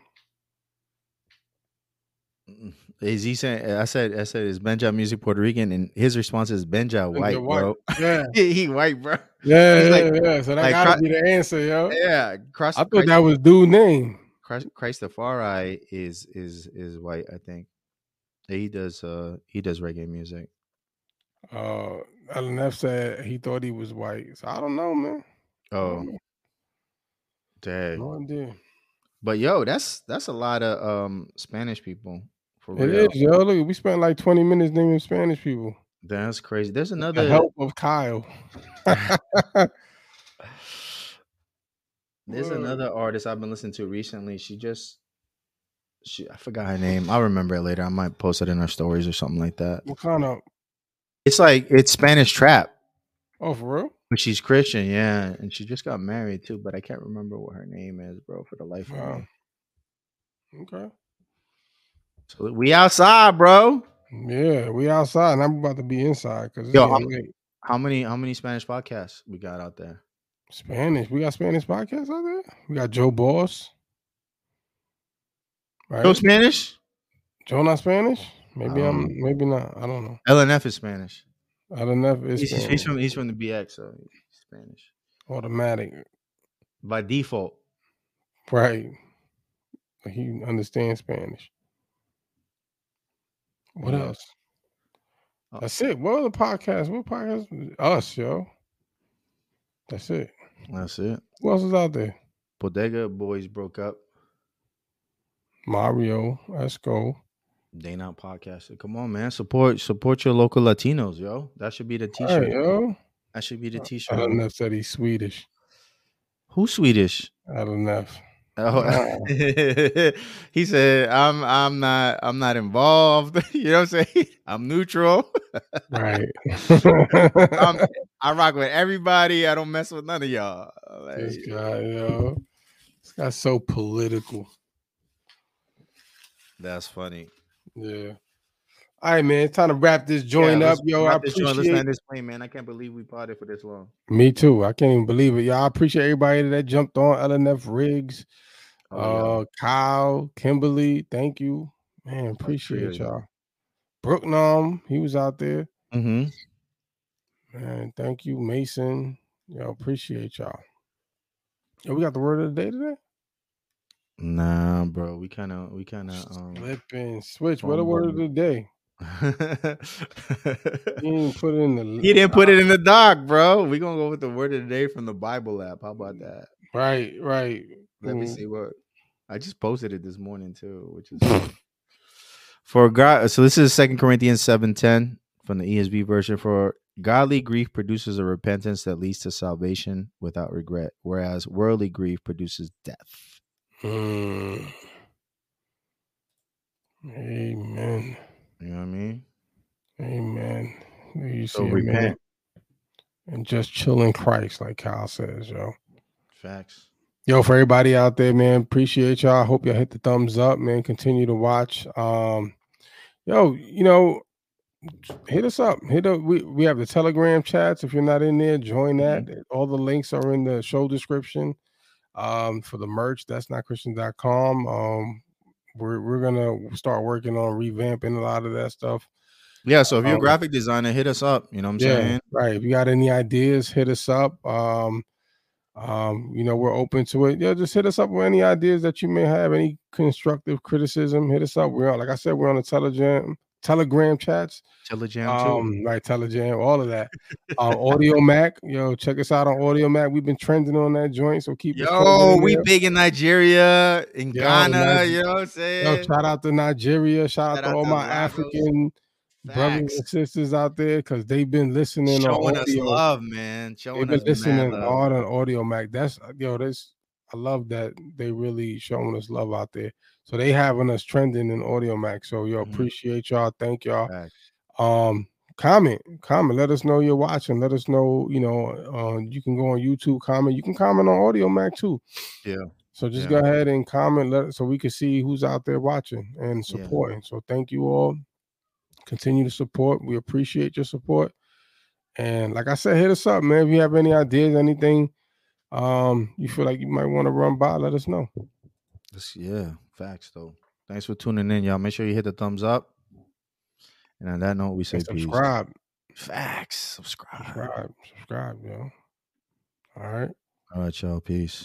Mm, Is he saying? I said, I said, is Benja music Puerto Rican? And his response is Benja
Benja
white, bro.
Yeah,
he white, bro.
yeah,
It's
yeah,
like-
yeah. So that
like
gotta
Cro-
be the answer, yo.
Yeah, cross.
I thought that was dude name.
Christ, Christafari is is is white. I think he does. Uh, he does reggae music.
Uh, LNF said he thought he was white. So I don't know, man. I don't
Oh,
know.
dang!
no idea.
But yo, that's that's a lot of um Spanish people for
It
real.
is, yo. Look, we spent like 20 minutes naming Spanish people.
That's crazy. There's
The
another.
help of Kyle.
There's
Word.
another artist I've been listening to recently. She just, she I forgot her name. I'll remember it later. I might post it in our stories or something like that.
What kind of?
It's like it's Spanish trap,
Oh, for real?
but she's Christian, yeah, and she just got married too. But I can't remember what her name is, bro, for the life of
Wow.
me.
Okay.
So we outside, bro.
Yeah, we outside and I'm about to be inside because it's
Yo,
getting
I'm-
late.
How many how many Spanish podcasts we got out there?
Spanish. We got Spanish podcasts out there. We got Joe Boss. Right?
No Spanish.
Joe not Spanish? Maybe
I don't
I'm. Maybe not. I don't know.
LNF is Spanish.
I don't know if it's
He's, he's-
Spanish.
he's from he's from the BX, so he's Spanish
automatic,
by default.
right? He understands Spanish. What
Yeah.
else?
Uh,
That's it. What other podcast? What podcast? Us, yo. That's it.
That's it.
Who else is out there?
Bodega Boys broke up.
Mario, Esco.
They not podcasting. Come on, man. Support support your local Latinos, yo. That should be the
All
t-shirt.
right, Uh, yo.
That should be the
I
t-shirt.
don't know if that he's Swedish.
Who's Swedish?
I don't know. if-
Oh. he said, "I'm I'm not I'm not involved." you know what I'm saying? I'm neutral.
Right.
I'm, I rock with everybody. I don't mess with none of y'all. Like,
this guy, yo. This guy's so political.
That's funny.
Yeah. All right, man. It's time to wrap this joint
Yeah,
up,
let's
yo. I
wrap this joint. Let's
appreciate.
land this plane, man. I can't believe we parted for this long.
Me too. I can't even believe it, y'all. I appreciate everybody that jumped on. LNF Riggs,
Oh,
uh, Kyle, Kimberly. Thank you, man. Appreciate
Appreciate it.
y'all. Brooknum, he was out there.
yeah. Mhm.
Man, thank you, Mason. Yo, appreciate y'all. Yo, we got the word of the day today.
Nah, bro. We kind of, we kind of. Um...
Flipping switch. What the word of the
Fumble.
day? You didn't put it in the.
he didn't put it in the doc, bro. We gonna go with the word of the day from the Bible app. How about that?
Right, right.
Let me
Mhm.
see what I just posted it this morning too, which is for God. So this is Second Corinthians seven ten from the ESV version. For godly grief produces a repentance that leads to salvation without regret, whereas worldly grief produces death.
Mm. Amen.
You know what I mean?
Amen. There You
So
see, it, man.
repent.
And just chill in Christ, like Kyle says, yo.
Facts.
Yo, for everybody out there, man, appreciate y'all. I hope y'all hit the thumbs up, man. Continue to watch. Um, yo, you know, hit us up. Hit up. We we have the Telegram chats. If you're not in there, join that.
Mm-hmm.
All the links are in the show description. Um, for the merch, that's not Christian.com. Um, we're we're gonna start working on revamping a lot of that stuff.
Yeah. So if you're a
Oh.
graphic designer, hit us up. You know what I'm saying?
Right. If you got any ideas, hit us up. Um, um, you know, we're open to it. Yeah, just hit us up with any ideas that you may have, any constructive criticism, hit us up. We're on, like I said, we're on the telegram telegram chats.
Intelligent too.
Um, right, telegram, all of that. Um, Audio Mac, yo, check us out on Audio Mac. We've been trending on that joint, so keep us trending
Yo,
in
we
there.
big in Nigeria, in
Yo,
Ghana.
Niger-
you know what I'm
Yo,
saying?
shout out to Nigeria, shout,
Shout
out to
out
all
to
my
Lagos.
African brothers
Facts.
and sisters out there because they've been listening
showing
on
us
audio.
love, man.
They've
Showing
been
us
listening
mad
to
love.
all on audio Mac. That's yo, this I love that they really showing us love out there. So they having us trending in audio Mac. So yo,
Mhm.
appreciate y'all. Thank y'all.
Facts.
Um comment, comment. Let us know you're watching. Let us know, you know, uh, you can go on YouTube, comment. You can comment on audio Mac too.
Yeah.
So just
Yeah.
go ahead and comment let so we can see who's out there watching and
Yeah.
supporting. So thank you all. Continue to support. We appreciate your support. And like I said, hit us up, man. If you have any ideas, anything um you feel like you might want to run by, let us know.
That's- yeah, facts though. Thanks for tuning in, y'all. Make sure you hit the thumbs up. And on that note, we say
And
peace.
subscribe,
Facts. Subscribe.
subscribe, subscribe, yo. All right.
All right, y'all. Peace.